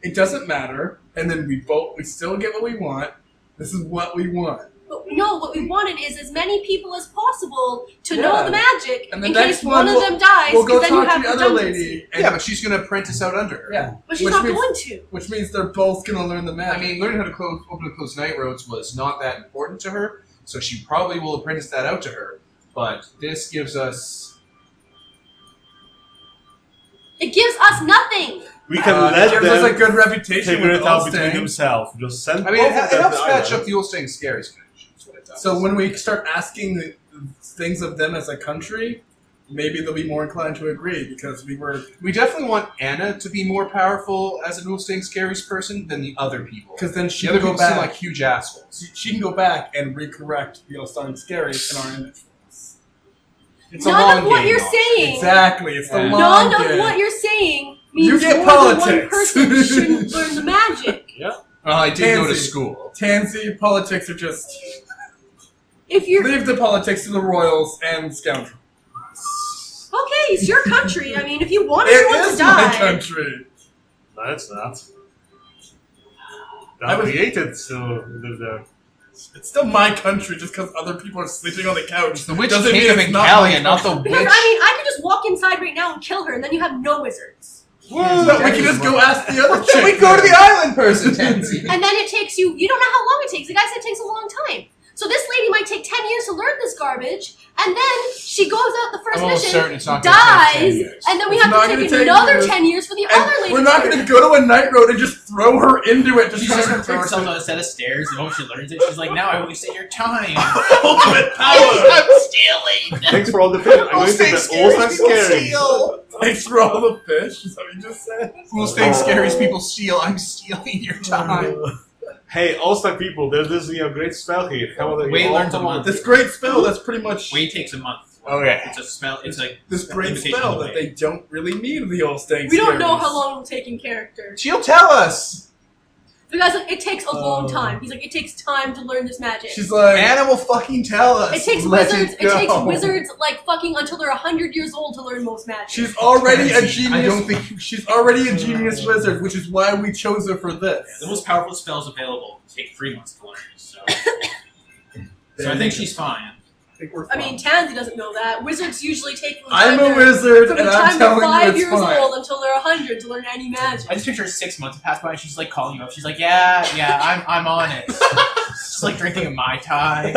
Speaker 4: It doesn't matter. And then we both we still get what we want. This is what we want.
Speaker 5: But no, what we wanted is as many people as possible to
Speaker 4: Yeah.
Speaker 5: know the magic
Speaker 4: And the
Speaker 5: in
Speaker 4: next
Speaker 5: case
Speaker 4: one
Speaker 5: one,
Speaker 4: we'll-
Speaker 5: of them dies,
Speaker 4: we'll go
Speaker 5: because then you
Speaker 4: talk
Speaker 5: have
Speaker 4: to the other
Speaker 5: redundancy.
Speaker 4: lady. And,
Speaker 2: Yeah, but she's gonna apprentice out under. her.
Speaker 4: yeah.
Speaker 5: But she's
Speaker 4: Which
Speaker 5: not
Speaker 4: means-
Speaker 5: going to.
Speaker 4: Which means they're both gonna learn the
Speaker 2: I
Speaker 4: magic.
Speaker 2: mean, learning how to close, open and close night roads was not that important to her, so she probably will apprentice that out to her. But this gives us
Speaker 5: It gives us nothing.
Speaker 7: We can
Speaker 4: uh,
Speaker 7: let
Speaker 4: it gives us a
Speaker 7: them
Speaker 4: good reputation
Speaker 7: figure
Speaker 4: with
Speaker 7: it out
Speaker 4: Allstate.
Speaker 7: between themselves. Just send.
Speaker 2: I mean, it,
Speaker 7: both
Speaker 2: ha-
Speaker 7: of
Speaker 2: it
Speaker 7: them
Speaker 2: helps
Speaker 7: to
Speaker 2: match
Speaker 7: Ireland.
Speaker 2: up the old staying scaries connection. That's what it does.
Speaker 4: So when we start asking the things of them as a country, maybe they'll be more inclined to agree because we were
Speaker 2: we definitely want Anna to be more powerful as an old staying scaries person than the other people.
Speaker 4: because then she
Speaker 2: the other
Speaker 4: can go
Speaker 2: people
Speaker 4: back.
Speaker 2: seem like huge assholes.
Speaker 4: she, she can go back and recorrect the Allstein scary in our image.
Speaker 2: It's a
Speaker 5: None
Speaker 2: long
Speaker 5: of what
Speaker 2: game,
Speaker 5: you're
Speaker 2: though.
Speaker 5: saying.
Speaker 4: Exactly, it's the
Speaker 2: Yeah.
Speaker 4: long
Speaker 5: None of
Speaker 4: game.
Speaker 5: what you're saying means
Speaker 4: You get
Speaker 5: more than one
Speaker 4: politics.
Speaker 5: person shouldn't learn the magic.
Speaker 2: Well, I did go to
Speaker 4: Tansy.
Speaker 2: school.
Speaker 4: Tansy politics are just
Speaker 5: If you're
Speaker 4: leave the politics to the royals and scoundrels.
Speaker 5: okay, it's your country. I mean, if you want everyone
Speaker 4: It
Speaker 5: to
Speaker 4: is my
Speaker 5: die,
Speaker 4: country.
Speaker 7: No, it's not.
Speaker 4: I
Speaker 7: That
Speaker 4: was-
Speaker 7: created to live there.
Speaker 4: It's still my country just because other people are sleeping on the couch.
Speaker 2: The witch
Speaker 4: doesn't
Speaker 2: came
Speaker 4: mean
Speaker 2: of
Speaker 4: it's not my
Speaker 2: Engalia, not the
Speaker 5: because I mean,
Speaker 2: witch.
Speaker 5: I could just walk inside right now and kill her, and then you have no wizards.
Speaker 4: No, we can just go ask the other.
Speaker 2: Should we
Speaker 4: chick
Speaker 2: go to
Speaker 4: then.
Speaker 2: the island person, Tansy?
Speaker 5: And then it takes you, you don't know how long it takes. The guy said it takes a long time. So this lady might take 10 years to learn this garbage, and then she goes out the 1st
Speaker 2: I'm almost
Speaker 5: mission,
Speaker 2: certain it's not gonna
Speaker 5: dies,
Speaker 2: take 10 years.
Speaker 5: and then we
Speaker 4: It's
Speaker 5: have
Speaker 4: not
Speaker 5: to
Speaker 4: gonna
Speaker 5: take,
Speaker 4: take
Speaker 5: another
Speaker 4: years.
Speaker 5: 10 years for the
Speaker 4: And
Speaker 5: other lady.
Speaker 4: we're not going to go to a night road and just throw her into it. Just
Speaker 3: She's
Speaker 4: try
Speaker 3: just
Speaker 4: to
Speaker 3: gonna throw
Speaker 4: fix
Speaker 3: herself
Speaker 4: it.
Speaker 3: on a set of stairs. The moment she learns it, she's like, "Now I wasted your time.
Speaker 10: Ultimate power.
Speaker 3: I'm stealing."
Speaker 7: Thanks for all the food. I'm going to the old scary.
Speaker 4: Thanks for all the fish. Is that what you just said?
Speaker 2: Old staying scaries people steal. I'm stealing your time.
Speaker 7: Hey, Ulster people, there's this you know, great spell here. How about
Speaker 3: Way
Speaker 7: you all
Speaker 3: learns a
Speaker 7: come
Speaker 3: month.
Speaker 4: This great spell that's pretty much
Speaker 3: Way takes a month.
Speaker 7: Okay.
Speaker 3: It's a smell. It's like
Speaker 4: this great
Speaker 3: Invitation
Speaker 4: spell
Speaker 3: away.
Speaker 4: that they don't really need the old stank.
Speaker 5: we don't know
Speaker 4: series.
Speaker 5: how long it'll take in character.
Speaker 2: She'll tell us.
Speaker 5: The guy's like, it takes a long
Speaker 4: Oh.
Speaker 5: time. He's like, it takes time to learn this magic.
Speaker 4: She's like,
Speaker 2: Anna will fucking tell us.
Speaker 5: it takes
Speaker 2: Let
Speaker 5: wizards. It,
Speaker 2: go.
Speaker 5: takes wizards like fucking until they're hundred years old to learn most magic.
Speaker 4: she's already a
Speaker 2: Tansy, I
Speaker 4: genius.
Speaker 2: don't think-
Speaker 4: she's already a genius wizard, which is why we chose her for this.
Speaker 3: the most powerful spells available take three months to learn. So, so I think she's fine.
Speaker 5: I mean, Tansy doesn't know that. Wizards usually take from the
Speaker 4: I'm
Speaker 5: time
Speaker 4: a
Speaker 5: they're-
Speaker 4: wizard,
Speaker 5: from
Speaker 4: and
Speaker 5: the
Speaker 4: I'm
Speaker 5: time they're
Speaker 4: telling
Speaker 5: five
Speaker 4: you it's
Speaker 5: years
Speaker 4: fine.
Speaker 5: old until they're hundred to learn any magic.
Speaker 3: I just picture six months pass by and she's like calling you up. She's like, "Yeah, yeah, I'm, I'm on it." She's like drinking a mai tai,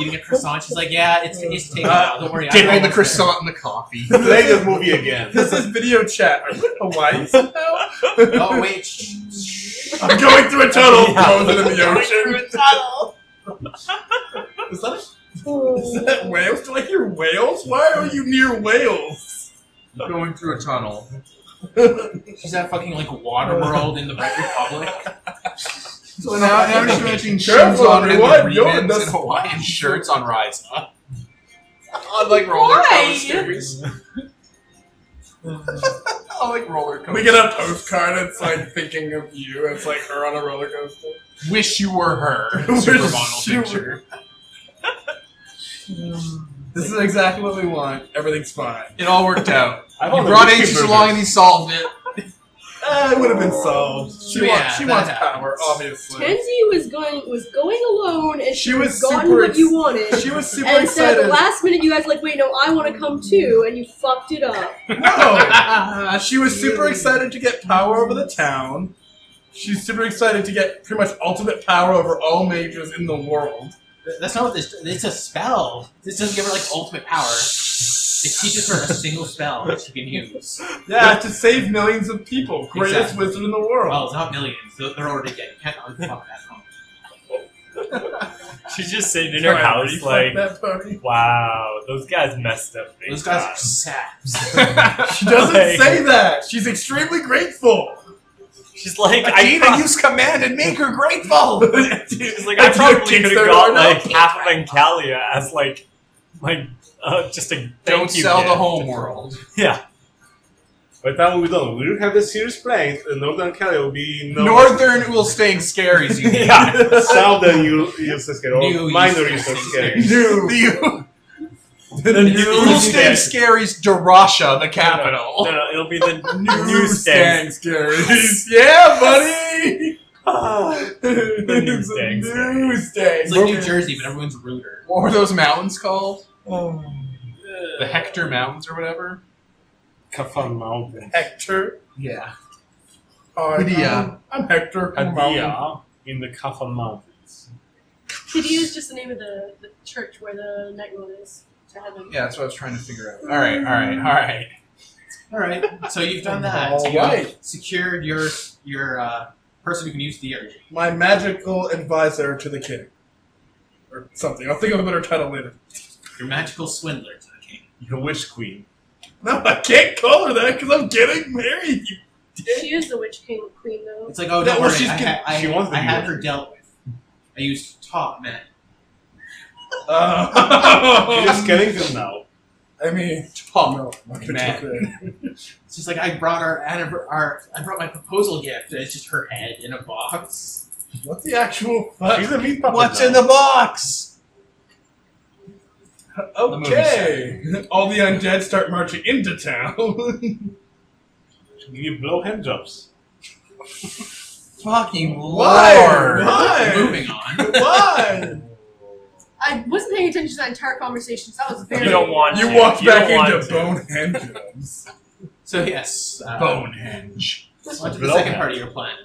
Speaker 3: eating a croissant. She's like, "Yeah, it's, it's taking a while. Don't worry." I'm
Speaker 2: Dip in the
Speaker 3: almost there."
Speaker 2: croissant and the coffee.
Speaker 7: Play this movie again.
Speaker 4: This is video chat. Are you in Hawaii somehow?
Speaker 3: Oh wait. shh, shh.
Speaker 4: I'm going through a tunnel. Goes into the
Speaker 3: Going
Speaker 4: ocean.
Speaker 3: through a tunnel.
Speaker 4: Is that,
Speaker 5: Oh.
Speaker 4: a, is that whales? Do I hear whales? Why are you near whales?
Speaker 2: Going through a tunnel.
Speaker 3: She's at fucking like water world in the Republic.
Speaker 2: So now, now she's matching shoes
Speaker 4: Careful,
Speaker 2: on and the
Speaker 4: everyone, you're in
Speaker 2: remnants
Speaker 4: the
Speaker 2: and Hawaiian shirts on Rise Up. Unlike roller
Speaker 5: Why?
Speaker 2: coasters. I like roller coasters.
Speaker 4: We get a postcard. It's like thinking of you. It's like her on a roller coaster.
Speaker 2: Wish you were her.
Speaker 4: Wish
Speaker 2: Supermodel
Speaker 4: you were-
Speaker 2: picture.
Speaker 4: This is exactly what we want. Everything's fine.
Speaker 2: It all worked out.
Speaker 7: I
Speaker 2: You brought Aegis along and he solved it.
Speaker 4: Eh, it would have been solved. She
Speaker 3: Yeah,
Speaker 4: wants. She
Speaker 3: that
Speaker 4: wants
Speaker 3: happens.
Speaker 4: power, obviously.
Speaker 5: Tansy was going was going alone, and
Speaker 4: She was
Speaker 5: gotten
Speaker 4: super.
Speaker 5: what you
Speaker 4: ex-
Speaker 5: wanted.
Speaker 4: She was super
Speaker 5: and instead, at
Speaker 4: excited.
Speaker 5: the last minute, you guys were like, wait, no, I want to come too, and you fucked it up.
Speaker 4: No, Uh, she was super excited to get power over the town. She's super excited to get pretty much ultimate power over all mages in the world.
Speaker 3: That's not what this. It's a spell. This doesn't give her like ultimate power. It teaches her a single spell that she can use.
Speaker 4: Yeah, to save millions of people. Greatest
Speaker 3: Exactly.
Speaker 4: wizard in the world.
Speaker 3: Well, it's not millions. They're they're already dead. You can't unfuck that one.
Speaker 6: She's just sitting in her house, like,
Speaker 4: that pony.
Speaker 6: wow, those guys messed up. big
Speaker 3: Those guys
Speaker 6: time."
Speaker 3: are saps.
Speaker 4: She doesn't
Speaker 6: Like-
Speaker 4: say that. She's extremely grateful.
Speaker 6: She's like, I
Speaker 2: Athena,
Speaker 6: pro-
Speaker 2: use command and make her grateful.
Speaker 6: she's like, I
Speaker 4: Adina
Speaker 6: probably
Speaker 4: kicks
Speaker 6: could
Speaker 4: their
Speaker 6: have got
Speaker 4: door
Speaker 6: like half of Ancalia as like my uh, just a thank
Speaker 2: Don't
Speaker 6: you
Speaker 2: sell the
Speaker 6: gift.
Speaker 2: home world.
Speaker 6: Yeah,
Speaker 7: By the time we're done, we will have the series played, and Northern Cali will be no
Speaker 2: Northern will staying scary. is unique.
Speaker 6: yeah.
Speaker 7: Southern you uses scare,
Speaker 2: New
Speaker 7: or minor
Speaker 2: uses
Speaker 7: uses
Speaker 2: scare.
Speaker 7: scare.
Speaker 2: New. The, will staying scary's Darasha, the
Speaker 6: No,
Speaker 2: capital.
Speaker 6: no, it'll be the new stand.
Speaker 4: Scaries. yeah, buddy. the
Speaker 6: new Stang
Speaker 4: New Stang.
Speaker 3: It's like New Jersey, but everyone's ruder.
Speaker 2: What were those mountains called? The
Speaker 6: Uh,
Speaker 2: Hector Mountains or whatever?
Speaker 7: Kafan Mountain.
Speaker 4: Hector.
Speaker 2: Yeah.
Speaker 4: Oh,
Speaker 2: Hadia.
Speaker 4: I'm, I'm Hector.
Speaker 7: Adia in the Kafan Mountains.
Speaker 5: Kitty is just the name of the, the church where the night one is to heaven.
Speaker 2: Yeah, that's what I was trying to figure out. All right, all right, all right.
Speaker 3: All right. So you've done that.
Speaker 4: All
Speaker 3: You've
Speaker 4: right.
Speaker 3: Secured your your uh, person who can use the energy.
Speaker 4: My magical advisor to the king. Or something. I'll think of a better title later.
Speaker 3: Your magical swindler to the king.
Speaker 7: Your witch queen.
Speaker 4: No, I can't call her that because I'm getting married. You
Speaker 5: She is the witch king queen though.
Speaker 3: It's like, oh,
Speaker 4: No,
Speaker 3: don't
Speaker 4: well,
Speaker 3: worry.
Speaker 4: she's
Speaker 3: I,
Speaker 4: con-
Speaker 3: ha- I,
Speaker 7: she wants to
Speaker 3: I
Speaker 7: be
Speaker 3: had
Speaker 7: with
Speaker 3: her dealt with. I used top men.
Speaker 2: Oh.
Speaker 7: You're
Speaker 4: Uh,
Speaker 7: just killing them now.
Speaker 4: I mean, no,
Speaker 2: Top.
Speaker 4: not
Speaker 2: Man.
Speaker 4: particularly.
Speaker 3: It's just like I brought our, anniver- our I brought my proposal gift, and it's just her head in a box.
Speaker 4: What the actual fuck?
Speaker 7: She's a meat puppet
Speaker 2: What's
Speaker 7: now.
Speaker 2: in the box?
Speaker 4: Okay. All the undead start marching into town.
Speaker 7: You blow hand jobs.
Speaker 2: Fucking
Speaker 4: Why?
Speaker 2: lord.
Speaker 4: Why?
Speaker 2: Moving on.
Speaker 4: Why?
Speaker 5: I wasn't paying attention to that entire conversation, so that was very
Speaker 6: You don't want
Speaker 4: You
Speaker 6: to.
Speaker 4: walk
Speaker 6: you
Speaker 4: back
Speaker 6: don't want
Speaker 4: into
Speaker 6: to.
Speaker 4: bone hand jobs.
Speaker 3: So yes, uh,
Speaker 2: Bonehenge.
Speaker 3: On to the
Speaker 7: Blow
Speaker 3: second
Speaker 7: hand.
Speaker 3: part of your plan.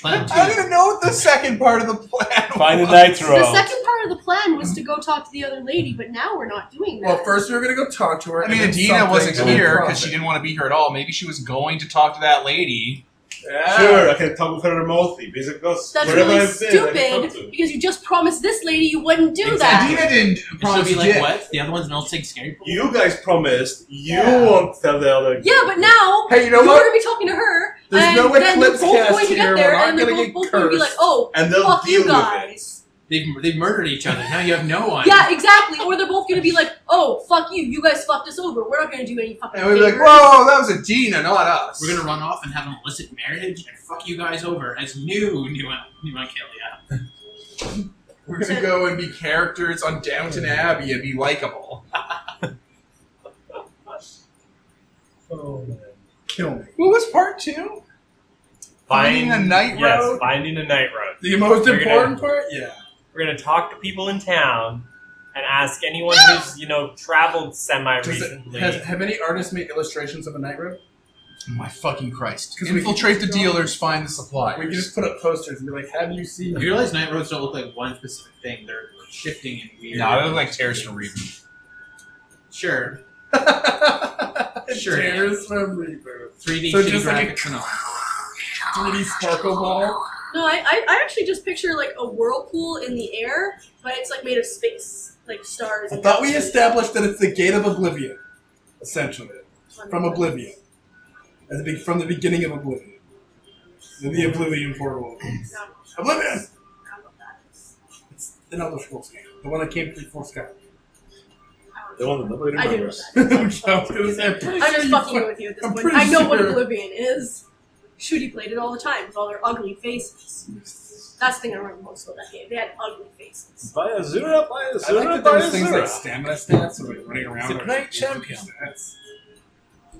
Speaker 3: Plan
Speaker 2: I
Speaker 3: two.
Speaker 2: don't even know what the second part of the plan
Speaker 7: Find a
Speaker 2: was.
Speaker 7: nitro.
Speaker 5: The second part of the plan was to go talk to the other lady, but now we're not doing that.
Speaker 4: Well, first we were gonna go talk to her.
Speaker 2: I mean, Adina wasn't here because she didn't want to be here at all. Maybe she was going to talk to that lady.
Speaker 4: Yeah.
Speaker 7: Sure, I can talk with her remotely. Basically, because
Speaker 5: That's
Speaker 7: wherever
Speaker 5: really
Speaker 7: I've been, I can talk to.
Speaker 5: stupid because you just promised this lady you wouldn't do that.
Speaker 3: Exactly.
Speaker 2: Adina didn't
Speaker 3: And she'll
Speaker 2: promise
Speaker 3: be like,
Speaker 2: dick.
Speaker 3: what? The other one's an old thing scary.
Speaker 7: You guys promised you
Speaker 4: Yeah.
Speaker 7: won't tell the other.
Speaker 5: Yeah, but now
Speaker 4: Hey, you know
Speaker 5: you're
Speaker 4: what?
Speaker 5: going to be talking to her,
Speaker 4: There's
Speaker 5: and
Speaker 4: no
Speaker 5: then they're
Speaker 4: Eclipse
Speaker 5: both
Speaker 4: cast
Speaker 5: going to
Speaker 4: here,
Speaker 5: get
Speaker 4: we're
Speaker 5: there,
Speaker 4: not
Speaker 5: and they're
Speaker 4: gonna
Speaker 5: both,
Speaker 4: get
Speaker 5: both going to be like,
Speaker 4: cursed.
Speaker 5: "Oh,
Speaker 7: and they'll
Speaker 5: fuck
Speaker 7: deal
Speaker 5: you guys."
Speaker 3: They've they've murdered each other. Now you have no one.
Speaker 5: Yeah, exactly. Or they're both going to be like, "Oh, fuck you. You guys fucked us over. We're not going to do any fucking."
Speaker 2: And we'd be like,
Speaker 5: favors."
Speaker 2: whoa, that was Adina, not us.
Speaker 3: We're gonna run off and have an illicit marriage and fuck you guys over as new new uh, new Ankelia.
Speaker 2: We're gonna go and be characters on Downton Abbey and be likable.
Speaker 4: Kill me.
Speaker 2: What was part two?
Speaker 6: Find,
Speaker 2: Finding a night
Speaker 6: yes,
Speaker 2: road?
Speaker 6: finding a night road.
Speaker 4: The most
Speaker 6: We're gonna-
Speaker 4: important part. Yeah.
Speaker 6: We're gonna talk to people in town and ask anyone who's you know traveled semi
Speaker 4: Does it,
Speaker 6: recently.
Speaker 4: has, have any artists made illustrations of a night room?
Speaker 2: My fucking Christ!
Speaker 4: 'Cause we
Speaker 2: Infiltrate the
Speaker 4: can-
Speaker 2: dealers, find the
Speaker 4: We can
Speaker 2: suppliers.
Speaker 4: just put up posters and be like, "Have you seen?"
Speaker 3: You realize night roads don't look like one specific thing. They're shifting and weird.
Speaker 2: No, it looked like Terrors from Reaper.
Speaker 3: Sure, Sure.
Speaker 4: Tears from Rebirth.
Speaker 3: 3D
Speaker 4: So
Speaker 3: shitty
Speaker 4: just like a-
Speaker 3: graphics and all.
Speaker 4: 3D sparkle ball.
Speaker 5: No, I, I, I actually just picture like a whirlpool in the air, but it's like made of space, like stars.
Speaker 4: I
Speaker 5: and
Speaker 4: thought we
Speaker 5: stuff.
Speaker 4: established that it's the gate of oblivion, essentially, from oblivion, At the be- from the beginning of oblivion, In the oblivion portal.
Speaker 5: No,
Speaker 4: Oblivion.
Speaker 5: I don't know that.
Speaker 4: It's another scroll scan. The one that came through four sky.
Speaker 5: I
Speaker 7: The
Speaker 5: don't know.
Speaker 7: one that nobody
Speaker 5: I do know
Speaker 7: remembers.
Speaker 5: that.
Speaker 4: I was gonna say, I'm pretty
Speaker 5: I'm
Speaker 4: sure
Speaker 5: just
Speaker 4: you
Speaker 5: fucking
Speaker 4: fu-
Speaker 5: with you at this
Speaker 4: I'm
Speaker 5: point.
Speaker 4: pretty
Speaker 5: I know what
Speaker 4: sure-
Speaker 5: Oblivion is. Shooty played it all the time with all their ugly faces. That's the thing I remember most about that game. They had ugly faces.
Speaker 7: Buy a Zura, buy a
Speaker 4: I like
Speaker 7: Zura,
Speaker 4: that there
Speaker 7: buy a
Speaker 4: was things like
Speaker 7: Zura.
Speaker 4: stamina stats or like running around.
Speaker 2: He's a
Speaker 4: or
Speaker 2: great
Speaker 4: something.
Speaker 2: champion.
Speaker 4: Stats.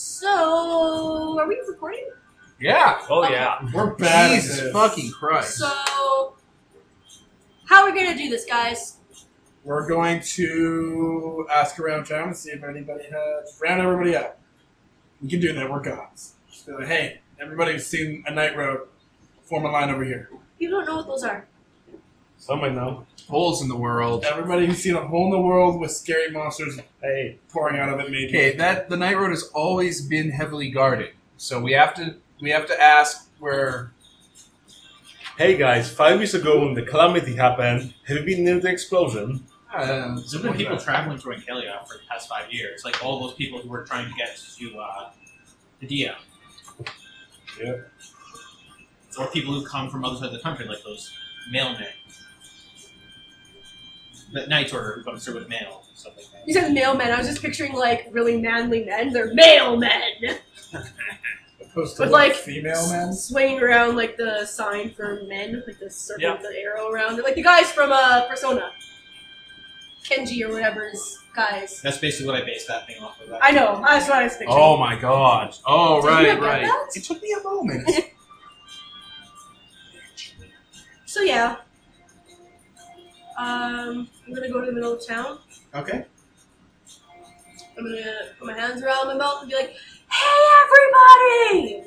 Speaker 5: So, are we recording?
Speaker 2: Yeah.
Speaker 6: oh yeah.
Speaker 4: We're bad. at
Speaker 2: Jesus
Speaker 4: this.
Speaker 2: fucking Christ!
Speaker 5: So, how are we gonna do this, guys?
Speaker 4: We're going to ask around town and see if anybody has round everybody up. We can do that. We're gods. Just be like, hey, everybody who's seen a night road, form a line over here.
Speaker 5: You don't know what those are.
Speaker 7: Some might know.
Speaker 9: Holes in the world.
Speaker 8: Everybody who's seen a hole in the world with scary monsters
Speaker 7: Hey,
Speaker 8: pouring out of it made
Speaker 9: Okay, that the night road has always been heavily guarded, so we have to we have to ask where.
Speaker 7: hey guys! Five years ago, when the calamity happened, have you been near the explosion?
Speaker 9: Uh,
Speaker 3: There's been people traveling to Ancalia for the past five years, like all those people who were trying to get to uh, the DM.
Speaker 7: Yeah.
Speaker 3: Or people who come from other side of the country, like those mailmen. The Knights Order who comes through with mail and stuff like
Speaker 5: You
Speaker 3: that.
Speaker 5: said mailmen. I was just picturing like really manly men. They're mailmen,
Speaker 8: opposed to
Speaker 5: But, like,
Speaker 8: female men.
Speaker 5: swinging around like the sign for men, like the circle
Speaker 6: Yeah.
Speaker 5: with the arrow around it, like the guys from uh, Persona, Kenji or whatever's guys.
Speaker 3: That's basically what I based that thing off of. That.
Speaker 5: I know. That's what I was picturing.
Speaker 9: Oh my god! Oh
Speaker 5: Did you
Speaker 9: right,
Speaker 5: have
Speaker 9: right.
Speaker 5: that?
Speaker 9: It took me a moment.
Speaker 5: So yeah. Um, I'm gonna go to the middle of town.
Speaker 9: okay.
Speaker 5: I'm gonna put my hands around my mouth and be like, "Hey, everybody!"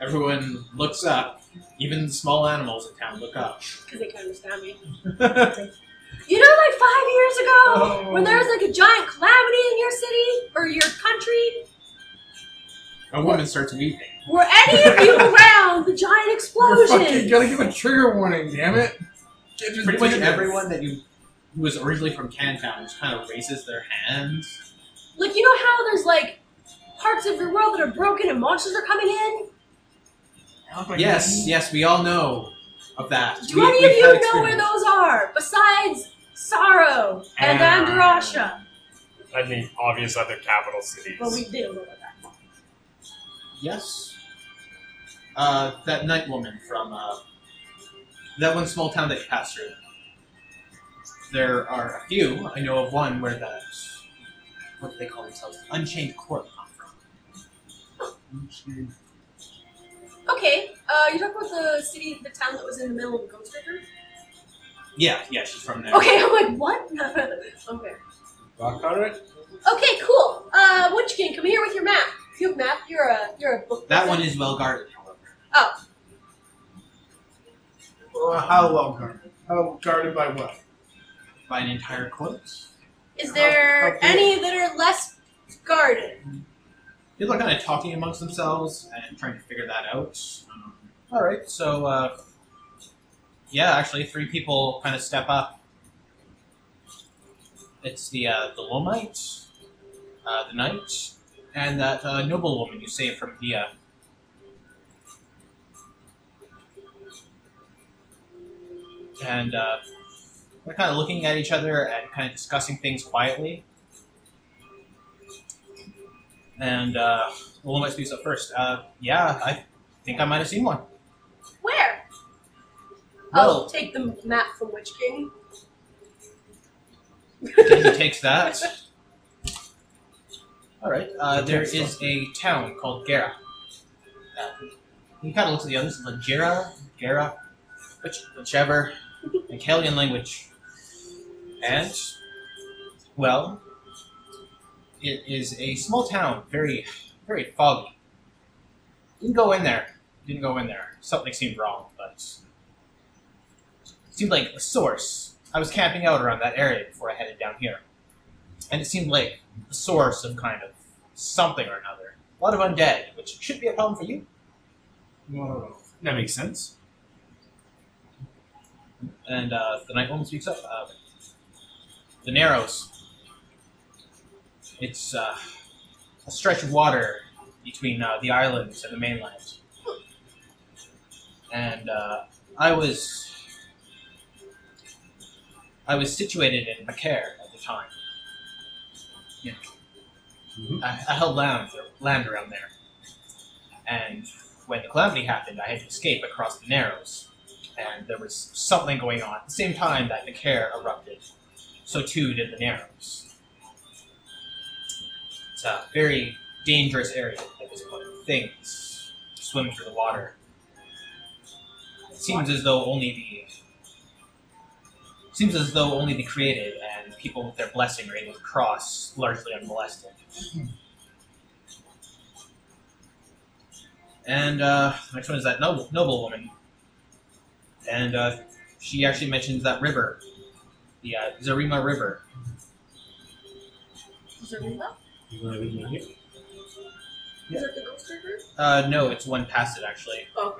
Speaker 3: Everyone looks up. Even small animals in town look up.
Speaker 5: Because they can understand me. You know, like five years ago,
Speaker 9: Oh.
Speaker 5: when there was like a giant calamity in your city or your country,
Speaker 3: A woman starts weeping.
Speaker 5: were any of you around the giant
Speaker 8: You're
Speaker 5: explosion?
Speaker 8: fucking gotta give a trigger warning, damn it. Can't just
Speaker 3: Pretty much
Speaker 8: do this.
Speaker 3: everyone that you who was originally from Cantown just kind of raises their hands.
Speaker 5: Like, you know how there's like parts of your world that are broken and monsters are coming in?
Speaker 3: Yes, yes, we all know of that.
Speaker 5: Do
Speaker 3: We-
Speaker 5: any of
Speaker 3: we've had
Speaker 5: you know where
Speaker 3: experience.
Speaker 5: those are? Besides Sorrow and
Speaker 3: uh,
Speaker 9: Ah.
Speaker 5: Andarasha.
Speaker 6: I mean, obvious other capital cities.
Speaker 5: Well, we did a little of that.
Speaker 3: Yes. Uh, that night woman from uh, that one small town that you passed through. There are a few. I know of one where that what do they call themselves? Unchained Court come from. Unchained.
Speaker 5: Okay, uh, you talk about the city, the town that was in the middle of the Ghost River?
Speaker 3: Yeah, yeah, she's from there.
Speaker 5: Okay, I'm like, what? okay.
Speaker 7: Black pirate.
Speaker 5: Okay, cool. Uh, Witchkin, come here with your map. You have a map? You're a you're a book.
Speaker 3: That
Speaker 5: person.
Speaker 3: one is well guarded, however.
Speaker 5: Oh.
Speaker 8: Well, how uh, well guarded? How Oh, guarded by what?
Speaker 3: By an entire court.
Speaker 5: Is there
Speaker 8: Up here.
Speaker 5: any that are less guarded?
Speaker 3: People are kind of talking amongst themselves and trying to figure that out. Um, all right, so uh, yeah, actually, three people kind of step up. It's the uh, the Lomite, uh, the knight, and that uh, noble woman you saved from the. Uh, and uh, they're kind of looking at each other and kind of discussing things quietly. And uh, the Lomite speaks up first. Uh, yeah, I think I might have seen one.
Speaker 5: Where? I'll
Speaker 3: Well,
Speaker 5: take the map from Witch King.
Speaker 3: he takes that. All right. Uh, there is a town called Gera. Uh, he kind of looks at the others. Like Gera, Gera, which, whichever, in Kalian language. And well, it is a small town, very, very foggy. Didn't go in there. Didn't go in there. Something seemed wrong, but seemed like a source. I was camping out around that area before I headed down here, and it seemed like a source of kind of something or another. A lot of undead, which should be a problem for you.
Speaker 9: That makes sense.
Speaker 3: And uh, the night woman speaks up. Uh, the Narrows. It's uh, a stretch of water between uh, the islands and the mainland. And uh, I was I was situated in Macaire at the time. Yeah.
Speaker 7: Mhm.
Speaker 3: I, I held land, land around there. And when the calamity happened, I had to escape across the Narrows and there was something going on at the same time that the care erupted. So too did the Narrows. It's a very dangerous area at this point. Things swim through the water. It seems as though only the seems as though only the created and people with their blessing are able to cross largely unmolested. And uh, next one is that noble, noble woman and uh, she actually mentions that river, the uh, Zarima River.
Speaker 5: Zarima?
Speaker 7: You wanna read my hip?
Speaker 5: Is that the ghost river?
Speaker 3: Uh, no, it's one past it actually.
Speaker 5: Oh.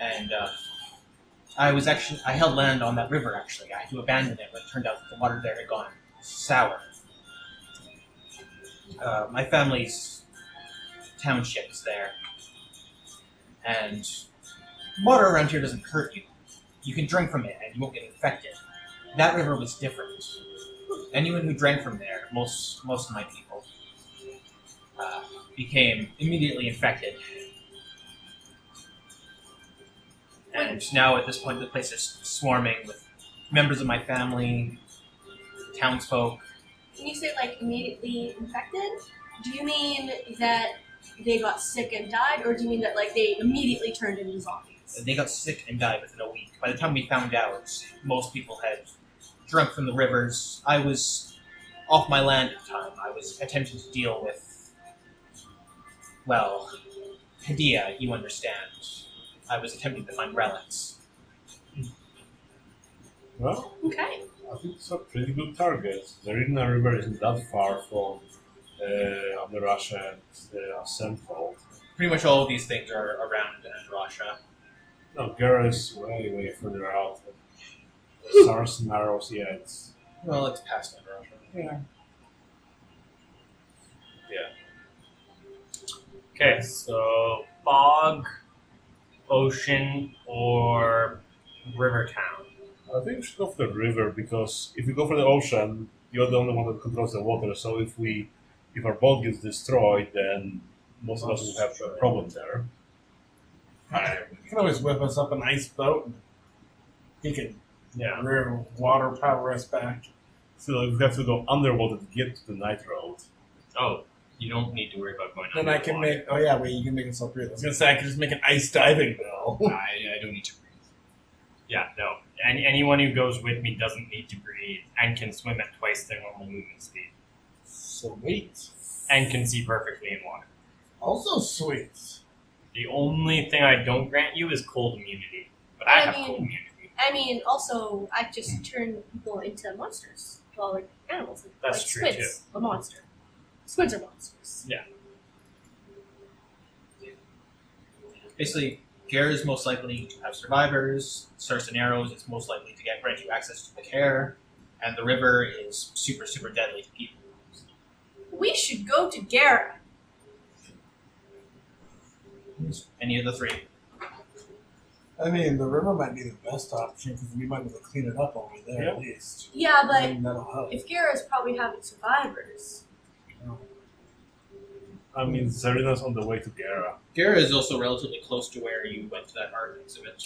Speaker 3: And uh, I was actually I held land on that river actually. I had to abandon it, but it turned out the water there had gone sour. Uh, my family's township is there, and water around here doesn't hurt you. You can drink from it, and you won't get infected. That river was different. Anyone who drank from there, most most of my people, uh, became immediately infected. And now at this point, the place is swarming with members of my family, townsfolk.
Speaker 5: When you say like immediately infected, do you mean that they got sick and died, or do you mean that like they immediately turned into zombies?
Speaker 3: They got sick and died within a week. By the time we found out, most people had drunk from the rivers. I was off my land at the time. I was attempting to deal with, well, Hadia, you understand. I was attempting to find relics.
Speaker 7: Well,
Speaker 5: Okay.
Speaker 7: I think it's a pretty good target. The Rina River isn't that far from uh, the Russian uh, central.
Speaker 3: Pretty much all of these things are around Andrasha.
Speaker 7: No, Gera is way, way further out. SARS narrows, yeah, it's.
Speaker 3: Well, it's past Andrasha.
Speaker 6: Okay, so fog, ocean, or river town.
Speaker 7: I think we should go for the river because if we go for the ocean, you're the only one that controls the water. So if we, if our boat gets destroyed, then most of us will have a problem there.
Speaker 4: Alright, we can always whip us up a nice boat. and He can
Speaker 6: Yeah.
Speaker 4: rear water power us back.
Speaker 7: So we have to go underwater to get to the night road.
Speaker 6: Oh, you don't need to worry about going.
Speaker 4: Then I can
Speaker 6: underwater.
Speaker 4: make. Oh yeah, wait, you can make yourself breathe. I was gonna say I could just make an ice diving bell.
Speaker 9: I, I don't need to breathe.
Speaker 6: Yeah, no. Any, anyone who goes with me doesn't need to breathe and can swim at twice their normal movement speed
Speaker 4: Sweet.
Speaker 6: and can see perfectly in water.
Speaker 4: Also sweet.
Speaker 6: The only thing I don't grant you is cold immunity, but I,
Speaker 5: I
Speaker 6: have
Speaker 5: mean-
Speaker 6: cold immunity.
Speaker 5: I mean, also, I just turned people into monsters. Well, like animals. Like,
Speaker 6: That's
Speaker 5: like
Speaker 6: true,
Speaker 5: squids, a monster. Squids are monsters.
Speaker 3: Basically, Gare is most likely to have survivors. Stars and Arrows is most likely to get grant you access to the care, and the river is super super deadly to people.
Speaker 5: We should go to Gara.
Speaker 3: Any of the three.
Speaker 4: I mean, the river might be the best option because we might be able to clean it up over there
Speaker 7: Yeah.
Speaker 4: at least.
Speaker 5: Yeah,
Speaker 4: I
Speaker 6: Mm.
Speaker 5: but
Speaker 4: mean, that'll help.
Speaker 5: if Gara's probably having survivors,
Speaker 7: I mean, Zarina's on the way to Gera.
Speaker 3: Gare is also relatively close to where you went to that art exhibit.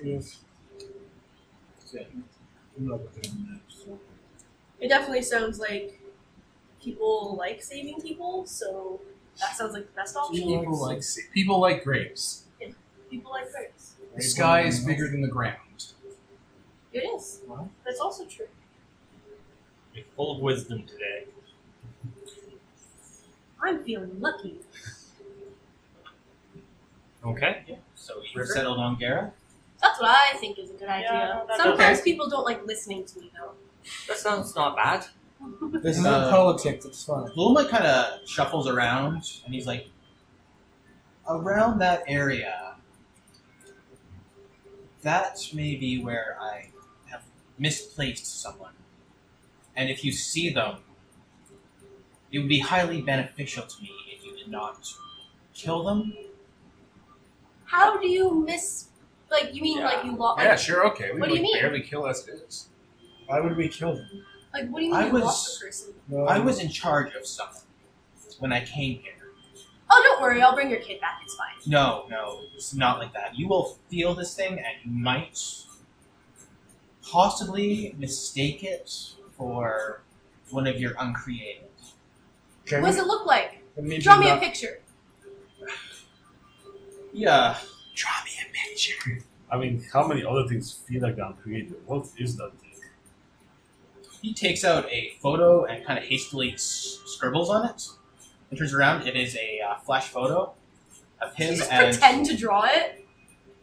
Speaker 4: Yes. Yeah. I'm not looking at that, so.
Speaker 5: it definitely sounds like people like saving people. So that sounds like the best option.
Speaker 9: People like people like grapes.
Speaker 5: People like birds.
Speaker 9: The sky is bigger than the ground.
Speaker 5: It is. That's also true.
Speaker 6: You're full of wisdom today.
Speaker 5: I'm feeling lucky.
Speaker 6: Okay.
Speaker 3: So you
Speaker 6: River?
Speaker 3: settled on Gare.
Speaker 5: That's what I think is a good idea.
Speaker 6: Yeah, that's
Speaker 5: Sometimes people don't like listening to me though.
Speaker 12: That sounds not bad.
Speaker 4: This isn't
Speaker 3: Uh,
Speaker 4: politics, it's fun.
Speaker 3: Luma kind of shuffles around, and he's like, around that area. That may be where I have misplaced someone. And if you see them, it would be highly beneficial to me if you did not kill them.
Speaker 5: How do you miss? Like you mean
Speaker 9: Yeah.
Speaker 5: like you lost?
Speaker 9: Yeah, sure, okay. We
Speaker 5: What do you
Speaker 9: would
Speaker 5: mean?
Speaker 9: barely kill as it is.
Speaker 4: Why would we kill them?
Speaker 5: Like, like what do you mean
Speaker 3: I
Speaker 5: you
Speaker 3: was-
Speaker 5: lost a person?
Speaker 4: No.
Speaker 3: I was in charge of someone when I came here.
Speaker 5: Oh, don't worry. I'll bring your kid back. It's fine.
Speaker 3: No, no, it's not like that. You will feel this thing and you might possibly mistake it for one of your uncreated.
Speaker 4: Can
Speaker 5: What does it look like?
Speaker 4: we- maybe
Speaker 5: Draw me a
Speaker 4: not-
Speaker 5: picture.
Speaker 3: Yeah.
Speaker 7: I mean, how many other things Filagan created? What is that thing?
Speaker 3: He takes out a photo and kind of hastily s- scribbles on it. And turns around. It is a uh, flash photo of him
Speaker 5: Just
Speaker 3: and
Speaker 5: pretend to draw it.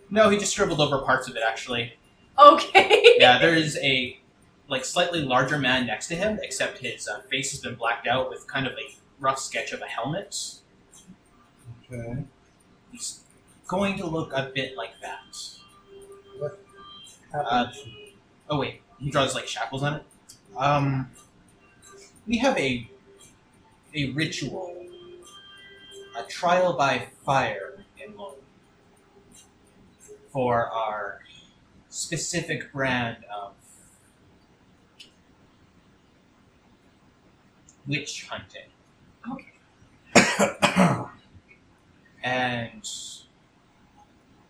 Speaker 3: No, he just scribbled over parts of it actually.
Speaker 5: Okay.
Speaker 3: Yeah, there is a like slightly larger man next to him, except his uh, face has been blacked out with kind of a rough sketch of a helmet.
Speaker 4: Okay.
Speaker 3: He's going to look a bit like that. Uh,
Speaker 4: Happened.
Speaker 3: Oh wait, he draws like shackles on it. Um, we have a a ritual, a trial by fire in Lone for our specific brand of witch hunting. and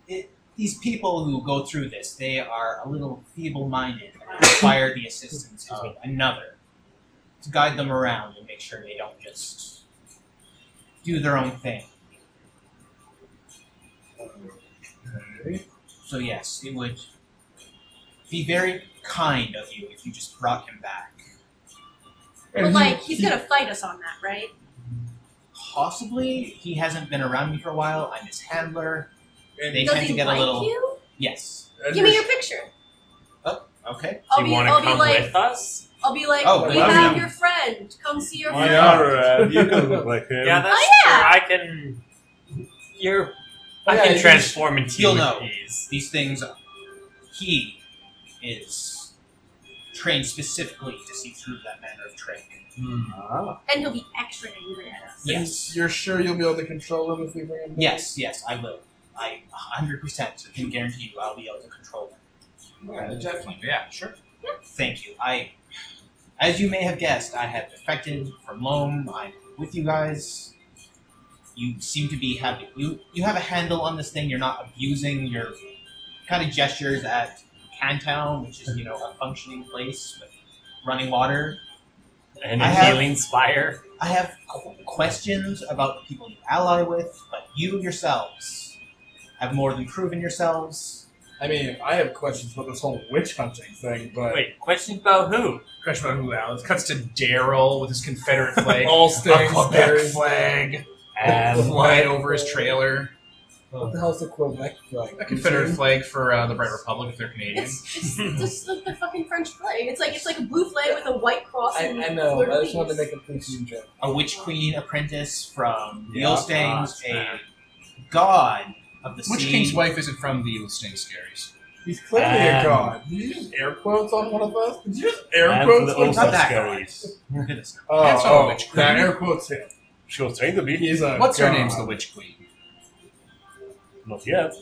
Speaker 3: it, these people who go through this, they are a little feeble-minded and require the assistance of another to guide them around and make sure they don't just do their own thing. So yes, it would be very kind of you if you just brought him back.
Speaker 5: But like, he's gonna fight us on that, right?
Speaker 3: Possibly, he hasn't been around me for a while. I'm his handler.
Speaker 13: And-
Speaker 3: They
Speaker 5: Does
Speaker 3: tend
Speaker 5: he
Speaker 3: to get
Speaker 5: like
Speaker 3: a little
Speaker 5: you?
Speaker 3: yes.
Speaker 13: and
Speaker 5: Give me
Speaker 13: you're-
Speaker 5: your picture.
Speaker 3: Okay.
Speaker 5: I'll
Speaker 6: Do you
Speaker 5: be,
Speaker 6: want to
Speaker 5: I'll
Speaker 6: come
Speaker 5: be like,
Speaker 6: with us?
Speaker 5: I'll be like,
Speaker 3: Oh,
Speaker 5: we
Speaker 7: well,
Speaker 5: have
Speaker 7: yeah.
Speaker 5: your friend. Come see your
Speaker 7: Why
Speaker 5: friend.
Speaker 7: not? Alright, you can look like um, him.
Speaker 6: Yeah, that's
Speaker 5: Oh, yeah.
Speaker 6: true. I can. You're. I
Speaker 3: Yeah,
Speaker 6: can
Speaker 3: you-
Speaker 6: transform into you
Speaker 3: you'll
Speaker 6: with
Speaker 3: know.
Speaker 6: ease.
Speaker 3: these things he is trained specifically to see through that manner of trick.
Speaker 5: And he'll be extra angry at us.
Speaker 3: Yes.
Speaker 4: You're sure you'll be able to control him if we bring him? back?
Speaker 3: Yes, yes, I will. I 100% can guarantee you I'll be able to control them.
Speaker 2: Yeah, definitely. Yeah, sure.
Speaker 3: Thank you. I, as you may have guessed, I have defected from Loam. I'm with you guys. You seem to be having you you have a handle on this thing. You're not abusing your kind of gestures at Cantown, which is you know a functioning place with running water.
Speaker 6: And
Speaker 3: I
Speaker 6: a
Speaker 3: have-
Speaker 6: healing spire.
Speaker 3: I have qu- questions about the people you ally with, but you yourselves have more than proven yourselves.
Speaker 4: I mean, I have questions about this whole witch hunting thing, but
Speaker 6: Wait, question about who?
Speaker 2: Question about who Alex cuts to Daryl with his Confederate flag,
Speaker 4: all
Speaker 2: a
Speaker 4: staring
Speaker 2: Quebec
Speaker 4: staring-
Speaker 2: flag, and flying over his trailer.
Speaker 4: What the hell's the Quebec flag?
Speaker 2: A Confederate flag for uh, the Bright Republic if they're Canadian.
Speaker 5: It's just, just like the fucking French flag. It's like it's like a blue flag with a white cross.
Speaker 4: I,
Speaker 5: and
Speaker 4: I know.
Speaker 5: fleur-de-lis.
Speaker 4: I just wanted to make a poutine joke.
Speaker 3: A witch queen apprentice from the
Speaker 7: Yeah,
Speaker 3: Ulstanes,
Speaker 6: God,
Speaker 3: a
Speaker 6: man.
Speaker 3: god of the
Speaker 2: Which
Speaker 3: sea.
Speaker 2: king's wife isn't from the Listing Scaries?
Speaker 4: He's clearly
Speaker 6: Um,
Speaker 4: a god. Did you just air quotes on one of us? Did you just air
Speaker 7: And
Speaker 4: quotes?
Speaker 7: the
Speaker 4: on-
Speaker 7: old stuff
Speaker 3: that
Speaker 7: scaries.
Speaker 3: Goodness.
Speaker 4: Oh,
Speaker 2: That's not a
Speaker 4: oh,
Speaker 2: witch
Speaker 4: that
Speaker 2: queen.
Speaker 4: air quotes him.
Speaker 7: She was trained to be.
Speaker 4: He's a
Speaker 2: What's her
Speaker 4: god.
Speaker 2: name's the witch queen?
Speaker 7: Not yet.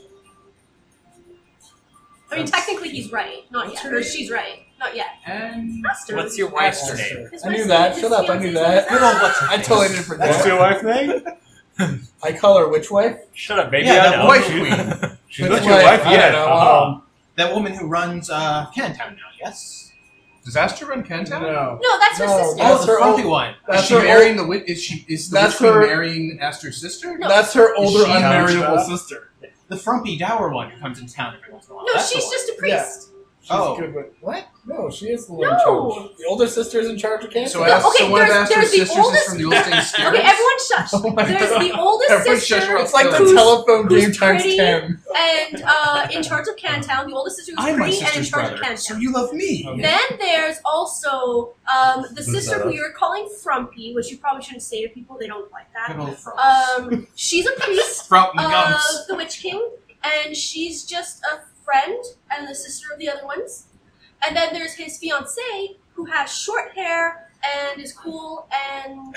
Speaker 5: I mean, technically, he's right. Not yet, or she's right. Not yet.
Speaker 2: And
Speaker 5: Master.
Speaker 6: What's your
Speaker 4: What's
Speaker 6: wife's
Speaker 4: her
Speaker 6: name?
Speaker 4: name?
Speaker 5: His
Speaker 4: I knew
Speaker 5: wife's
Speaker 4: that.
Speaker 5: name
Speaker 4: Shut
Speaker 5: is
Speaker 4: up. I knew
Speaker 5: Fiancé's
Speaker 4: that.
Speaker 5: name.
Speaker 4: I totally didn't
Speaker 7: What's
Speaker 4: forget.
Speaker 7: your wife's name?
Speaker 4: I call her which wife?
Speaker 6: Shut up, baby.
Speaker 3: Yeah,
Speaker 6: I
Speaker 3: that
Speaker 6: know.
Speaker 3: boy-
Speaker 7: She's-
Speaker 2: queen.
Speaker 7: She's
Speaker 4: That's
Speaker 7: not your
Speaker 4: why
Speaker 7: wife
Speaker 4: I
Speaker 7: yet. Uh-huh.
Speaker 4: don't know.
Speaker 7: haha.
Speaker 3: That woman who runs uh, Cantown now, yes?
Speaker 2: Does Astra run Cantown?
Speaker 7: Oh,
Speaker 4: No.
Speaker 5: No, that's her
Speaker 4: No,
Speaker 5: sister.
Speaker 4: That's
Speaker 3: oh, the
Speaker 4: her
Speaker 3: frumpy
Speaker 4: old-
Speaker 3: one.
Speaker 4: That's
Speaker 2: is she
Speaker 4: her
Speaker 2: marrying the witch? Is she is the
Speaker 4: That's
Speaker 2: witch
Speaker 4: her-
Speaker 2: queen marrying Astra's sister?
Speaker 5: No.
Speaker 4: That's her older
Speaker 2: she
Speaker 4: unmarriageable
Speaker 7: Hausa?
Speaker 4: sister.
Speaker 3: The frumpy dour one who comes in town every once in a while.
Speaker 5: No,
Speaker 3: That's the
Speaker 5: she's
Speaker 3: one.
Speaker 5: just a priest.
Speaker 4: She's
Speaker 3: Oh.
Speaker 4: good with what? No, she is the one in
Speaker 5: No.
Speaker 4: charge. The older sister is in charge of cancer.
Speaker 2: So,
Speaker 5: No,
Speaker 2: Ast- so
Speaker 5: okay,
Speaker 2: one of
Speaker 5: there's-
Speaker 2: Astra's
Speaker 5: there's the
Speaker 2: sisters is from the Listing Scaries?
Speaker 5: Okay, everyone shush.
Speaker 4: Oh my
Speaker 5: There's
Speaker 4: God.
Speaker 5: the oldest
Speaker 2: Everyone shush
Speaker 5: sister
Speaker 2: or else
Speaker 4: It's like the
Speaker 2: Who's-
Speaker 4: telephone
Speaker 5: who's
Speaker 4: game times
Speaker 5: pretty?
Speaker 4: ten.
Speaker 5: and uh, in charge of Cantown, the oldest sister who's
Speaker 2: I'm my
Speaker 5: pretty and in
Speaker 2: sister's
Speaker 5: charge
Speaker 2: brother,
Speaker 5: of Cantown.
Speaker 2: so you love me.
Speaker 5: Then there's also um, the
Speaker 7: Who's
Speaker 5: sister
Speaker 7: that?
Speaker 5: who you're calling Frumpy, which you probably shouldn't say to people; they don't like that.
Speaker 3: Good old frumps.
Speaker 5: Um, she's a priest
Speaker 2: Front and
Speaker 5: of
Speaker 2: gums.
Speaker 5: the Witch King, and she's just a friend and the sister of the other ones. And then there's his fiancee, who has short hair and is cool, and um,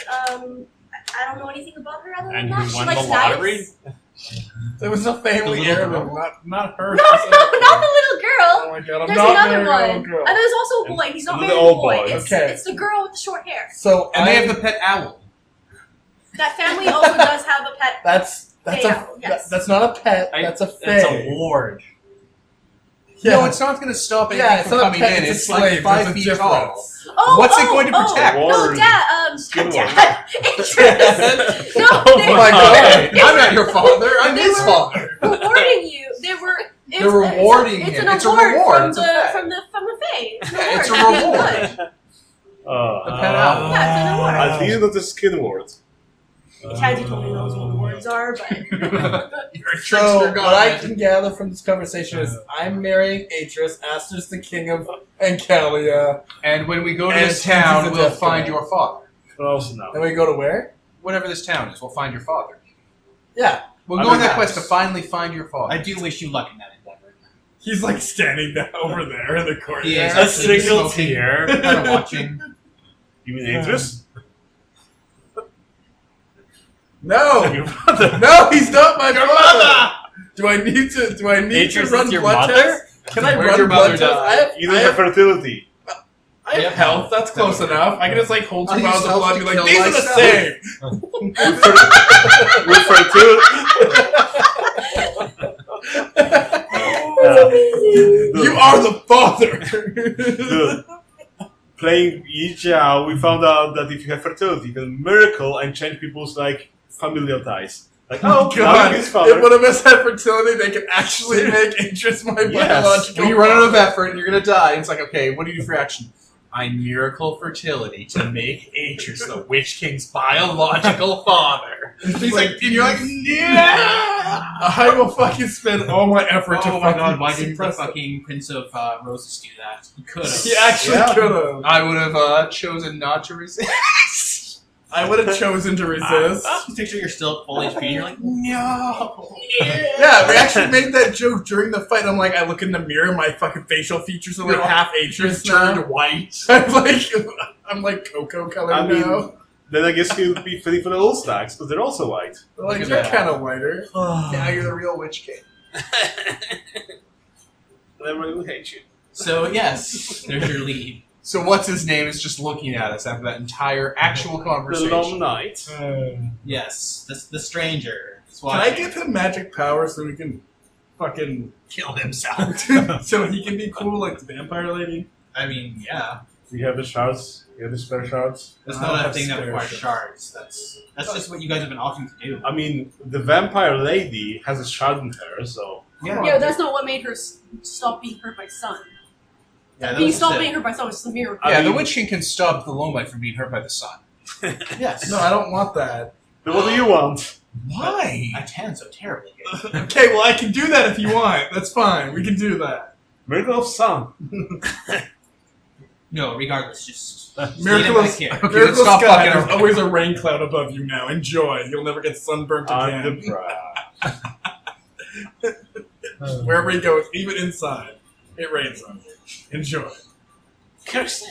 Speaker 5: I- I don't know anything about her other than
Speaker 6: And
Speaker 5: that.
Speaker 6: who
Speaker 5: she
Speaker 6: won
Speaker 5: likes
Speaker 6: the lottery?
Speaker 5: knives.
Speaker 4: There was a family
Speaker 3: The little
Speaker 4: heirloom, not not her.
Speaker 5: No, no, not the little girl.
Speaker 4: Oh my god, I'm
Speaker 5: There's
Speaker 4: not
Speaker 5: another
Speaker 4: marrying a little
Speaker 5: one.
Speaker 4: girl.
Speaker 5: And there's also a
Speaker 7: And-
Speaker 5: boy. He's not
Speaker 7: and the
Speaker 5: married to a
Speaker 7: old
Speaker 5: boy.
Speaker 7: boy.
Speaker 5: It's,
Speaker 4: Okay.
Speaker 5: it's the girl with the short hair.
Speaker 4: So
Speaker 2: And they
Speaker 4: I-
Speaker 2: have the pet owl.
Speaker 5: That family also does have a pet.
Speaker 4: That's that's
Speaker 5: Yeah,
Speaker 4: a
Speaker 5: yes.
Speaker 4: that- that's not a pet.
Speaker 6: I-
Speaker 4: that's a
Speaker 6: That's a
Speaker 4: fae.
Speaker 6: ward.
Speaker 4: yeah.
Speaker 2: No, it's not going to stop anything
Speaker 4: yeah, it's
Speaker 2: from
Speaker 4: not a
Speaker 2: coming
Speaker 4: pet.
Speaker 2: in.
Speaker 4: It's
Speaker 2: It's
Speaker 4: a slave.
Speaker 2: like five
Speaker 4: There's a
Speaker 2: feet tall.
Speaker 4: difference.
Speaker 5: Oh,
Speaker 2: What's it
Speaker 5: oh,
Speaker 2: going to
Speaker 5: oh.
Speaker 2: protect?
Speaker 5: No,
Speaker 7: Ward.
Speaker 5: dad. Um,
Speaker 7: Skin
Speaker 5: dad. Idris. no,
Speaker 6: Oh
Speaker 5: they
Speaker 4: Oh my
Speaker 2: Okay,
Speaker 4: god.
Speaker 2: I'm not your father. I'm
Speaker 5: They
Speaker 2: his
Speaker 5: were-
Speaker 2: father.
Speaker 5: were rewarding you. They were. It's,
Speaker 2: They're rewarding
Speaker 5: it's,
Speaker 2: him.
Speaker 5: An
Speaker 2: It's a
Speaker 5: award
Speaker 2: reward.
Speaker 5: From
Speaker 2: It's a
Speaker 5: the,
Speaker 2: pet.
Speaker 5: from the from the fae. It's, an
Speaker 2: Yeah, it's a
Speaker 5: award.
Speaker 2: reward.
Speaker 5: Good.
Speaker 7: Uh,
Speaker 2: The pet owl.
Speaker 6: Uh,
Speaker 5: Yeah, it's an award.
Speaker 7: I think that's a skin word.
Speaker 5: Chad, you totally knows what wards are, but
Speaker 4: So what I can gather from this conversation is I'm marrying Atris, Aster's the king of Ancalia,
Speaker 2: And when we go to
Speaker 4: And
Speaker 2: this
Speaker 4: since it's
Speaker 2: town,
Speaker 4: a
Speaker 2: we'll
Speaker 4: death
Speaker 2: find
Speaker 4: star.
Speaker 2: your father.
Speaker 7: Close enough.
Speaker 4: and we go to where?
Speaker 2: Whatever this town is, we'll find your father.
Speaker 4: Yeah.
Speaker 2: We'll
Speaker 7: I
Speaker 2: go on
Speaker 7: mean,
Speaker 2: that quest to
Speaker 7: that's-
Speaker 2: finally find your father.
Speaker 3: I do wish you luck in that endeavor.
Speaker 14: He's like standing down over there in the corner.
Speaker 2: He is
Speaker 6: A
Speaker 2: actually
Speaker 6: single
Speaker 2: smoking,
Speaker 6: tear.
Speaker 2: kind of watching.
Speaker 7: You mean interest?
Speaker 4: No,
Speaker 7: Your father.
Speaker 4: no, he's not my brother. Do I need to? Do I need
Speaker 6: Atris
Speaker 4: to run
Speaker 6: is your
Speaker 4: blood
Speaker 6: mother?
Speaker 4: tests? Can I
Speaker 2: Where'd
Speaker 4: run
Speaker 2: your mother
Speaker 4: blood tests? I have,
Speaker 7: You
Speaker 4: I
Speaker 7: lose your
Speaker 4: have,
Speaker 7: fertility.
Speaker 4: I have
Speaker 2: Yeah.
Speaker 4: health. That's close enough. I can just like hold
Speaker 2: I
Speaker 4: two
Speaker 2: use
Speaker 4: bottles of
Speaker 2: health
Speaker 4: blood
Speaker 2: to
Speaker 4: and be like,
Speaker 2: kill
Speaker 4: these are the
Speaker 2: myself."
Speaker 4: same.
Speaker 7: With fer- with fertility.
Speaker 5: oh,
Speaker 4: You are the father.
Speaker 7: Dude, playing Yijia, we found out that if you have fertility, you can miracle and change people's like familial ties. Like, oh, God, his
Speaker 4: If one
Speaker 7: father.
Speaker 4: of us had fertility, they could actually make interest my
Speaker 7: Yes.
Speaker 4: biological.
Speaker 2: When you run out of effort and you're gonna die, and it's like, okay, what do you do for action? I miracle fertility to make Atris the Witch King's biological father.
Speaker 4: And He's like, and you're like, yeah. I will fucking spend all my effort to
Speaker 3: Oh my
Speaker 4: fucking
Speaker 3: god, why didn't the
Speaker 4: suppress it.
Speaker 3: fucking Prince of uh, Roses do that? He could have.
Speaker 4: He actually
Speaker 7: Yeah.
Speaker 4: could have.
Speaker 2: I would have uh, chosen not to resist.
Speaker 4: I would have chosen to resist.
Speaker 3: Just Picture you're still at full HP and you're like,
Speaker 4: no. Yeah, we actually made that joke during the fight. I'm like, I look in the mirror, my fucking facial features are like
Speaker 2: You're
Speaker 4: half Atris now.
Speaker 2: turned white.
Speaker 4: I'm like, I'm like cocoa colored
Speaker 7: I mean-
Speaker 4: now.
Speaker 7: Then I guess he'll be free for the old stacks, because they're also white.
Speaker 4: They're like,
Speaker 2: Look at
Speaker 4: you're
Speaker 2: that.
Speaker 4: kind of whiter. now you're the real witch king.
Speaker 7: And everybody will hate you.
Speaker 3: so yes, there's your lead.
Speaker 2: So what's his name is just looking at us after that entire actual
Speaker 7: The long
Speaker 2: conversation.
Speaker 7: night.
Speaker 6: Uh,
Speaker 3: Yes, the, the stranger. is
Speaker 4: Can I
Speaker 3: watching.
Speaker 4: give him magic power so we can fucking
Speaker 3: kill himself?
Speaker 4: so he can be cool like the vampire lady?
Speaker 3: I mean, yeah,
Speaker 7: We have the shards. We have the spare shards.
Speaker 3: that's
Speaker 4: I
Speaker 3: not a
Speaker 4: have
Speaker 3: thing that
Speaker 4: spare
Speaker 3: requires
Speaker 4: shards.
Speaker 3: shards. That's that's just what you guys have been opting to
Speaker 4: Uh,
Speaker 3: do.
Speaker 7: I mean, the vampire lady has a shard in her, so.
Speaker 5: yeah, that's not what made her s- stop being hurt by sun.
Speaker 3: Yeah, that
Speaker 5: being
Speaker 3: was just
Speaker 5: stopped
Speaker 3: it.
Speaker 5: being hurt by sun was the miracle.
Speaker 7: I
Speaker 2: yeah,
Speaker 7: mean-
Speaker 2: the Witch King can stop the Lomite from being hurt by the sun.
Speaker 3: Yes.
Speaker 4: No, I don't want that.
Speaker 7: Then what do you want?
Speaker 2: Why?
Speaker 3: I tan so terribly.
Speaker 4: Okay, well I can do that if you want. That's fine. We can do that.
Speaker 7: Miracle of Sun.
Speaker 3: No, regardless, just
Speaker 4: Miracle
Speaker 3: lead him
Speaker 4: of-
Speaker 3: back here.
Speaker 2: Okay,
Speaker 4: Miracle
Speaker 2: let's stop
Speaker 4: Sky,
Speaker 2: fucking
Speaker 4: there's
Speaker 2: around.
Speaker 4: always a rain cloud above you now. Enjoy. You'll never get sunburnt
Speaker 7: I'm
Speaker 4: again.
Speaker 7: the bride.
Speaker 4: Wherever he goes, even inside, it rains on you. Enjoy.
Speaker 3: Curse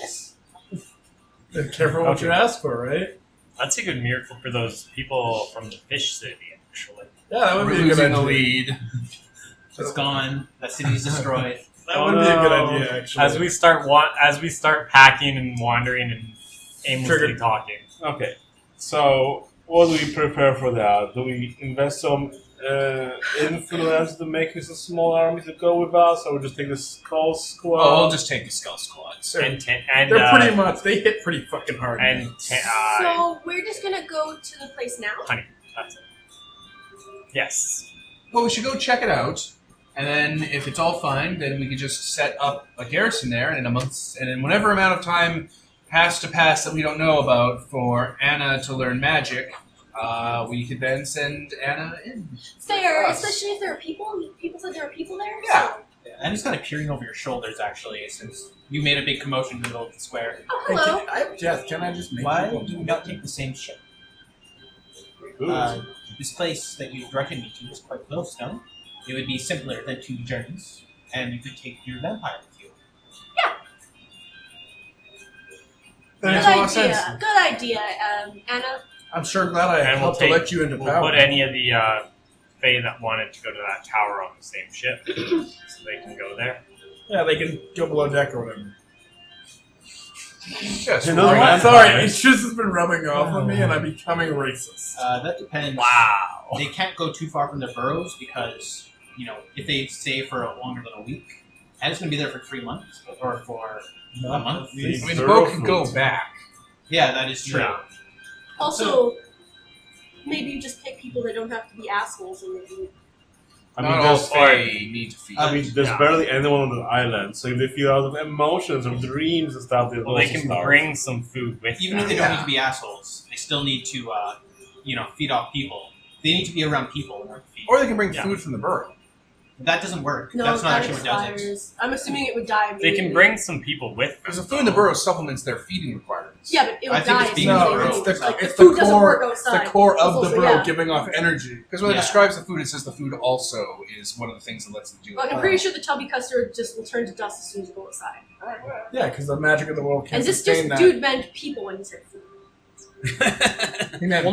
Speaker 3: this.
Speaker 4: Careful what you ask for, right?
Speaker 6: That's a good miracle for those people from the fish city, actually.
Speaker 4: Yeah, that would
Speaker 2: We're
Speaker 4: be a
Speaker 2: losing
Speaker 4: good
Speaker 2: the
Speaker 4: idea.
Speaker 2: lead.
Speaker 3: It's gone. That city's destroyed.
Speaker 4: That would be a good
Speaker 6: Oh, no.
Speaker 4: idea, actually.
Speaker 6: As we start wa- as we start packing and wandering and aimlessly
Speaker 4: Triggered.
Speaker 6: talking.
Speaker 7: Okay, so what do we prepare for that? Do we invest some uh, influence to make us a small army to go with us, or we just take the skull squad?
Speaker 2: Oh, we'll just take the Skull Squads.
Speaker 6: And ta- and
Speaker 4: They're
Speaker 6: uh,
Speaker 4: pretty much they hit pretty fucking hard.
Speaker 6: and ta- uh,
Speaker 5: So we're just gonna go to the place now.
Speaker 6: honey. That's it. Yes.
Speaker 2: Well, we should go check it out, and then if it's all fine, then we could just set up a garrison there, and in a month, and in whatever amount of time has to pass that we don't know about for Anna to learn magic, uh, we could then send Anna in.
Speaker 5: Fair,
Speaker 2: Us.
Speaker 5: especially if there are people. People said there are people there.
Speaker 2: Yeah.
Speaker 5: So.
Speaker 3: I'm just kind of peering over your shoulders, actually, since you made a big commotion in the middle of the square.
Speaker 5: Oh,
Speaker 4: Hey,
Speaker 5: hello.
Speaker 4: can- I have death. Can I just make
Speaker 3: Why
Speaker 4: people-
Speaker 3: do we not take the same ship?
Speaker 7: Good.
Speaker 3: Uh, this place that you directed me to is quite close, no? It would be simpler than two journeys, and you could take your vampire with you.
Speaker 4: That makes
Speaker 5: Good
Speaker 4: a lot of
Speaker 5: idea.
Speaker 4: sense.
Speaker 5: Good idea, um, Anna.
Speaker 4: I'm sure glad I
Speaker 6: And we'll
Speaker 4: helped
Speaker 6: take-
Speaker 4: elect you into
Speaker 6: We'll
Speaker 4: power.
Speaker 6: put any of the uh, Fae that wanted to go to that tower on the same ship, so they can go there.
Speaker 4: yeah, they can go below deck or whatever.
Speaker 2: Yes,
Speaker 7: Another
Speaker 2: we're-
Speaker 7: vampire.
Speaker 4: Sorry, it's just has been rubbing off on me, and I'm becoming racist.
Speaker 3: Uh, that depends.
Speaker 6: Wow.
Speaker 3: They can't go too far from their burrows because, you know, if they stay for longer than a week, and it's going to be there for three months, or for a month.
Speaker 2: I mean, the boat can go
Speaker 7: Thorough
Speaker 2: back.
Speaker 3: Yeah, that is true.
Speaker 6: Yeah.
Speaker 5: Also, maybe you just pick people that don't have to be assholes and they can
Speaker 7: I
Speaker 2: Not
Speaker 7: mean,
Speaker 2: all
Speaker 7: there's,
Speaker 2: Fae need to feed.
Speaker 7: I mean, there's
Speaker 6: Yeah.
Speaker 7: barely anyone on the island, so if they feel out of emotions or dreams and stuff, they
Speaker 6: Well,
Speaker 7: will
Speaker 6: they
Speaker 7: also
Speaker 6: can
Speaker 7: start.
Speaker 6: bring some food with
Speaker 3: Even
Speaker 6: them.
Speaker 3: if they don't
Speaker 2: Yeah.
Speaker 3: need to be assholes, they still need to, uh, you know feed off people. They need to be around people in order to feed.
Speaker 2: Or they can bring
Speaker 6: Yeah.
Speaker 2: food from the burrow.
Speaker 3: that doesn't work.
Speaker 5: No,
Speaker 3: That's not
Speaker 5: that
Speaker 3: actually what does it.
Speaker 5: expires. I'm assuming it would die.
Speaker 6: They can
Speaker 5: immediately.
Speaker 6: bring some people with them.
Speaker 2: Because the food in the burrow supplements their feeding requirements.
Speaker 5: Yeah, but it would
Speaker 3: I think
Speaker 5: die.
Speaker 3: it's being
Speaker 5: immediately.
Speaker 3: thrown.
Speaker 2: it's the,
Speaker 5: Like,
Speaker 2: it's
Speaker 5: the
Speaker 2: the
Speaker 5: food doesn't
Speaker 2: core,
Speaker 5: work
Speaker 2: it's the
Speaker 5: outside.
Speaker 2: core of
Speaker 5: It's
Speaker 2: the
Speaker 5: also-
Speaker 2: burrow
Speaker 5: yeah.
Speaker 2: giving off energy. Because when it
Speaker 3: Yeah.
Speaker 2: describes the food, it says the food also is one of the things that lets them do
Speaker 5: Like,
Speaker 2: it.
Speaker 5: I'm pretty sure the chubby custard just will turn to dust as soon as you go outside.
Speaker 4: Yeah, because the magic of the world
Speaker 5: And
Speaker 4: can't
Speaker 5: this just
Speaker 4: sustain that.
Speaker 5: dude meant people when he said food.
Speaker 6: Well,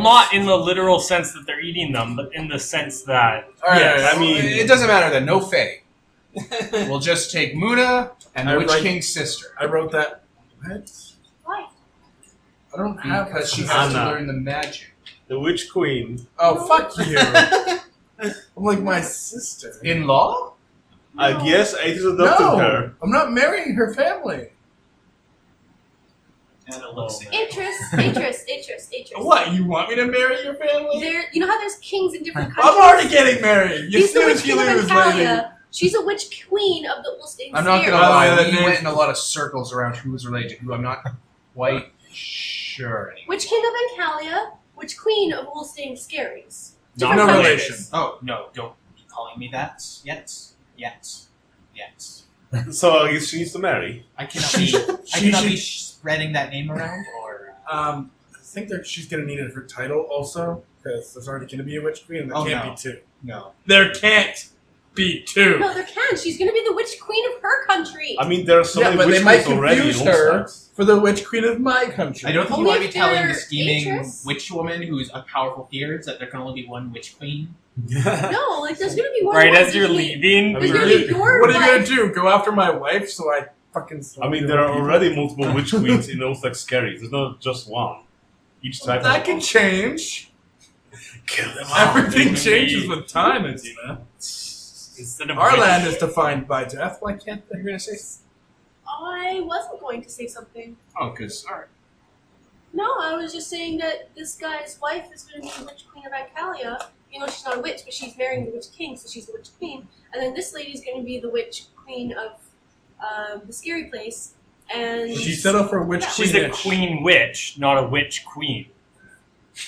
Speaker 6: not in the literal sense that they're eating them, but in the sense that
Speaker 2: All right,
Speaker 6: Yes,
Speaker 2: I
Speaker 6: I
Speaker 2: mean
Speaker 6: mean-
Speaker 2: it doesn't matter then. No Faye. we'll just take Muna and the
Speaker 4: I
Speaker 2: Witch
Speaker 4: like-
Speaker 2: King's sister
Speaker 4: I wrote that. What?
Speaker 5: Why?
Speaker 4: I don't have
Speaker 2: because she
Speaker 7: I'm
Speaker 2: has to
Speaker 7: not.
Speaker 2: learn the magic.
Speaker 7: The Witch Queen.
Speaker 2: Oh fuck you!
Speaker 4: I'm like my sister.
Speaker 2: In law?
Speaker 7: I guess I just adopted
Speaker 4: no,
Speaker 7: her.
Speaker 4: I'm not marrying her family.
Speaker 3: And it looks
Speaker 5: Interest, interest, interest, interest.
Speaker 4: What? You want me to marry your family?
Speaker 5: There, you know how there's kings in different countries.
Speaker 4: I'm already getting married. You
Speaker 5: He's the witch
Speaker 4: snooze,
Speaker 5: king
Speaker 4: you
Speaker 5: of
Speaker 4: lose, lady.
Speaker 5: Antalya. She's a witch queen of the Ulstein
Speaker 2: I'm not gonna
Speaker 4: By the way,
Speaker 2: lie.
Speaker 4: that
Speaker 2: We
Speaker 4: name-
Speaker 2: went in a lot of circles around who was related to who. I'm not quite sure. anymore.
Speaker 5: Witch king of Ancalia, witch queen of Ulstein Scaries.
Speaker 6: not
Speaker 4: No
Speaker 6: related.
Speaker 4: relation.
Speaker 3: Oh no! Don't be calling me that yet. Yet. Yet.
Speaker 7: So I guess she needs to marry.
Speaker 3: I cannot be. I
Speaker 4: she
Speaker 3: cannot be
Speaker 4: should-
Speaker 3: sh- spreading that name around. Or
Speaker 4: Um, I think that she's gonna need it for title also, because there's already gonna be a witch queen, and there
Speaker 3: Oh,
Speaker 4: can't
Speaker 3: no.
Speaker 4: be two.
Speaker 3: no.
Speaker 4: There can't be two.
Speaker 5: No, there can. She's gonna be the witch queen of her country.
Speaker 7: I mean, there are so
Speaker 4: yeah,
Speaker 7: many
Speaker 4: but
Speaker 7: witch
Speaker 4: they might
Speaker 7: queens already. in
Speaker 4: confuse her
Speaker 7: Ulster.
Speaker 4: for the witch queen of my country.
Speaker 3: I don't think
Speaker 5: Only
Speaker 3: you want to
Speaker 5: if
Speaker 3: be telling
Speaker 5: they're
Speaker 3: the scheming
Speaker 5: interests.
Speaker 3: witch woman who is a powerful fear that there can only be one witch queen.
Speaker 5: no, like there's gonna be one.
Speaker 6: Right
Speaker 5: more
Speaker 6: as you're
Speaker 5: queen.
Speaker 6: leaving,
Speaker 7: I
Speaker 5: There's
Speaker 7: mean,
Speaker 5: gonna
Speaker 7: really-
Speaker 5: be your
Speaker 4: What are you
Speaker 5: wife.
Speaker 4: gonna do? Go after my wife so I fucking.
Speaker 7: I mean, there are already multiple witch queens in Ulster Scary. There's not just one. Each type
Speaker 4: That
Speaker 7: has
Speaker 4: can change.
Speaker 7: kill them
Speaker 4: Everything
Speaker 6: maybe.
Speaker 4: changes with time, Adina.
Speaker 6: instead of
Speaker 4: Our
Speaker 6: witch-
Speaker 4: land is defined by death. Why can't they?
Speaker 2: You're gonna say
Speaker 5: I wasn't going to say something.
Speaker 2: oh, because all right.
Speaker 5: No, I was just saying that this guy's wife is gonna be the witch queen of Ancalia. You know, she's not a witch, but she's marrying the witch king, so she's the witch queen. And then this lady's gonna be the witch queen of um, the scary place. And
Speaker 4: She set up for witch
Speaker 6: She's a queen witch, not a witch queen.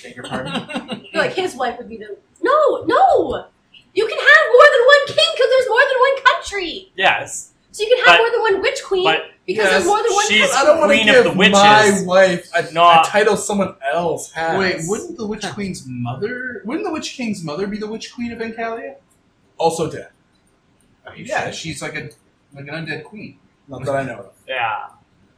Speaker 3: Beg your pardon.
Speaker 5: No, like his wife would be the no, no. You can have more than one king because there's more than one country.
Speaker 6: Yes,
Speaker 5: So you can have
Speaker 6: But-
Speaker 5: more than one witch queen
Speaker 6: but
Speaker 5: because
Speaker 4: yes,
Speaker 5: there's more than one.
Speaker 6: she's
Speaker 5: country.
Speaker 4: I don't want to
Speaker 6: queen
Speaker 4: give
Speaker 6: of the witches.
Speaker 4: my wife a,
Speaker 6: Not-
Speaker 4: a title someone else has.
Speaker 2: Wait, wouldn't the witch queen's mother? Wouldn't the witch king's mother be the witch queen of Encalia?
Speaker 4: also dead?
Speaker 2: Yeah, she's like a like an undead queen.
Speaker 4: Not that I know. of.
Speaker 6: yeah,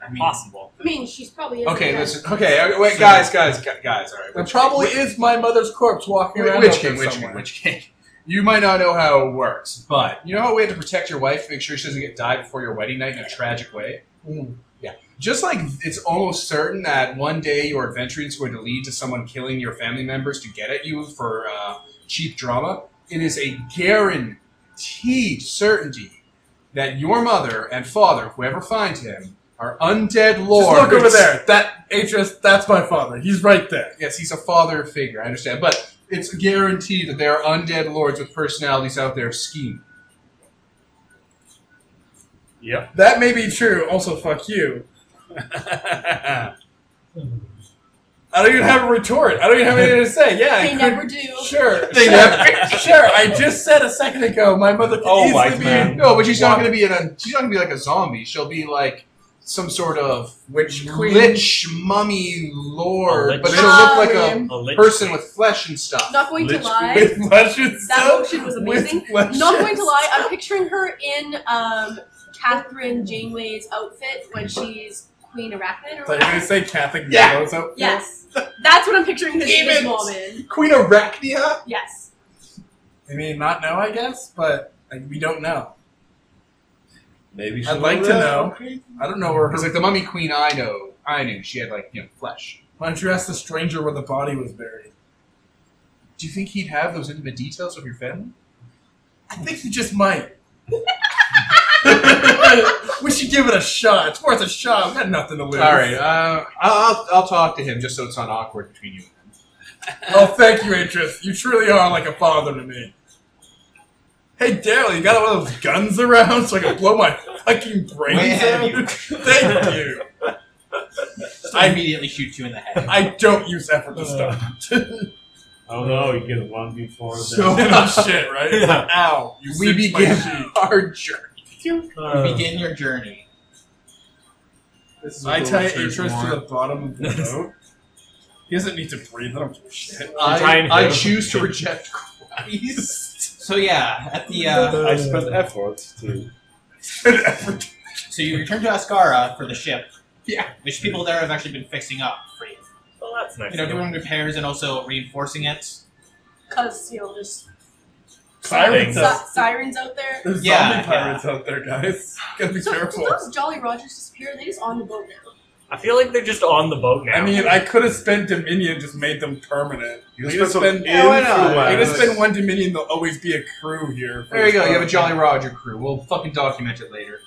Speaker 3: I mean,
Speaker 6: possible.
Speaker 5: I mean, she's probably
Speaker 2: Okay, listen.
Speaker 15: Okay, okay, wait, guys, guys, gu- guys. All right.
Speaker 4: There probably is my mother's corpse walking
Speaker 2: Wait,
Speaker 4: around.
Speaker 2: Witch
Speaker 4: out there
Speaker 2: King, Witch King,
Speaker 4: somewhere.
Speaker 2: Witch King. You might not know how it works, but you know how we have to protect your wife, make sure she doesn't get died before your wedding night in a tragic way?
Speaker 4: Mm.
Speaker 2: Yeah. Just like it's almost certain that one day your adventure is going to lead to someone killing your family members to get at you for uh, cheap drama, it is a guaranteed certainty that your mother and father, whoever finds him, are undead
Speaker 4: Just
Speaker 2: lords.
Speaker 4: look over there. That Atreus, that's my father. He's right there.
Speaker 2: Yes, he's a father figure. I understand, but it's guaranteed that there are undead lords with personalities out there scheming.
Speaker 7: Yep.
Speaker 4: That may be true. Also, fuck you. I don't even have a retort. I don't even have anything to say. Yeah, I
Speaker 5: They
Speaker 4: could-
Speaker 5: never do.
Speaker 4: Sure.
Speaker 2: They
Speaker 4: sure.
Speaker 2: never-
Speaker 4: sure. I just said a second ago my mother could
Speaker 7: Oh,
Speaker 4: easily
Speaker 7: white
Speaker 4: be
Speaker 7: man.
Speaker 2: No, but she's not going to be in a. She's not going to be like a zombie. She'll be like some sort of
Speaker 4: witch queen.
Speaker 2: lich mummy
Speaker 6: A
Speaker 2: lord,
Speaker 6: lich
Speaker 2: but she'll look like a
Speaker 4: queen.
Speaker 6: A lich
Speaker 2: person
Speaker 6: queen.
Speaker 2: with flesh and stuff.
Speaker 5: Um, Not going to
Speaker 7: Lich
Speaker 5: lie.
Speaker 4: With luscious
Speaker 5: That
Speaker 4: stuff.
Speaker 5: motion was
Speaker 4: With
Speaker 5: amazing.
Speaker 4: luscious-
Speaker 5: Not going to lie. I'm picturing her in um, Catherine Janeway's outfit when she's Queen Arachnid or
Speaker 4: I thought you were going
Speaker 5: whatever.
Speaker 4: to say Catholic
Speaker 2: Yeah.
Speaker 4: yellow, so-
Speaker 5: Yes, that's what I'm picturing this, this
Speaker 2: Demons.
Speaker 5: woman.
Speaker 2: Queen Arachnia.
Speaker 5: Yes,
Speaker 4: I mean, not know, I guess, but like, we don't know.
Speaker 7: Maybe
Speaker 4: I'd like to know. I don't know where her.
Speaker 2: Because like the mummy queen I know, I knew she had like you know flesh.
Speaker 4: Why don't you ask the stranger where the body was buried?
Speaker 2: Do you think he'd have those intimate details of your family?
Speaker 4: I think he just might. we should give it a shot. It's worth a shot. We got nothing to lose.
Speaker 2: All right, uh, I'll, I'll I'll talk to him just so it's not awkward between you. and him.
Speaker 4: Oh, thank you, Atris. You truly are like a father to me. Hey, Daryl, you got one of those guns around so I can blow my fucking
Speaker 3: Where
Speaker 4: brains
Speaker 3: have
Speaker 4: out?
Speaker 3: you?
Speaker 4: Thank you.
Speaker 3: I immediately shoot you in the head.
Speaker 4: I don't use effortless stuff.
Speaker 7: Oh no, you get one before
Speaker 2: So-
Speaker 7: that.
Speaker 4: Enough shit, right?
Speaker 6: Yeah.
Speaker 4: Ow. You
Speaker 2: We
Speaker 4: singed my
Speaker 2: begin
Speaker 4: sheet.
Speaker 2: our journey.
Speaker 7: Uh, Oh.
Speaker 3: Begin your journey.
Speaker 2: This is
Speaker 4: I
Speaker 2: what
Speaker 4: tie
Speaker 2: the listeners
Speaker 4: interest to
Speaker 2: want.
Speaker 4: the bottom of the boat. He doesn't need to breathe. I don't give a shit.
Speaker 2: I,
Speaker 6: Tying
Speaker 2: I
Speaker 6: him.
Speaker 2: choose to reject Christ.
Speaker 3: So yeah, at the uh,
Speaker 7: I spent effort to.
Speaker 3: so you return to Ascara for the ship.
Speaker 2: Yeah.
Speaker 3: Which people there have actually been fixing up for you.
Speaker 6: Well, that's nice.
Speaker 3: You know,
Speaker 6: of
Speaker 3: doing repairs and also reinforcing it.
Speaker 5: Because, you know, there's
Speaker 4: Sirens.
Speaker 5: si- sirens out there.
Speaker 4: There's
Speaker 3: Yeah,
Speaker 4: zombie
Speaker 3: yeah.
Speaker 4: pirates out there, guys. Gotta be
Speaker 5: So, did
Speaker 4: careful.
Speaker 5: those Jolly Rogers disappear? Are they just on the boat now?
Speaker 6: I feel like they're just on the boat now.
Speaker 4: I mean, I could have spent Dominion, just made them permanent.
Speaker 7: You
Speaker 4: I could have
Speaker 7: spent some
Speaker 4: spent,
Speaker 7: Yeah, why not?
Speaker 4: I could have
Speaker 7: influence.
Speaker 4: spent one Dominion. There'll always be a crew here. for
Speaker 2: There you go.
Speaker 4: this
Speaker 2: You have a Jolly
Speaker 4: program.
Speaker 2: Roger crew. We'll fucking document it later.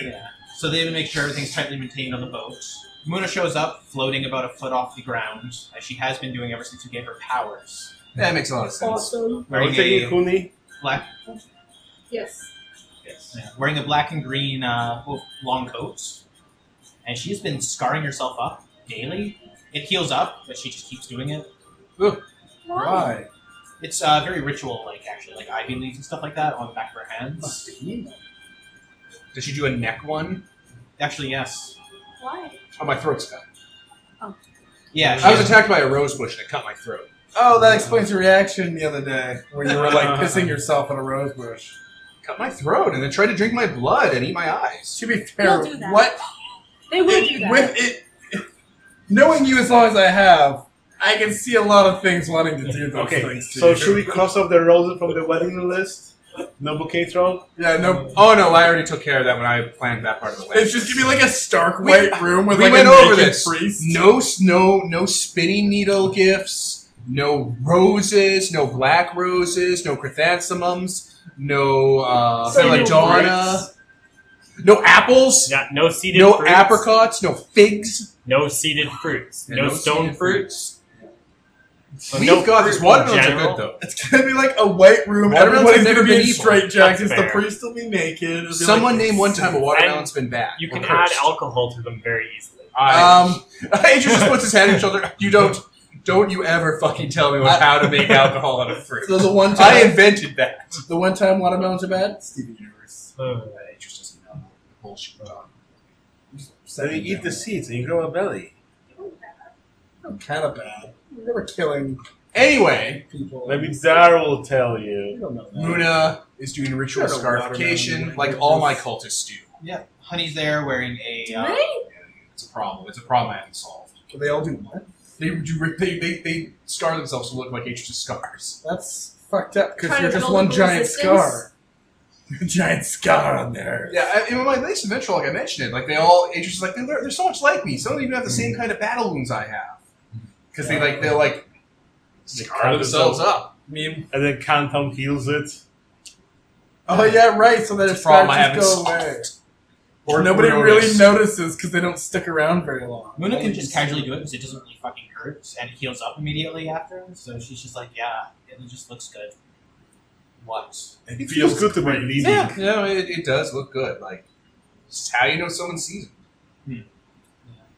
Speaker 3: Yeah. So they make sure everything's tightly maintained on the boat. Muna shows up, floating about a foot off the ground, as she has been doing ever since you gave her powers.
Speaker 2: That makes a lot of sense.
Speaker 5: Awesome.
Speaker 7: I would
Speaker 3: Wearing
Speaker 7: say
Speaker 3: a
Speaker 7: Kuni.
Speaker 3: black,
Speaker 5: Yes.
Speaker 3: yes, yeah, wearing a black and green uh, wo- long coat, and she's been scarring herself up daily. It heals up, but she just keeps doing it.
Speaker 5: Why?
Speaker 3: It's uh, very ritual-like, actually, like ivy leaves and stuff like that on the back of her hands.
Speaker 2: Does she do a neck one?
Speaker 3: Actually, yes,
Speaker 5: Why?
Speaker 2: Oh, my throat's cut.
Speaker 3: yeah.
Speaker 2: I was
Speaker 3: she-
Speaker 2: attacked by a rose bush and it cut my throat.
Speaker 4: Oh, that explains your reaction the other day, where you were like
Speaker 7: Uh,
Speaker 4: pissing yourself on a rose bush.
Speaker 2: Cut my throat and then tried to drink my blood and eat my eyes.
Speaker 4: To be fair,
Speaker 5: They'll do that.
Speaker 4: what
Speaker 5: They will do that.
Speaker 4: with it, knowing you as long as I have, I can see a lot of things wanting to do those
Speaker 7: Okay,
Speaker 4: things. To
Speaker 7: so
Speaker 4: you.
Speaker 7: should we cross off the roses from the wedding list? No bouquet roll?
Speaker 4: Yeah, no.
Speaker 2: Oh no, I already took care of that when I planned that part of the wedding.
Speaker 4: It's just gonna be like a stark
Speaker 2: We-
Speaker 4: white room with
Speaker 2: we
Speaker 4: like
Speaker 2: went
Speaker 4: a
Speaker 2: over
Speaker 4: naked
Speaker 2: this.
Speaker 4: priest.
Speaker 2: No, s- no, no spinning needle gifts. No roses. No black roses. No chrysanthemums. No uh,
Speaker 6: So no
Speaker 2: belladonna. No apples.
Speaker 6: yeah, no seeded
Speaker 2: no
Speaker 6: fruits.
Speaker 2: apricots. No figs.
Speaker 6: No seeded fruits.
Speaker 2: and
Speaker 6: No, stone
Speaker 2: seeded
Speaker 6: fruit. So
Speaker 2: We've
Speaker 6: no
Speaker 2: got
Speaker 6: fruit
Speaker 2: this.
Speaker 6: in
Speaker 2: Watermelons are
Speaker 6: general.
Speaker 2: good though.
Speaker 4: It's gonna be like a white room.
Speaker 2: Watermelons
Speaker 4: Everybody's
Speaker 2: have never
Speaker 4: gonna
Speaker 2: been
Speaker 4: be in
Speaker 2: equal.
Speaker 4: straitjackets.
Speaker 6: That's
Speaker 4: The
Speaker 6: fair.
Speaker 4: priest will be naked. It'll be like-
Speaker 2: Someone name one time a watermelon's been bad.
Speaker 6: You
Speaker 2: or
Speaker 6: can add
Speaker 2: cursed.
Speaker 6: alcohol to them very easily.
Speaker 2: Um, Adrian just puts his hand on his shoulder. You don't, don't you ever fucking tell me what, how to make alcohol out of fruit.
Speaker 4: So the one time
Speaker 2: I invented that.
Speaker 4: the one time watermelons are bad. Steven Universe.
Speaker 2: Adrian doesn't know bullshit.
Speaker 7: So you eat the seeds and you grow a belly.
Speaker 4: Kind of bad. They were killing
Speaker 2: Anyway,
Speaker 4: people.
Speaker 7: Maybe Dar will tell you.
Speaker 4: I don't know.
Speaker 2: Muna is doing ritual
Speaker 4: You're a
Speaker 2: scarification,
Speaker 4: watermelon.
Speaker 2: like all my cultists do.
Speaker 3: Honey's there wearing a. Uh,
Speaker 5: Really?
Speaker 2: It's a problem. It's a problem I haven't solved.
Speaker 4: Do They all do what?
Speaker 2: They do. They they, they scar themselves to look like Adrian's scars.
Speaker 4: That's fucked up because
Speaker 5: Trying
Speaker 4: you're
Speaker 5: to
Speaker 4: just
Speaker 5: build
Speaker 4: one
Speaker 5: up
Speaker 4: giant
Speaker 5: resistance?
Speaker 4: scar. giant scar on there.
Speaker 2: Yeah, I, in my latest adventure, like I mentioned, it, like they all Adrian's like they're, they're so much like me. Some of them even have the same kind of battle wounds I have because they like they're like scar
Speaker 7: cover
Speaker 2: themselves
Speaker 7: themselves.
Speaker 2: up.
Speaker 4: Meme.
Speaker 7: And then Canton heals it.
Speaker 4: Oh yeah, right. So that
Speaker 2: It's
Speaker 4: it's
Speaker 2: a problem I
Speaker 4: just
Speaker 2: haven't
Speaker 4: go
Speaker 2: solved.
Speaker 4: away. Or nobody
Speaker 2: Real
Speaker 4: really
Speaker 2: risk.
Speaker 4: notices because they don't stick around very long.
Speaker 3: Muna can just casually do it because it doesn't really fucking hurt, and it heals up immediately after. So she's just like, yeah, it just looks good. What?
Speaker 7: It feels good to be leading.
Speaker 2: Yeah, no, it, it does look good. Like, it's how you know someone sees it.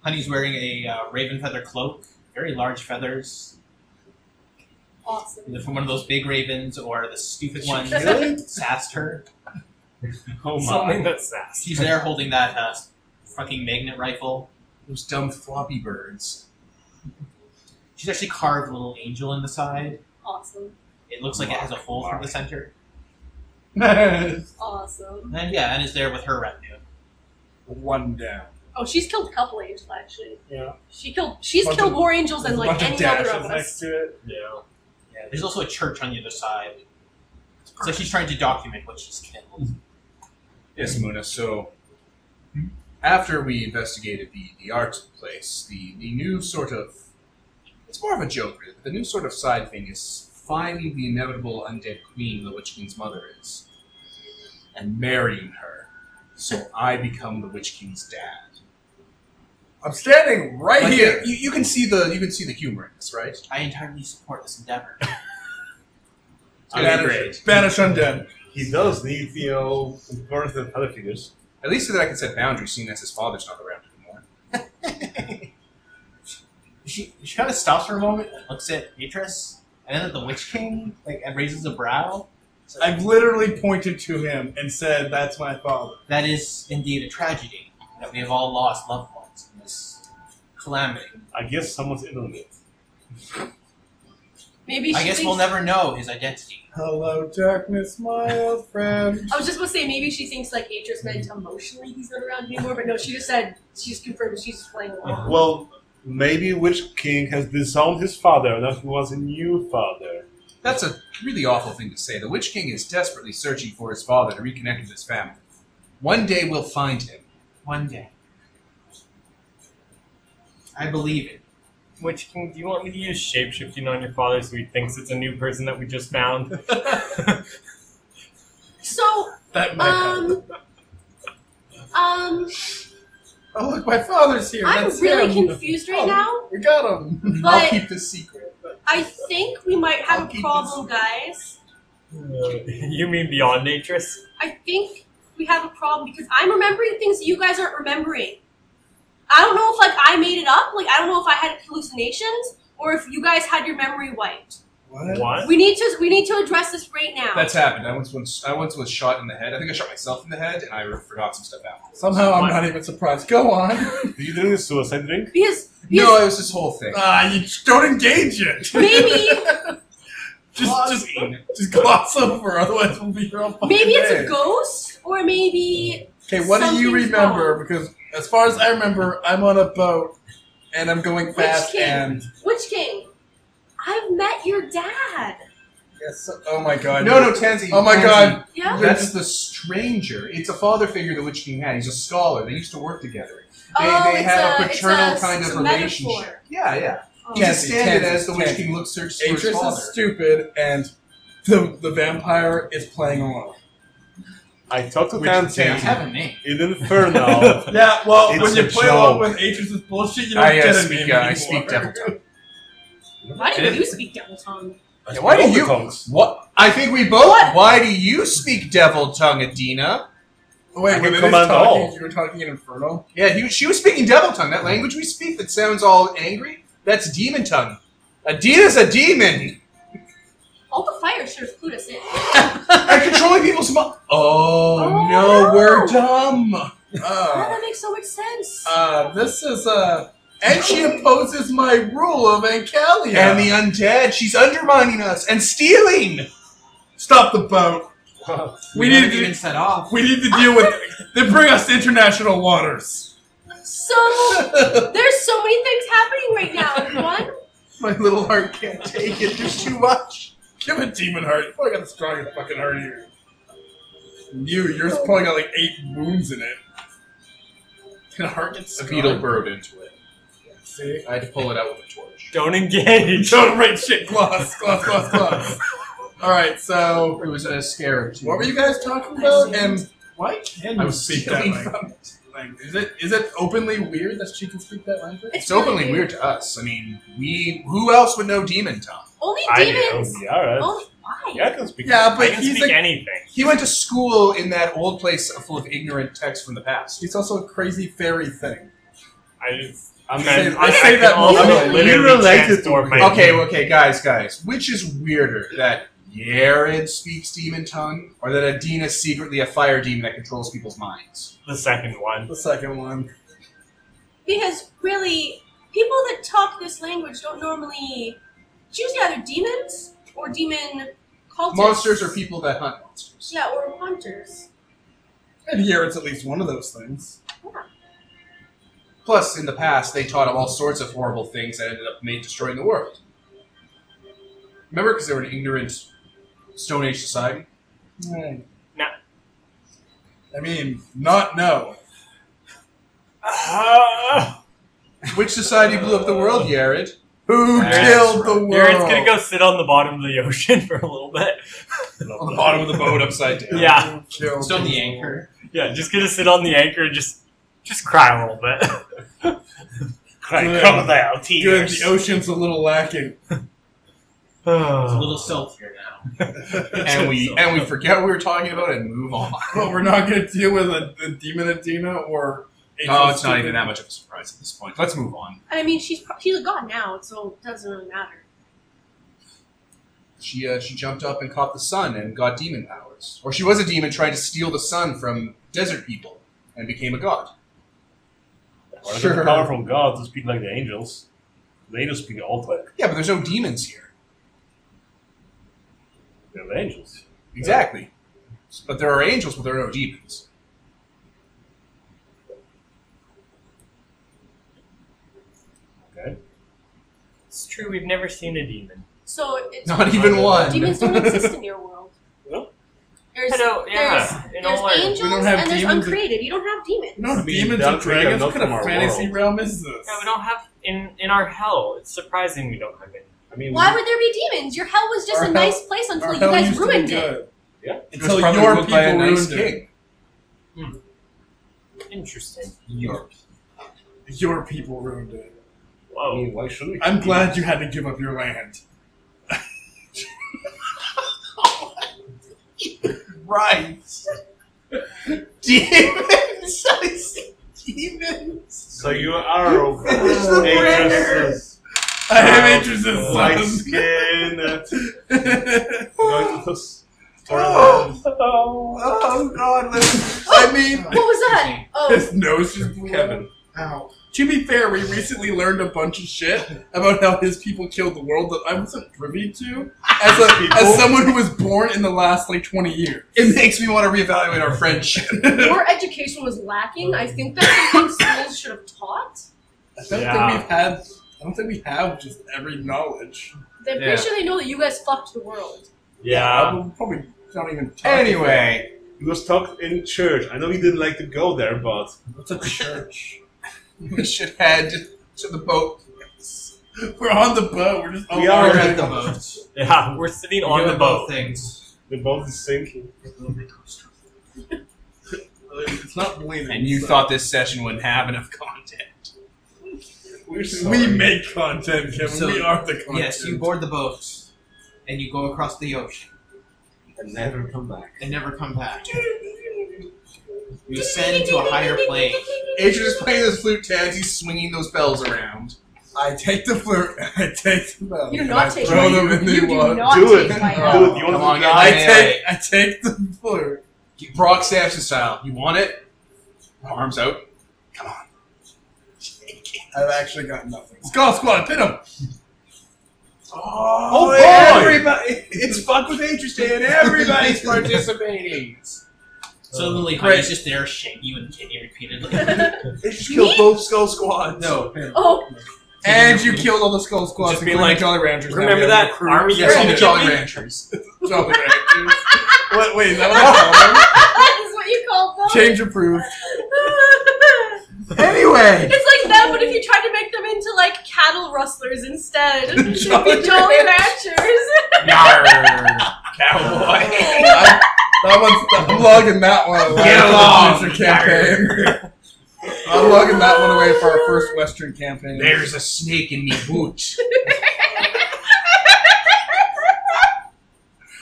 Speaker 3: Honey's wearing a uh, raven feather cloak, very large feathers,
Speaker 5: Awesome.
Speaker 3: either from one of those big ravens or the stupid one
Speaker 5: really?
Speaker 3: that sassed her.
Speaker 7: Oh
Speaker 6: Something
Speaker 7: my.
Speaker 6: that's sassy.
Speaker 3: She's there holding that uh, fucking magnet rifle.
Speaker 2: Those dumb floppy birds.
Speaker 3: She's actually carved a little angel in the side.
Speaker 5: Awesome.
Speaker 3: It looks like it has a hole through the center.
Speaker 5: Awesome.
Speaker 3: And yeah, and is there with her retinue.
Speaker 4: one down.
Speaker 5: Oh, she's killed a couple angels actually.
Speaker 7: Yeah.
Speaker 5: She killed. She's
Speaker 4: Bunch
Speaker 5: killed
Speaker 4: of-
Speaker 5: more angels than
Speaker 4: There's a
Speaker 5: like
Speaker 4: bunch of
Speaker 5: any other
Speaker 4: dashes
Speaker 5: of
Speaker 4: next
Speaker 5: us.
Speaker 4: to it.
Speaker 6: Yeah.
Speaker 3: Yeah, there's also a church on the other side. So she's trying to document what she's killed.
Speaker 2: Yes, Muna, so after we investigated the, the art place, the, the new sort of. It's more of a joke, really, but the new sort of side thing is finding the inevitable undead queen the Witch King's mother is and marrying her. So I become the Witch King's dad.
Speaker 4: I'm standing right
Speaker 2: Like,
Speaker 4: here.
Speaker 2: You, you can see the you can see the humor in this, right?
Speaker 3: I entirely support this endeavor.
Speaker 2: That'd be
Speaker 4: Banish- Banish undead.
Speaker 7: He does need, you know, worse than other figures.
Speaker 2: At least so that I can set boundaries, seeing as his father's not around anymore.
Speaker 3: She, she kind of stops for a moment and looks at Beatrice And then the Witch King like raises a brow. It's like,
Speaker 4: I've literally pointed to him and said, "That's my father."
Speaker 3: that is indeed a tragedy that we have all lost loved ones in this calamity.
Speaker 7: I guess someone's in on it.
Speaker 5: Maybe she
Speaker 3: I guess
Speaker 5: thinks,
Speaker 3: we'll never know his identity.
Speaker 4: Hello, darkness, my old friend.
Speaker 5: I was just gonna say maybe she thinks like Atrus meant emotionally he's not around anymore, but no, she just said she just confirmed she's just playing along.
Speaker 7: Well, maybe Witch King has disowned his father, now he wants a new father.
Speaker 2: That's a really awful thing to say. The Witch King is desperately searching for his father to reconnect with his family. One day we'll find him.
Speaker 3: One day. I believe it.
Speaker 6: Which do you want me to use shapeshifting on your father so he thinks it's a new person that we just found?
Speaker 5: So
Speaker 4: That might happen.
Speaker 5: um um
Speaker 4: Oh look, my father's here.
Speaker 5: I'm
Speaker 4: That's
Speaker 5: really
Speaker 4: him.
Speaker 5: confused right
Speaker 4: Oh,
Speaker 5: now,
Speaker 4: We got him.
Speaker 2: I'll
Speaker 5: but
Speaker 2: keep this secret.
Speaker 5: I think we might
Speaker 2: I'll
Speaker 5: have
Speaker 2: keep
Speaker 5: a
Speaker 2: this-
Speaker 5: problem, guys.
Speaker 6: you mean beyond Atris?
Speaker 5: I think we have a problem because I'm remembering things that you guys aren't remembering. I don't know if like I made it up, like I don't know if I had hallucinations or if you guys had your memory wiped.
Speaker 4: What?
Speaker 6: What?
Speaker 5: We need to we need to address this right now.
Speaker 2: That's happened. I once, once I once was shot in the head. I think I shot myself in the head, and I re- forgot some stuff out.
Speaker 4: Somehow I'm not even surprised. Go on.
Speaker 7: Did you drink a suicide drink?
Speaker 5: because because
Speaker 2: No, it was this whole thing.
Speaker 4: Ah, you just don't engage it.
Speaker 5: maybe
Speaker 4: just, just, just gloss over. Otherwise, we'll be here all fucking
Speaker 5: maybe it's a
Speaker 4: day.
Speaker 5: ghost or maybe
Speaker 4: Okay, what do you
Speaker 5: Something's
Speaker 4: remember? Because as far as I remember, I'm on a boat and I'm going fast
Speaker 5: King?
Speaker 4: and
Speaker 5: Witch King. I've met your dad.
Speaker 4: yes. Oh my god.
Speaker 2: No, no, Tansy.
Speaker 4: Oh my
Speaker 2: Tansy.
Speaker 4: god.
Speaker 5: Yeah.
Speaker 2: That's the stranger. It's a father figure the Witch King had. He's a scholar. They used to work together. They,
Speaker 5: oh,
Speaker 2: they
Speaker 5: it's
Speaker 2: had
Speaker 5: a,
Speaker 2: a paternal
Speaker 5: it's a,
Speaker 2: kind
Speaker 5: it's
Speaker 2: of
Speaker 5: a
Speaker 2: relationship.
Speaker 5: Metaphor.
Speaker 2: Yeah, yeah.
Speaker 5: Oh.
Speaker 2: He's a
Speaker 4: Tansy,
Speaker 2: stand-in
Speaker 4: Tansy,
Speaker 2: as the Witch
Speaker 4: Tansy.
Speaker 2: King looks search for his
Speaker 4: Atris
Speaker 2: father.
Speaker 4: is stupid and the the vampire is playing along.
Speaker 7: I talked to
Speaker 2: Witch
Speaker 7: Tansy
Speaker 2: King.
Speaker 7: in
Speaker 2: Have a name.
Speaker 7: Inferno.
Speaker 4: Yeah, well,
Speaker 7: It's
Speaker 4: when you
Speaker 7: a
Speaker 4: play along
Speaker 7: joke.
Speaker 4: with Atris's bullshit, you don't
Speaker 2: I
Speaker 4: get
Speaker 2: uh,
Speaker 4: it.
Speaker 2: speak. Uh, I speak devil tongue.
Speaker 5: Why did you speak devil tongue?
Speaker 2: Yeah, why do
Speaker 7: All the
Speaker 2: you?
Speaker 7: tongues.
Speaker 2: What? I think we both. Why do you speak devil tongue, Adina?
Speaker 7: I
Speaker 4: Oh, Wait,
Speaker 7: can
Speaker 4: when it is
Speaker 7: command
Speaker 4: talking,
Speaker 7: all.
Speaker 4: you were talking in Inferno.
Speaker 2: Yeah, he, she was speaking devil tongue. That language we speak that sounds all angry. That's demon tongue. Adina's a demon.
Speaker 5: All the fire should have clued us in.
Speaker 2: Uh. and controlling people's. Mo- oh
Speaker 5: Oh.
Speaker 2: no, we're dumb.
Speaker 5: Wow,
Speaker 4: Oh.
Speaker 5: that makes so much sense.
Speaker 4: Uh, this is uh, and she opposes my rule of Ancalia.
Speaker 2: And the undead. She's undermining us and stealing.
Speaker 4: stop the boat. We need
Speaker 2: haven't
Speaker 4: to
Speaker 2: even
Speaker 3: Set off.
Speaker 4: we need to deal with. They bring us to international waters.
Speaker 5: so there's so many things happening right now. One,
Speaker 2: My little heart can't take it. There's too much.
Speaker 4: Give a demon heart. You probably got the strongest fucking heart here. You, yours probably got like eight wounds in it. Can a heart get
Speaker 2: A
Speaker 4: scarred?
Speaker 2: beetle burrowed into it.
Speaker 4: See?
Speaker 2: I had to pull it out with a torch.
Speaker 6: Don't engage.
Speaker 4: Don't write shit. Gloss, gloss, gloss, gloss. All right, so
Speaker 2: It was a scare. Too.
Speaker 4: what were you guys talking about? And why can
Speaker 2: I
Speaker 4: you
Speaker 2: was
Speaker 4: speak that
Speaker 2: stealing
Speaker 4: language?
Speaker 2: from it.
Speaker 4: Like, Is it is it openly weird that she can speak that language?
Speaker 5: it's,
Speaker 2: It's openly
Speaker 5: really
Speaker 2: weird to us. I mean, we who else would know demon tongue?
Speaker 5: Only
Speaker 6: I do.
Speaker 5: demons.
Speaker 7: Yeah, all right.
Speaker 5: Only why?
Speaker 7: Yeah, I can speak.
Speaker 4: Yeah,
Speaker 6: I
Speaker 4: but
Speaker 6: can
Speaker 4: he's
Speaker 6: speak
Speaker 4: a,
Speaker 6: anything.
Speaker 2: He went to school in that old place full of ignorant texts from the past.
Speaker 4: he's also a crazy fairy thing.
Speaker 6: I just. I'm
Speaker 4: say-
Speaker 6: an-
Speaker 4: I say
Speaker 6: can
Speaker 4: that
Speaker 6: also
Speaker 4: more than-
Speaker 6: literally
Speaker 7: You're related
Speaker 6: transform
Speaker 7: to-
Speaker 6: my
Speaker 2: Okay, okay, guys, guys. Which is weirder, that Yared speaks demon tongue, or that Adina's secretly a fire demon that controls people's minds?
Speaker 6: The second one.
Speaker 4: The second one.
Speaker 5: Because really, people that talk this language don't normally choose either demons or demon cultists.
Speaker 2: Monsters are people that hunt monsters.
Speaker 5: Yeah, or hunters.
Speaker 4: And here it's at least one of those things.
Speaker 2: Plus, in the past, they taught him all sorts of horrible things that ended up made destroying the world. Remember, because they were an ignorant Stone Age society.
Speaker 4: Right.
Speaker 6: Nah.
Speaker 4: I mean, not no.
Speaker 6: Ah,
Speaker 2: Which society blew up the world, Yared?
Speaker 4: Who
Speaker 2: That's
Speaker 4: killed the world?
Speaker 6: Garrett's gonna go sit on the bottom of the ocean for a little bit.
Speaker 2: On the bottom of the boat, upside down.
Speaker 6: Yeah.
Speaker 4: Who killed
Speaker 3: Still
Speaker 4: the
Speaker 3: the
Speaker 4: world?
Speaker 3: anchor.
Speaker 6: Yeah, just gonna sit on the anchor and just just cry a little bit.
Speaker 7: Cry
Speaker 4: Good.
Speaker 7: crocodile
Speaker 4: Good,
Speaker 7: tears.
Speaker 4: the ocean's a little lacking.
Speaker 3: It's a little silkier now.
Speaker 2: and we and we forget what we were talking about and move on.
Speaker 4: But we're not gonna deal with a, the demon Adina or a
Speaker 2: Oh, it's not even that much of a surprise at this point. Let's move on.
Speaker 5: And I mean, she's pro- she's a god now, so it doesn't really matter.
Speaker 2: she uh, she jumped up and caught the sun and got demon powers. Or she was a demon trying to steal the sun from desert people and became a god.
Speaker 7: Or I got
Speaker 2: Sure.
Speaker 7: the power from God to speak like the angels. The angels speak Altec.
Speaker 2: Yeah, but there's no demons here.
Speaker 7: They're the angels.
Speaker 2: Exactly. But there are angels, but there are no demons.
Speaker 7: Okay.
Speaker 6: It's true, we've never seen a demon.
Speaker 5: So it's
Speaker 2: Not even one.
Speaker 5: demons don't exist in your world.
Speaker 6: No.
Speaker 5: There's,
Speaker 6: I know, yeah. in
Speaker 5: there's
Speaker 6: all our-
Speaker 5: angels
Speaker 4: don't have
Speaker 5: and there's
Speaker 4: demons that-
Speaker 5: uncreated. You don't have demons.
Speaker 4: No,
Speaker 7: mean,
Speaker 4: demons
Speaker 7: that
Speaker 4: and dragons.
Speaker 7: figure
Speaker 4: What kind
Speaker 7: not
Speaker 4: of
Speaker 7: from our
Speaker 4: fantasy
Speaker 7: world.
Speaker 4: realm is this?
Speaker 6: Yeah, we don't have in in our hell. It's surprising we don't have any.
Speaker 7: I mean,
Speaker 5: Why would there be demons? Your hell was just
Speaker 4: Our
Speaker 5: a
Speaker 4: hell-
Speaker 5: nice place until
Speaker 4: Our
Speaker 5: you
Speaker 4: hell
Speaker 5: guys
Speaker 4: used to be
Speaker 5: ruined it.
Speaker 4: good.
Speaker 7: Yeah.
Speaker 2: It was
Speaker 4: Until
Speaker 2: probably
Speaker 4: your
Speaker 2: ruled by a
Speaker 4: people
Speaker 2: nice
Speaker 4: ruined it.
Speaker 2: king.
Speaker 6: Interesting.
Speaker 2: Europe.
Speaker 4: Your people ruined it.
Speaker 7: I
Speaker 6: Whoa.
Speaker 7: mean, why should we?
Speaker 4: I'm glad you had to give up your land.
Speaker 2: Right. demons. I see demons.
Speaker 16: So you are over.
Speaker 4: It's the
Speaker 16: Aegis'
Speaker 4: I am interested. in
Speaker 16: White
Speaker 4: some-
Speaker 16: skin. uh, noiseless.
Speaker 4: oh, oh God! listen, I mean,
Speaker 5: What was that? Oh,
Speaker 4: his nose is blue.
Speaker 7: Kevin.
Speaker 4: Ow. To be fair, we recently learned a bunch of shit about how his people killed the world that I wasn't privy to as a, as someone who was born in the last like twenty years.
Speaker 2: It makes me want to reevaluate our friendship.
Speaker 5: Oh. your education was lacking. I think that's something schools should have taught.
Speaker 4: I don't
Speaker 6: Yeah.
Speaker 4: think we've had. I don't think we have just every knowledge.
Speaker 5: They're
Speaker 2: Yeah.
Speaker 5: pretty sure they know that you guys fucked the world.
Speaker 6: Yeah.
Speaker 4: Probably- probably don't even. Talk
Speaker 2: anyway,
Speaker 16: He was taught in church. I know he didn't like to go there, but
Speaker 4: about it. what's a church?
Speaker 2: we should head to the boat.
Speaker 4: we're on the boat. We're just.
Speaker 16: We are
Speaker 4: over
Speaker 16: at
Speaker 4: it.
Speaker 16: the boat.
Speaker 6: Yeah, we're sitting
Speaker 2: We're
Speaker 6: on the
Speaker 2: doing
Speaker 6: boat.
Speaker 2: Things.
Speaker 16: The boat is sinking.
Speaker 4: It's not bleeding.
Speaker 2: And you
Speaker 4: so-
Speaker 2: thought this session wouldn't have enough content.
Speaker 16: We're
Speaker 4: we
Speaker 16: sorry.
Speaker 4: make content, Kevin.
Speaker 2: So-
Speaker 4: we are the content.
Speaker 2: Yes, you board the boat, and you go across the ocean
Speaker 16: and never come back.
Speaker 2: and never come back. You ascend to a higher plane.
Speaker 17: Adrian is playing his flute as he's swinging those bells around.
Speaker 4: I take the flirt. I take the bell.
Speaker 5: You do
Speaker 4: and
Speaker 5: not
Speaker 4: I
Speaker 5: take
Speaker 4: throw
Speaker 5: my-
Speaker 4: them in the
Speaker 5: You do
Speaker 4: water.
Speaker 5: not
Speaker 16: Do it.
Speaker 5: take my
Speaker 16: Do it.
Speaker 5: help.
Speaker 16: You want
Speaker 2: Come on,
Speaker 16: to
Speaker 2: get
Speaker 4: I
Speaker 16: die?
Speaker 2: Hey, hey.
Speaker 4: take. I take the flirt.
Speaker 2: Brock Sampson style. You want it? Arms out.
Speaker 4: I've actually got nothing. Skull Squad, pin him.
Speaker 17: Oh,
Speaker 4: boy!
Speaker 17: Everybody, it's fuck with Adrian. Everybody's participating.
Speaker 3: So Lily
Speaker 2: Great.
Speaker 3: Honey's just there shaking you in the kidney repeatedly.
Speaker 17: They just killed both skull squads.
Speaker 2: No.
Speaker 5: Oh,
Speaker 4: And you killed all the Skull Squads,
Speaker 6: Just be
Speaker 4: including
Speaker 6: like,
Speaker 4: the Jolly Ranchers. Now
Speaker 6: Remember
Speaker 4: we have
Speaker 6: that army
Speaker 4: Yes,
Speaker 2: Yes,
Speaker 4: all
Speaker 2: all
Speaker 4: the
Speaker 2: the
Speaker 6: that-
Speaker 2: Jolly Ranchers.
Speaker 4: the Jolly Ranchers. What? Wait, is that what I call them?
Speaker 5: that is what you call them.
Speaker 4: Change approved.
Speaker 5: it's
Speaker 4: Anyway,
Speaker 5: like that, but if you tried to make them into like cattle rustlers instead, it'd be
Speaker 4: Jolly
Speaker 5: Jolly Ranchers.
Speaker 2: Yar, cowboy.
Speaker 4: I'm, that one's, I'm logging that one away.
Speaker 2: Get
Speaker 4: for the
Speaker 2: along,
Speaker 4: future campaign. I'm logging that one away for our first Western campaign.
Speaker 2: There's a snake in me boot.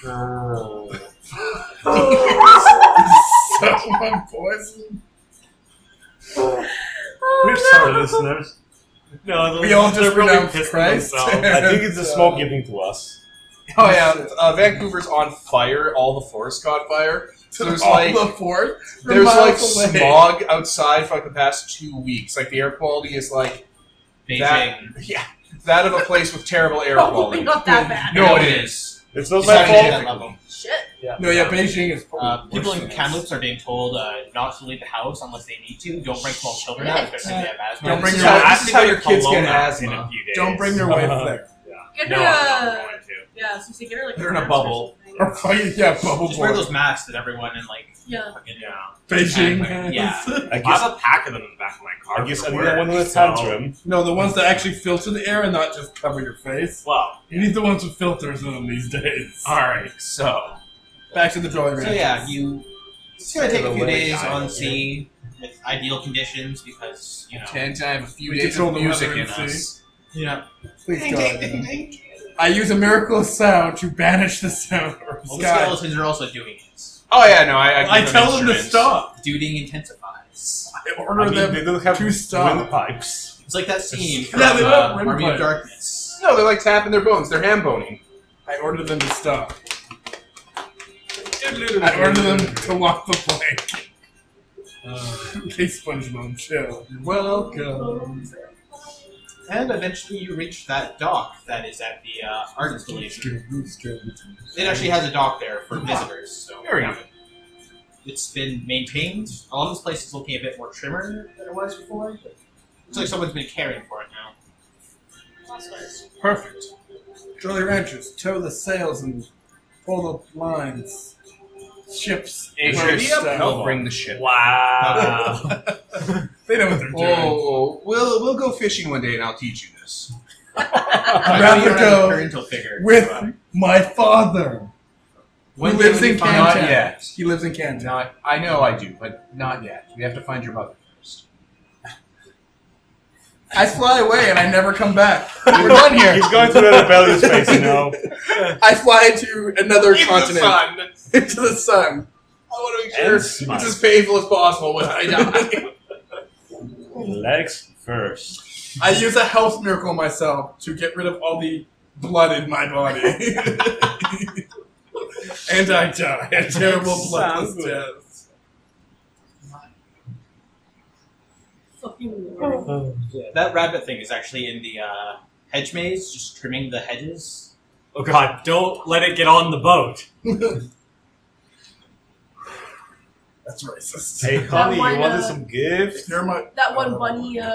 Speaker 4: someone poison.
Speaker 5: Oh,
Speaker 7: We're sorry, listeners. No, the
Speaker 4: We all
Speaker 7: listeners
Speaker 4: just
Speaker 7: are really
Speaker 4: pronounced
Speaker 7: pissed
Speaker 4: Christ.
Speaker 7: themselves. I think it's the smoke giving to us.
Speaker 2: Oh yeah, uh, Vancouver's on fire. All the forests caught fire. So there's
Speaker 4: All
Speaker 2: like
Speaker 4: the fort. They're
Speaker 2: there's like
Speaker 4: miles away.
Speaker 2: smog outside for like the past two weeks. Like the air quality is like
Speaker 3: Beijing.
Speaker 2: That- yeah that of a place with terrible air
Speaker 5: Probably
Speaker 2: quality.
Speaker 5: not that bad.
Speaker 2: No, it is.
Speaker 7: It's not
Speaker 2: It's
Speaker 7: my
Speaker 2: not
Speaker 7: fault.
Speaker 2: anything.
Speaker 3: That level.
Speaker 5: Shit.
Speaker 4: No, yeah, Beijing is.
Speaker 3: Uh, people in
Speaker 4: Canada.
Speaker 3: Kamloops are being told uh, not to leave the house unless they need to. Don't bring small children out, especially if they have asthma.
Speaker 4: Don't bring
Speaker 6: This
Speaker 4: your-
Speaker 6: is how-
Speaker 2: this is how your kids
Speaker 6: Kelowna
Speaker 2: get asthma.
Speaker 6: in a few days.
Speaker 4: Don't bring your wife
Speaker 7: Uh-huh.
Speaker 4: there.
Speaker 5: Get
Speaker 6: No,
Speaker 5: her
Speaker 6: I'm not
Speaker 5: a.
Speaker 6: going to.
Speaker 5: Yeah, so you get her like.
Speaker 2: They're in a
Speaker 5: mask or
Speaker 2: bubble.
Speaker 5: something.
Speaker 4: Or fucking yeah, bubble
Speaker 3: Just wear
Speaker 4: board.
Speaker 3: those masks that everyone in like
Speaker 5: Yeah.
Speaker 3: fucking you know,
Speaker 4: Beijing.
Speaker 3: Yeah.
Speaker 4: has.
Speaker 7: I
Speaker 6: I
Speaker 7: guess
Speaker 6: have a pack of them in the back of my car.
Speaker 7: I guess
Speaker 6: for
Speaker 7: I need
Speaker 6: work,
Speaker 7: one with a
Speaker 6: so-
Speaker 7: tantrum.
Speaker 4: No, the ones that actually filter the air and not just cover your face.
Speaker 6: Well,
Speaker 4: You need the ones with filters in them these days.
Speaker 6: all right. So
Speaker 4: Back to the Jolly Ranchers.
Speaker 3: So yeah, you it's gonna take a few
Speaker 2: Lily
Speaker 3: days
Speaker 2: died
Speaker 3: on
Speaker 2: over
Speaker 3: sea with ideal conditions because you know.
Speaker 2: Tend to have a few
Speaker 4: We
Speaker 2: days
Speaker 4: control
Speaker 2: of
Speaker 4: the
Speaker 2: music
Speaker 4: weather
Speaker 2: in
Speaker 4: and
Speaker 2: us.
Speaker 3: Yeah.
Speaker 4: Please God, no. I use a miracle of sound to banish the sound from
Speaker 3: All the
Speaker 4: sky.
Speaker 3: skeletons are also doing it.
Speaker 2: Oh yeah, no, I I,
Speaker 4: I
Speaker 2: give
Speaker 4: tell them to
Speaker 2: instruments.
Speaker 4: stop.
Speaker 3: Duding intensifies.
Speaker 4: I
Speaker 7: I
Speaker 4: order
Speaker 7: mean,
Speaker 4: them.
Speaker 7: they don't have
Speaker 4: to stop.
Speaker 7: windpipes.
Speaker 3: It's like that scene
Speaker 4: Yeah,
Speaker 3: from
Speaker 4: they
Speaker 3: uh,
Speaker 4: went rim
Speaker 3: Army of
Speaker 4: pipe.
Speaker 3: Darkness.
Speaker 2: No, they're like tapping their bones. They're ham boning.
Speaker 18: I ordered them to stop.
Speaker 4: I ordered them to lock the plank. In case SpongeBob chill.
Speaker 18: Welcome.
Speaker 3: And eventually you reach that dock that is at the uh, art installation. It actually has a dock there for visitors, so
Speaker 2: Very good.
Speaker 3: it's been maintained. A lot of this place is looking a bit more trimmer than it was before. But it's like someone's been caring for it now.
Speaker 18: Perfect. Jolly Ranchers, tow the sails and pull the lines. Ships.
Speaker 2: Adrius
Speaker 18: first, uh,
Speaker 2: will bring the ship.
Speaker 6: Wow.
Speaker 18: They know what they're doing.
Speaker 2: Oh, we'll we'll go fishing one day and I'll teach you this.
Speaker 3: I know
Speaker 18: rather
Speaker 3: you're not a
Speaker 18: go
Speaker 3: parental figure,
Speaker 18: with-
Speaker 3: so, uh,
Speaker 18: My father.
Speaker 2: When
Speaker 18: lives
Speaker 2: did we
Speaker 18: in
Speaker 2: find-
Speaker 18: Canton.
Speaker 2: Not yet.
Speaker 18: He lives in Canton.
Speaker 2: Not, I know I do, but not yet. We have to find your mother first.
Speaker 4: I fly away and I never come back. We're done here.
Speaker 7: He's going through a rebellious phase, you know.
Speaker 4: I fly to another
Speaker 19: Into the
Speaker 4: continent.
Speaker 19: sun.
Speaker 4: Into the sun. I want to make sure
Speaker 7: And
Speaker 4: it's
Speaker 7: smile.
Speaker 4: as painful as possible when I die.
Speaker 7: Legs first.
Speaker 4: I use a health miracle on myself to get rid of all the blood in my body. and I die. A terrible bloodless death.
Speaker 5: Fucking
Speaker 3: Oh.
Speaker 5: lord.
Speaker 3: that rabbit thing is actually in the uh, hedge maze, just trimming the hedges.
Speaker 6: oh god, don't let it get on the boat.
Speaker 4: That's racist.
Speaker 7: Hey, honey,
Speaker 5: one,
Speaker 7: you wanted
Speaker 5: uh,
Speaker 7: some gifts?
Speaker 4: You're my
Speaker 5: That
Speaker 6: Oh.
Speaker 5: one bunny, uh,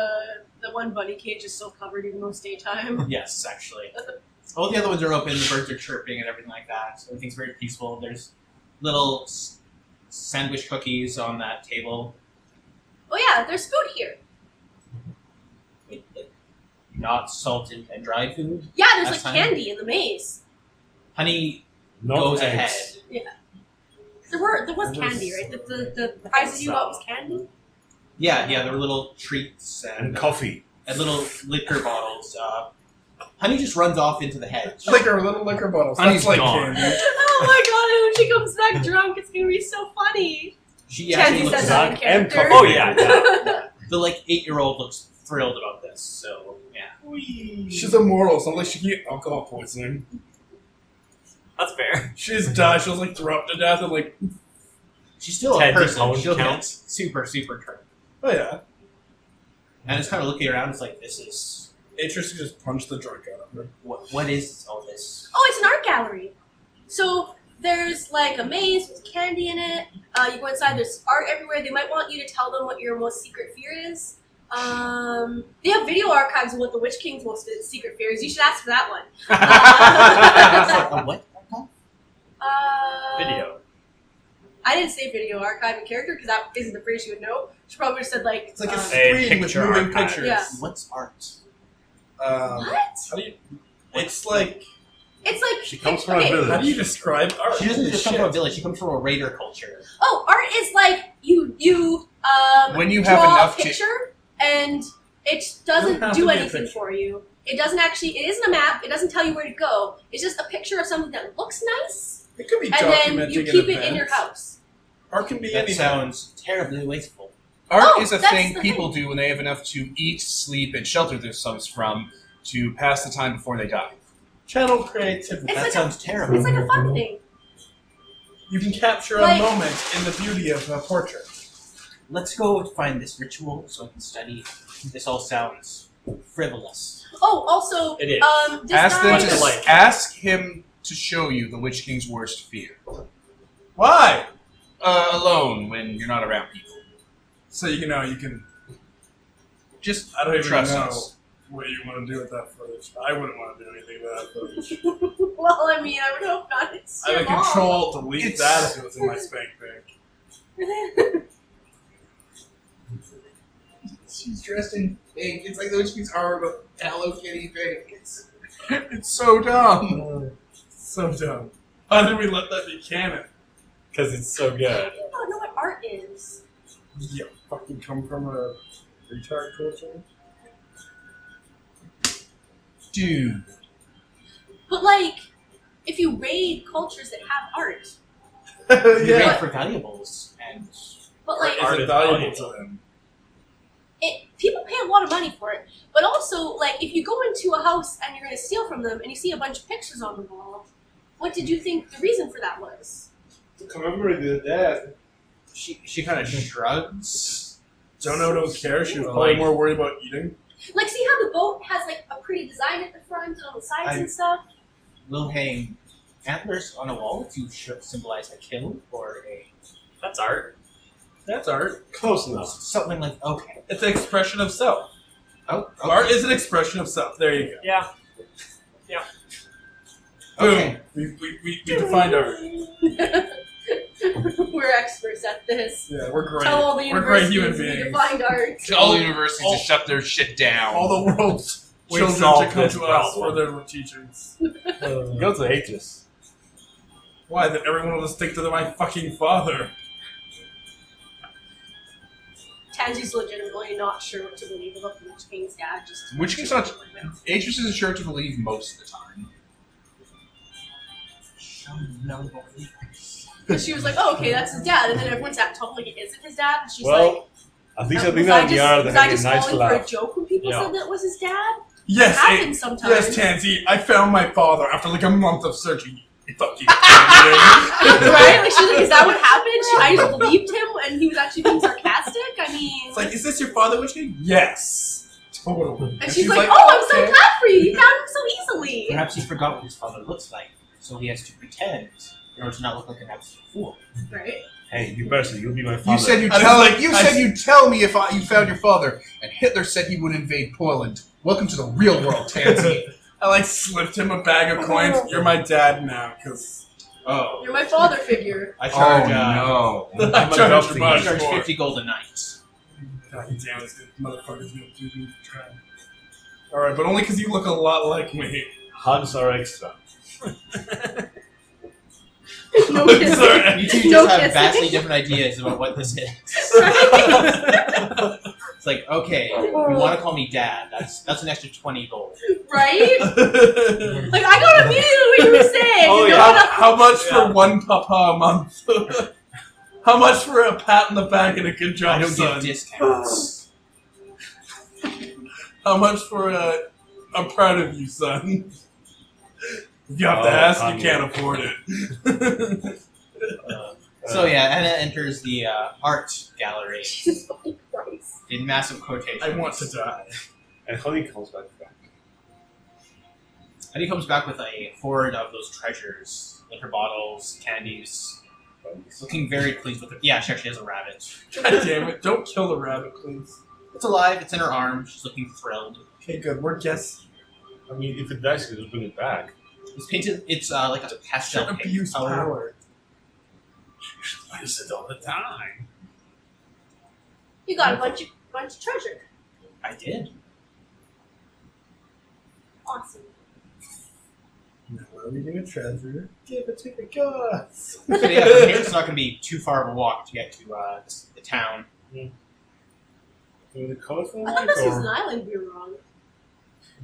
Speaker 5: the one bunny cage is still covered even though it's daytime.
Speaker 3: Yes, actually. All the other ones are open. The birds are chirping and everything like that. So everything's very peaceful. There's little s- sandwich cookies on that table.
Speaker 5: Oh yeah, there's food here.
Speaker 3: with, like, Not salted and dried food.
Speaker 5: Yeah, there's
Speaker 3: That's
Speaker 5: like
Speaker 3: fine.
Speaker 5: candy in the maze.
Speaker 3: Honey
Speaker 7: No
Speaker 3: goes
Speaker 7: eggs.
Speaker 3: ahead.
Speaker 5: There were there was candy, right? The the, the prizes you got was candy.
Speaker 3: Yeah, yeah. There were little treats
Speaker 7: And
Speaker 3: and uh,
Speaker 7: coffee.
Speaker 3: and little liquor bottles. Uh, honey just runs off into the hedge.
Speaker 4: liquor, little liquor bottles.
Speaker 6: Honey's
Speaker 4: That's like
Speaker 6: gone.
Speaker 4: candy.
Speaker 5: oh my god, and when she comes back drunk, it's gonna be so funny.
Speaker 3: She actually
Speaker 5: Kenzie
Speaker 3: looks
Speaker 5: said that in
Speaker 7: back and
Speaker 5: character.
Speaker 6: Oh yeah.
Speaker 3: the like eight year old looks thrilled about this. So yeah,
Speaker 4: She's immortal, so like she can get alcohol poisoning.
Speaker 6: That's fair.
Speaker 4: She just dies, she'll like throw up to death and like
Speaker 3: she's still a
Speaker 6: Ted, does
Speaker 3: person.
Speaker 6: Owen
Speaker 3: She'll get
Speaker 6: count?
Speaker 3: super super drunk,
Speaker 4: oh yeah.
Speaker 3: and it's kind of looking around. It's like this is
Speaker 4: Atris can just punch the drunk out of her.
Speaker 3: what what is all this?
Speaker 5: Oh, it's an art gallery. So there's like a maze with candy in it. Uh, you go inside. There's art everywhere. They might want you to tell them what your most secret fear is. Um, they have video archives of what the Witch King's most secret fear is. You should ask for that one.
Speaker 3: It's like, a what?
Speaker 5: Uh,
Speaker 6: Video.
Speaker 5: I didn't say video archive and character because that isn't the phrase you would know. She probably just said like.
Speaker 4: It's like
Speaker 5: um,
Speaker 4: a screen with
Speaker 6: picture
Speaker 4: moving
Speaker 6: archive.
Speaker 4: pictures.
Speaker 5: Yeah.
Speaker 3: What's art?
Speaker 4: Um,
Speaker 5: what?
Speaker 4: it's like
Speaker 5: It's like
Speaker 7: She comes from
Speaker 5: okay.
Speaker 7: a
Speaker 4: how
Speaker 7: village.
Speaker 4: do you describe art?
Speaker 3: She doesn't
Speaker 4: Holy
Speaker 3: just come
Speaker 4: shit.
Speaker 3: from a village. She comes from a raider culture.
Speaker 5: Oh, art is like you you um
Speaker 2: When you have
Speaker 5: draw
Speaker 2: enough
Speaker 5: a
Speaker 2: to-
Speaker 5: picture and it
Speaker 4: Doesn't
Speaker 5: doesn't
Speaker 4: have to
Speaker 5: do
Speaker 4: be a
Speaker 5: anything
Speaker 4: picture.
Speaker 5: for you. It doesn't actually it isn't a map, it doesn't tell you where to go. It's just a picture of something that looks nice
Speaker 4: It could be
Speaker 5: and then
Speaker 4: documenting
Speaker 5: you
Speaker 4: an
Speaker 5: keep it
Speaker 4: event.
Speaker 5: in your house.
Speaker 4: Art can be
Speaker 3: That
Speaker 4: anything.
Speaker 3: sounds terribly wasteful.
Speaker 2: Art
Speaker 5: Oh,
Speaker 2: is a
Speaker 5: that's
Speaker 2: thing
Speaker 5: the
Speaker 2: people do when they have enough to eat, sleep, and shelter themselves from to pass the time before they die.
Speaker 4: Channel creativity.
Speaker 5: It's
Speaker 3: that
Speaker 5: like a-
Speaker 3: sounds terrible.
Speaker 5: It's like a
Speaker 2: Mm-hmm.
Speaker 5: fun thing.
Speaker 4: You can capture a
Speaker 5: Like-
Speaker 4: moment in the beauty of a portrait.
Speaker 3: Let's go find this ritual so I can study. This all sounds frivolous.
Speaker 5: Oh, also
Speaker 6: It is.
Speaker 5: um this
Speaker 2: Ask
Speaker 5: guy
Speaker 2: them to
Speaker 6: Like-
Speaker 2: ask him to show you the Witch King's worst fear.
Speaker 4: Why?
Speaker 2: Uh, alone when you're not around people.
Speaker 4: So you know you can.
Speaker 2: Just
Speaker 4: I don't even
Speaker 2: trust
Speaker 4: know
Speaker 2: us.
Speaker 4: what you want to do with that footage. I wouldn't want to do anything with that footage.
Speaker 5: Well, I mean, I would hope not. It's
Speaker 4: I
Speaker 5: your
Speaker 4: would
Speaker 5: mom.
Speaker 4: control alt, delete
Speaker 2: It's-
Speaker 4: that if it was in my spank bank.
Speaker 2: She's dressed in pink. It's like the Witch King's armor, but Hello Kitty pink. It's, it's so dumb.
Speaker 4: Uh, So dumb. Why did we let that be canon?
Speaker 7: Because it's so good.
Speaker 5: People don't know what art is.
Speaker 4: Yeah, fucking come from a retard culture.
Speaker 2: Dude.
Speaker 5: But like if you raid cultures that have art,
Speaker 3: You
Speaker 4: yeah.
Speaker 3: raid for valuables, and
Speaker 5: but like
Speaker 4: Is
Speaker 7: Art
Speaker 4: it
Speaker 7: is
Speaker 4: valuable to
Speaker 7: valuable.
Speaker 4: them?
Speaker 5: it people pay a lot of money for it. But also, like if you go into a house and you're gonna steal from them and you see a bunch of pictures on the wall, What did you think the reason for that was?
Speaker 12: To commemorate the death.
Speaker 3: She she kind of shrugs.
Speaker 4: Jono don't care. She was probably more worried about eating.
Speaker 5: Like, see how the boat has like a pretty design at the front and on the sides
Speaker 3: I-
Speaker 5: and stuff.
Speaker 3: We'll hang antlers on a wall to sh- symbolize a kill or a
Speaker 6: That's art.
Speaker 4: That's art.
Speaker 12: Close enough.
Speaker 3: something like okay.
Speaker 4: It's an expression of self.
Speaker 3: Oh, okay.
Speaker 4: Art is an expression of self. There you
Speaker 6: Yeah.
Speaker 4: go. Boom.
Speaker 3: Okay.
Speaker 4: We, we, we, we defined art.
Speaker 5: We're experts at this.
Speaker 4: Yeah, we're great.
Speaker 5: Tell all the
Speaker 4: We're
Speaker 5: universities
Speaker 4: great human
Speaker 5: we
Speaker 4: beings.
Speaker 5: defined art.
Speaker 9: all the universities to shut their shit down.
Speaker 4: All the world's
Speaker 6: We
Speaker 4: children to
Speaker 6: solved
Speaker 4: come
Speaker 6: this
Speaker 4: to us for
Speaker 6: problem.
Speaker 4: their teachers.
Speaker 7: Uh, Go to Atlas.
Speaker 4: Why? That everyone will stick to my fucking father.
Speaker 5: Tanji's legitimately not sure what to believe about the Witch King's dad. Just
Speaker 9: Witch King's not- Atris isn't sure to believe most of the time.
Speaker 5: Because she was like, oh, okay, that's his dad. And then everyone's at totally isn't his dad. And she's like,
Speaker 7: Well, at least I think
Speaker 5: was I
Speaker 7: that we
Speaker 5: just,
Speaker 7: are
Speaker 5: was
Speaker 7: having
Speaker 5: I
Speaker 7: a
Speaker 5: just
Speaker 7: nice
Speaker 5: falling for a
Speaker 7: laugh.
Speaker 5: joke when people
Speaker 6: Yeah.
Speaker 5: said that was his dad? It
Speaker 4: Yes, it-
Speaker 5: happens sometimes.
Speaker 4: yes, Tansy. I found my father after like a month of searching. Fuck you. right?
Speaker 5: right? Like she's like, is that what happened? She, I just believed him, and he was actually being sarcastic. I mean,
Speaker 4: It's like, is this your father, Witch King? Yes. Totally.
Speaker 5: and she's, like, oh, I'm so glad for you. You found him so easily.
Speaker 3: Perhaps he forgot what his father looks like, so he has to pretend in order to not look like an absolute fool.
Speaker 5: Right?
Speaker 7: Hey, you person, you'll be my father.
Speaker 9: You said you
Speaker 4: I was
Speaker 9: tell
Speaker 4: like-
Speaker 9: you
Speaker 4: I
Speaker 9: said you tell me if I, you found your father, and Hitler said he would invade Poland. Welcome to the real world, Tansy.
Speaker 4: I like slipped him a bag of coins. You're my dad now, because
Speaker 3: Oh,
Speaker 5: You're my father figure.
Speaker 3: I charge.
Speaker 9: Oh,
Speaker 3: uh,
Speaker 9: no!
Speaker 4: I
Speaker 7: I'm
Speaker 4: charged
Speaker 7: adopting
Speaker 4: you
Speaker 7: you.
Speaker 3: I
Speaker 4: much
Speaker 3: charge
Speaker 4: more.
Speaker 3: fifty gold a night.
Speaker 4: God damn, this motherfucker's gonna do me for trying. All right, but only because you look a lot like me.
Speaker 7: Hugs are extra.
Speaker 5: No kidding.
Speaker 3: You two
Speaker 5: No
Speaker 3: just have
Speaker 5: kissing.
Speaker 3: vastly different ideas about what this is. It's like, okay, you want to call me dad? That's that's an extra twenty gold.
Speaker 5: right? Like I got immediately what you were saying.
Speaker 7: Oh,
Speaker 5: you know?
Speaker 4: How,
Speaker 5: And I'm-
Speaker 4: how much
Speaker 7: Yeah.
Speaker 4: for one papa a month? how much for a pat on the back and a good
Speaker 3: I
Speaker 4: job,
Speaker 3: don't
Speaker 4: son?
Speaker 3: give discounts.
Speaker 4: how much for a I'm proud of you, son? If you have to
Speaker 7: Oh,
Speaker 4: ask, you
Speaker 7: Kanye.
Speaker 4: can't afford it.
Speaker 7: Uh,
Speaker 3: So yeah, Anna enters the uh, art gallery
Speaker 5: Jesus fucking Christ.
Speaker 3: in massive quotation.
Speaker 4: I want to die.
Speaker 7: uh, And Honey comes back.
Speaker 3: And he comes back with a hoard of those treasures, liquor bottles, candies. Looking very pleased with her. Yeah, she actually has a rabbit.
Speaker 4: God damn it! Don't kill the rabbit, please.
Speaker 3: It's alive. It's in her arm. She's looking thrilled.
Speaker 4: Okay, good. We're guessing.
Speaker 7: I mean, if it dies, you can just bring it back.
Speaker 3: It's painted. It's uh, like a pastel
Speaker 4: Should
Speaker 3: pink
Speaker 4: abuse
Speaker 3: color.
Speaker 4: power.
Speaker 7: I said all the time.
Speaker 5: You got a bunch of bunch of treasure.
Speaker 3: I did.
Speaker 5: Awesome.
Speaker 4: Now we're reading a treasure.
Speaker 3: Give it to the gods. so yeah, from here it's not going to be too far of a walk to get to uh, the town.
Speaker 7: You want the colorful
Speaker 5: I thought
Speaker 7: one?
Speaker 5: this was
Speaker 7: Or
Speaker 5: an island we were on.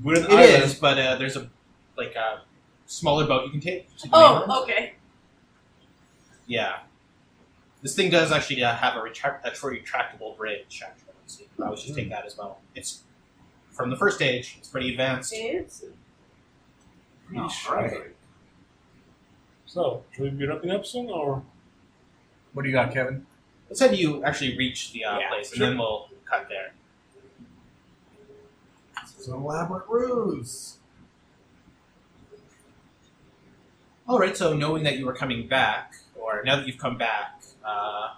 Speaker 7: we're an
Speaker 3: It is,
Speaker 7: island.
Speaker 3: but uh, there's a like a smaller boat you can take. To the mainland.
Speaker 5: Oh, okay.
Speaker 3: yeah. This thing does actually uh, have a, retract- a retractable bridge. Actually, so you can always just take that as well. It's from the first stage. It's pretty advanced.
Speaker 5: Fancy.
Speaker 7: Pretty shrubbery. So, should we be wrapping up soon, or
Speaker 9: What do you got, Kevin?
Speaker 3: Let's have you actually reach the uh,
Speaker 6: Yeah,
Speaker 3: place,
Speaker 7: sure.
Speaker 3: and then we'll cut there.
Speaker 4: It's an elaborate ruse.
Speaker 3: All right. So knowing that you were coming back, or now that you've come back, uh,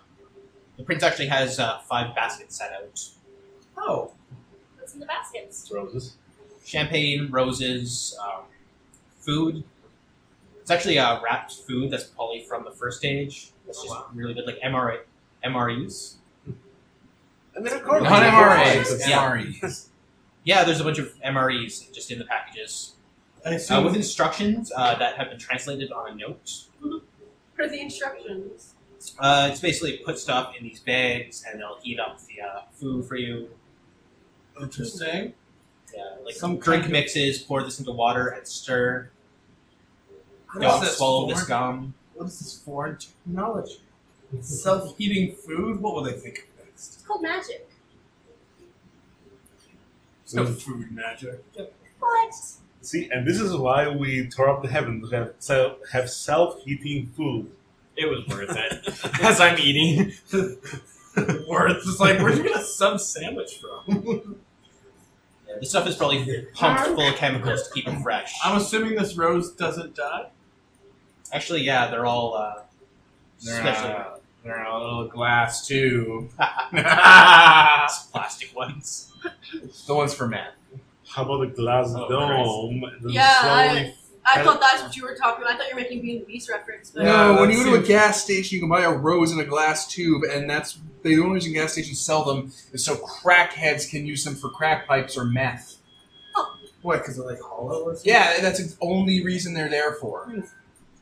Speaker 3: the prince actually has uh, five baskets set out.
Speaker 4: Oh.
Speaker 5: What's in the baskets?
Speaker 7: roses?
Speaker 3: champagne, roses, um, food. It's actually uh, wrapped food that's probably from the first stage.
Speaker 4: Oh,
Speaker 3: It's just really good, like MRA, MREs.
Speaker 7: And they're
Speaker 9: Not
Speaker 7: colorful.
Speaker 9: MRAs.
Speaker 3: Yeah.
Speaker 9: MREs.
Speaker 3: Yeah, there's a bunch of MREs just in the packages
Speaker 4: I
Speaker 3: uh,
Speaker 4: assume
Speaker 3: with instructions uh, that have been translated on a note.
Speaker 5: For the instructions.
Speaker 3: Uh, it's basically put stuff in these bags and they'll heat up the uh, food for you.
Speaker 4: Interesting.
Speaker 3: Yeah, like
Speaker 4: Some
Speaker 3: drink
Speaker 4: kind of-
Speaker 3: mixes, pour this into water and stir.
Speaker 4: What is
Speaker 3: Don't
Speaker 4: this
Speaker 3: swallow this
Speaker 4: foreign-
Speaker 3: gum.
Speaker 4: What is this foreign technology? Self-heating food? What will they think of next?
Speaker 5: It's called magic.
Speaker 4: It's no food magic.
Speaker 5: What?
Speaker 7: See, and this is why we tore up the heaven to have self, have self-heating food.
Speaker 6: It was worth it. As I'm eating,
Speaker 4: Or it's just like, where'd you get a sub sandwich from?
Speaker 3: Yeah, this stuff is probably pumped full of chemicals to keep it fresh.
Speaker 4: I'm assuming this rose doesn't die.
Speaker 3: Actually, yeah, they're all uh,
Speaker 2: They're,
Speaker 3: special
Speaker 2: uh, they're a little glass too.
Speaker 3: plastic ones.
Speaker 2: the ones for men.
Speaker 7: How about the glass
Speaker 3: Oh,
Speaker 7: dome? And then
Speaker 5: Yeah,
Speaker 7: slowly,
Speaker 5: I thought that's what you were talking about. I thought you were making Beauty and the Beast reference. But
Speaker 2: No,
Speaker 20: Yeah,
Speaker 2: when
Speaker 20: that
Speaker 2: you go to a
Speaker 20: seems-
Speaker 2: gas station, you can buy a rose in a glass tube, and that's they don't use in gas stations sell them, is so crackheads can use them for crack pipes or meth.
Speaker 20: What? Because they're like hollow or something?
Speaker 2: Yeah, that's the only reason they're there for.
Speaker 20: Hmm.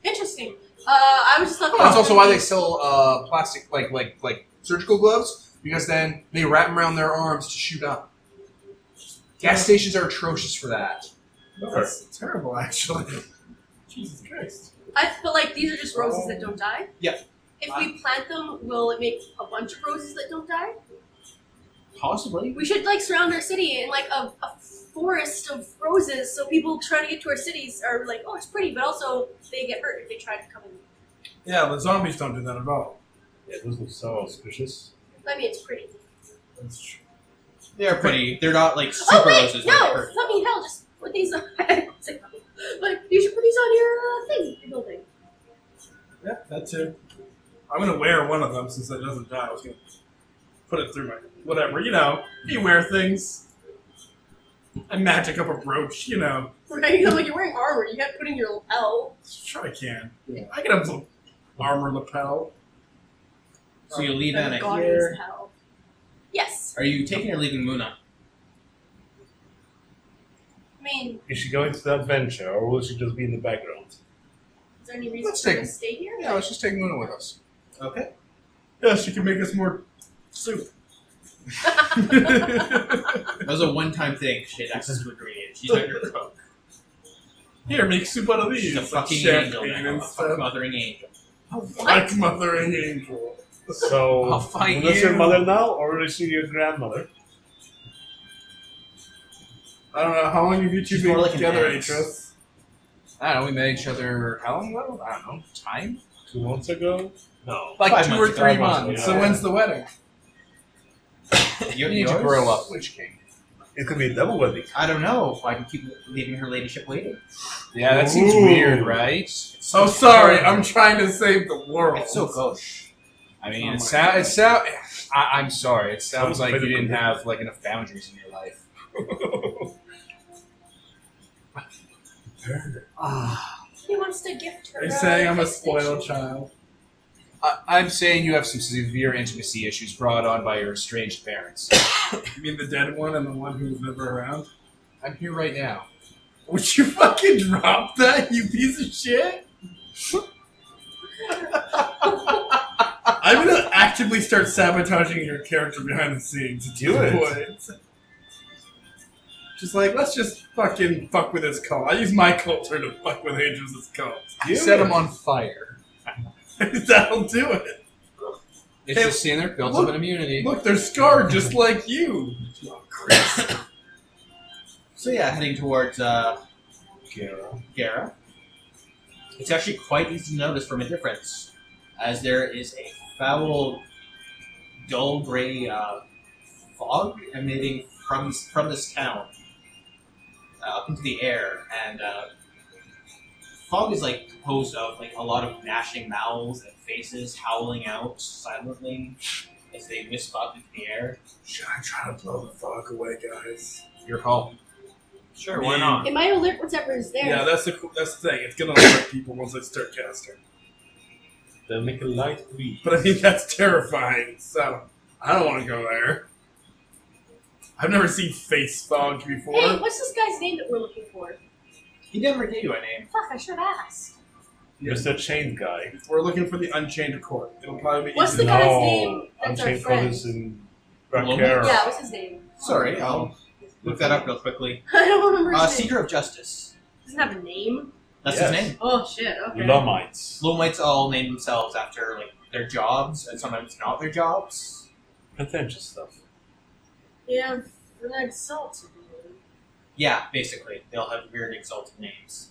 Speaker 5: Interesting. Uh, I was just looking.
Speaker 2: That's also why they sell uh, plastic, like like like surgical gloves, because then they wrap them around their arms to shoot up. Gas stations are atrocious for that.
Speaker 20: No, that's terrible, actually. Jesus Christ.
Speaker 5: I, but like these are just roses that don't die.
Speaker 2: Yeah.
Speaker 5: If we plant them, will it make a bunch of roses that don't die?
Speaker 3: Possibly.
Speaker 5: We should like surround our city in like a, a forest of roses, so people trying to get to our cities are like, oh, it's pretty, but also they get hurt if they try to come in.
Speaker 4: Yeah, the zombies don't do that at all.
Speaker 7: yeah, this looks so auspicious.
Speaker 5: I mean, it's pretty.
Speaker 3: They're pretty. They're not like super
Speaker 5: oh wait,
Speaker 3: roses.
Speaker 5: no,
Speaker 3: like her.
Speaker 5: fucking hell, just put these on. but you should put these on your uh, thing, your building.
Speaker 4: Yeah, that too. I'm gonna wear one of them since it doesn't die. I was gonna put it through my whatever, you know. You wear things. I magic up a brooch, you know.
Speaker 5: Right? You know, like you're wearing armor, you got to put in your lapel.
Speaker 4: Sure I can. I can have a little armor lapel.
Speaker 3: So you leave
Speaker 5: Oh,
Speaker 3: Anna
Speaker 5: God,
Speaker 3: here.
Speaker 5: as hell. Yes,
Speaker 3: Are you taking or leaving Luna?
Speaker 5: I mean,
Speaker 7: Is she going to the adventure, or will she just be in the background?
Speaker 5: is there any reason
Speaker 2: Let's
Speaker 5: for her
Speaker 2: take-
Speaker 5: to stay here?
Speaker 2: Yeah, let's just take Luna with us.
Speaker 3: Okay.
Speaker 4: Yeah, she can make us more soup.
Speaker 3: That was a one-time thing. She had access to ingredients. She's not your cook.
Speaker 4: Here, make soup out of these.
Speaker 3: She's a fucking
Speaker 4: Champagne
Speaker 3: angel now. A
Speaker 4: and
Speaker 3: fucking
Speaker 4: stuff.
Speaker 3: mothering angel.
Speaker 5: What?
Speaker 4: Like mothering angel.
Speaker 7: So,
Speaker 2: I'll fight
Speaker 7: Luna's your
Speaker 2: you.
Speaker 7: mother now, or is she your grandmother?
Speaker 20: I don't know. How long have you two
Speaker 3: She's
Speaker 20: been
Speaker 3: more like an
Speaker 20: together,
Speaker 3: axe.
Speaker 20: Atris?
Speaker 2: I don't know. We met each other how long ago? I don't know. Time?
Speaker 7: Two months ago? No.
Speaker 2: Like
Speaker 3: Five
Speaker 2: two or
Speaker 3: months ago,
Speaker 2: three
Speaker 3: five
Speaker 2: months.
Speaker 3: months
Speaker 2: So
Speaker 7: ago, yeah.
Speaker 2: when's the wedding?
Speaker 3: You
Speaker 2: You need to grow up, Witch King.
Speaker 7: It could be a double wedding.
Speaker 3: I don't know if I can keep leaving her ladyship waiting.
Speaker 2: Yeah,
Speaker 7: that seems weird,
Speaker 2: right?
Speaker 20: Oh, sorry. I'm trying to save the world.
Speaker 3: It's so gauche.
Speaker 2: I mean,
Speaker 20: Oh my
Speaker 2: it sounds. It sound, I, I'm sorry. It sounds
Speaker 7: Sounds
Speaker 2: like you
Speaker 7: pretty
Speaker 2: didn't
Speaker 7: cool.
Speaker 2: have like enough boundaries in your life.
Speaker 5: He wants to gift her.
Speaker 20: They're
Speaker 5: uh,
Speaker 20: saying I'm a
Speaker 5: PlayStation.
Speaker 20: spoiled child.
Speaker 2: I, I'm saying you have some severe intimacy issues brought on by your estranged parents.
Speaker 4: You mean the dead one and the one who's never around?
Speaker 2: I'm here right now.
Speaker 20: Would you fucking drop that, you piece of shit?
Speaker 4: I'm gonna actively start sabotaging your character behind the scenes. at
Speaker 7: Do
Speaker 4: this
Speaker 7: it.
Speaker 4: point. Just like, let's just fucking fuck with his cult. I use my culture to fuck with Andrew's cult.
Speaker 2: You set them on fire.
Speaker 4: That'll do it.
Speaker 2: It's
Speaker 4: Hey,
Speaker 2: just seeing there built
Speaker 4: look-
Speaker 2: up an immunity.
Speaker 4: Look, they're scarred just like you.
Speaker 3: So yeah, heading towards uh,
Speaker 7: Kira.
Speaker 3: Gara. It's actually quite easy to notice from a difference, as there is a foul, dull gray uh, fog emanating from from this town uh, up into the air, and uh, fog is like composed of like a lot of gnashing mouths and faces howling out silently as they wisp up into the air.
Speaker 4: Should I try to blow the fog away, guys?
Speaker 2: You're home.
Speaker 6: sure,
Speaker 4: why
Speaker 6: why
Speaker 4: not?
Speaker 6: not?
Speaker 5: It might alert whatever is there.
Speaker 4: Yeah, that's the cool- that's the thing. It's gonna alert people once I start casting.
Speaker 7: Then make a light weed.
Speaker 4: But I mean, that's terrifying. So I don't want to go there. I've never seen face fog before.
Speaker 5: Hey, what's this guy's name that we're looking for?
Speaker 3: He never gave you a name.
Speaker 5: Fuck, I should have asked.
Speaker 7: Mr. Chain Guy.
Speaker 4: We're looking for the Unchained Court. It'll probably be
Speaker 5: What's
Speaker 4: easy.
Speaker 5: the guy's
Speaker 7: no.
Speaker 5: name that's our
Speaker 7: Unchained
Speaker 5: friend?
Speaker 7: Brothers in
Speaker 3: Loma?
Speaker 7: Rakera.
Speaker 5: Yeah, what's his name?
Speaker 3: Sorry, I'll look that up real quickly.
Speaker 5: I don't remember his
Speaker 3: Uh,
Speaker 5: name.
Speaker 3: Seeker of Justice.
Speaker 5: Doesn't have a name.
Speaker 3: That's
Speaker 7: Yes.
Speaker 3: his name.
Speaker 5: Oh shit. Okay.
Speaker 7: Lomites.
Speaker 3: Lomites all name themselves after like their jobs and sometimes not their jobs.
Speaker 7: Pretentious stuff.
Speaker 5: Yeah, I'm so to be.
Speaker 3: Yeah, basically, they'll have weird exalted names.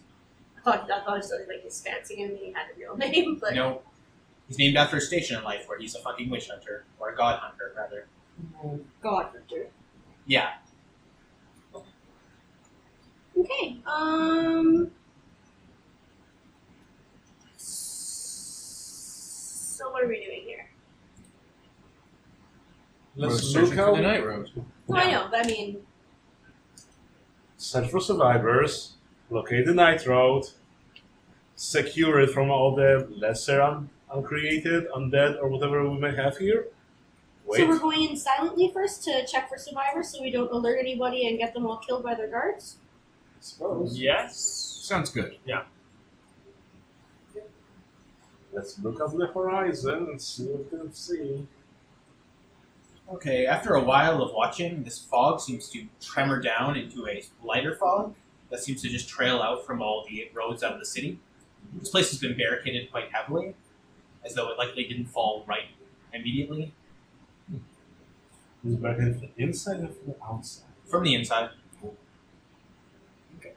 Speaker 5: I thought, I thought it was like his fancy and he had a real name, but
Speaker 3: no, he's named after a station in life where he's a fucking witch hunter or a god hunter rather.
Speaker 5: God, Victor.
Speaker 3: Yeah,
Speaker 5: Okay. Um. So what are we doing here?
Speaker 9: We're
Speaker 7: Let's
Speaker 9: searching
Speaker 7: look
Speaker 9: for
Speaker 7: out.
Speaker 9: the night road.
Speaker 5: Well, I know, but I mean,
Speaker 7: Search for survivors. Locate the night road. Secure it from all the lesser un- uncreated, undead, or whatever we may have here.
Speaker 5: so
Speaker 7: Wait.
Speaker 5: we're going in silently first to check for survivors, so we don't alert anybody and get them all killed by their guards.
Speaker 7: Suppose.
Speaker 6: Yes.
Speaker 9: Sounds good.
Speaker 7: Let's look at the horizon and see what we can see.
Speaker 3: Okay, after a while of watching, this fog seems to tremor down into a lighter fog that seems to just trail out from all the roads out of the city. This place has been barricaded quite heavily, as though it likely didn't fall right immediately
Speaker 7: Is back in from the inside or from the outside?
Speaker 3: from the inside. Okay.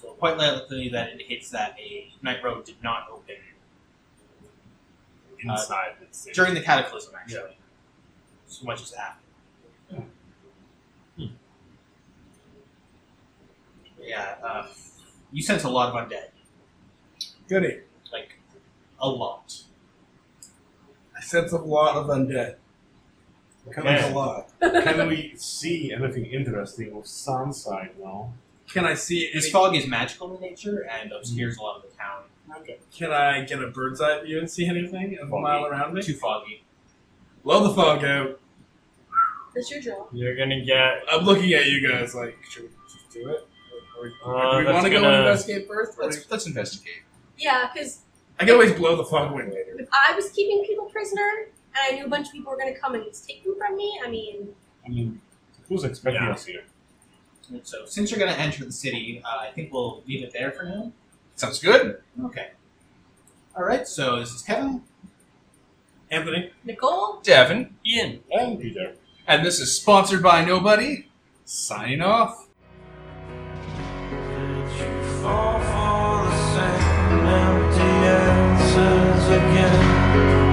Speaker 3: So, quite likely that indicates that a night road did not open
Speaker 7: Inside, it's
Speaker 3: during the cataclysm, actually. So much as happened. Yeah, uh, you sense a lot of undead.
Speaker 4: Goody.
Speaker 3: Like, a lot.
Speaker 4: I sense a lot of undead.
Speaker 7: Can,
Speaker 4: Like a
Speaker 7: we,
Speaker 4: lot.
Speaker 7: can we see anything interesting with sunside now?
Speaker 4: Can I see
Speaker 3: This
Speaker 4: any,
Speaker 3: fog is magical in nature and obscures a lot of the town.
Speaker 4: Can I get a bird's eye view and see anything of a mile around me?
Speaker 3: Too foggy.
Speaker 4: Blow the fog out.
Speaker 5: That's your job.
Speaker 6: You're gonna get.
Speaker 4: I'm looking at you guys like, should we just do it? Or- or-
Speaker 6: Uh,
Speaker 8: Do we
Speaker 6: that's
Speaker 8: want to go
Speaker 6: gonna-
Speaker 8: investigate first? Or
Speaker 9: Let's let's investigate.
Speaker 5: Yeah, because
Speaker 4: I can always blow the fog away later.
Speaker 5: if I was keeping people prisoner and I knew a bunch of people were going to come and take them from me, I mean,
Speaker 7: I mean, who's expecting
Speaker 6: Yeah.
Speaker 7: us here?
Speaker 3: And so, since you're going to enter the city, uh, I think we'll leave it there for now.
Speaker 9: Sounds good.
Speaker 3: Okay. Alright, so this is Kevin.
Speaker 4: Anthony,
Speaker 5: Nicole,
Speaker 9: Devin,
Speaker 6: Ian.
Speaker 7: And Peter.
Speaker 9: and this is sponsored by nobody. Signing off.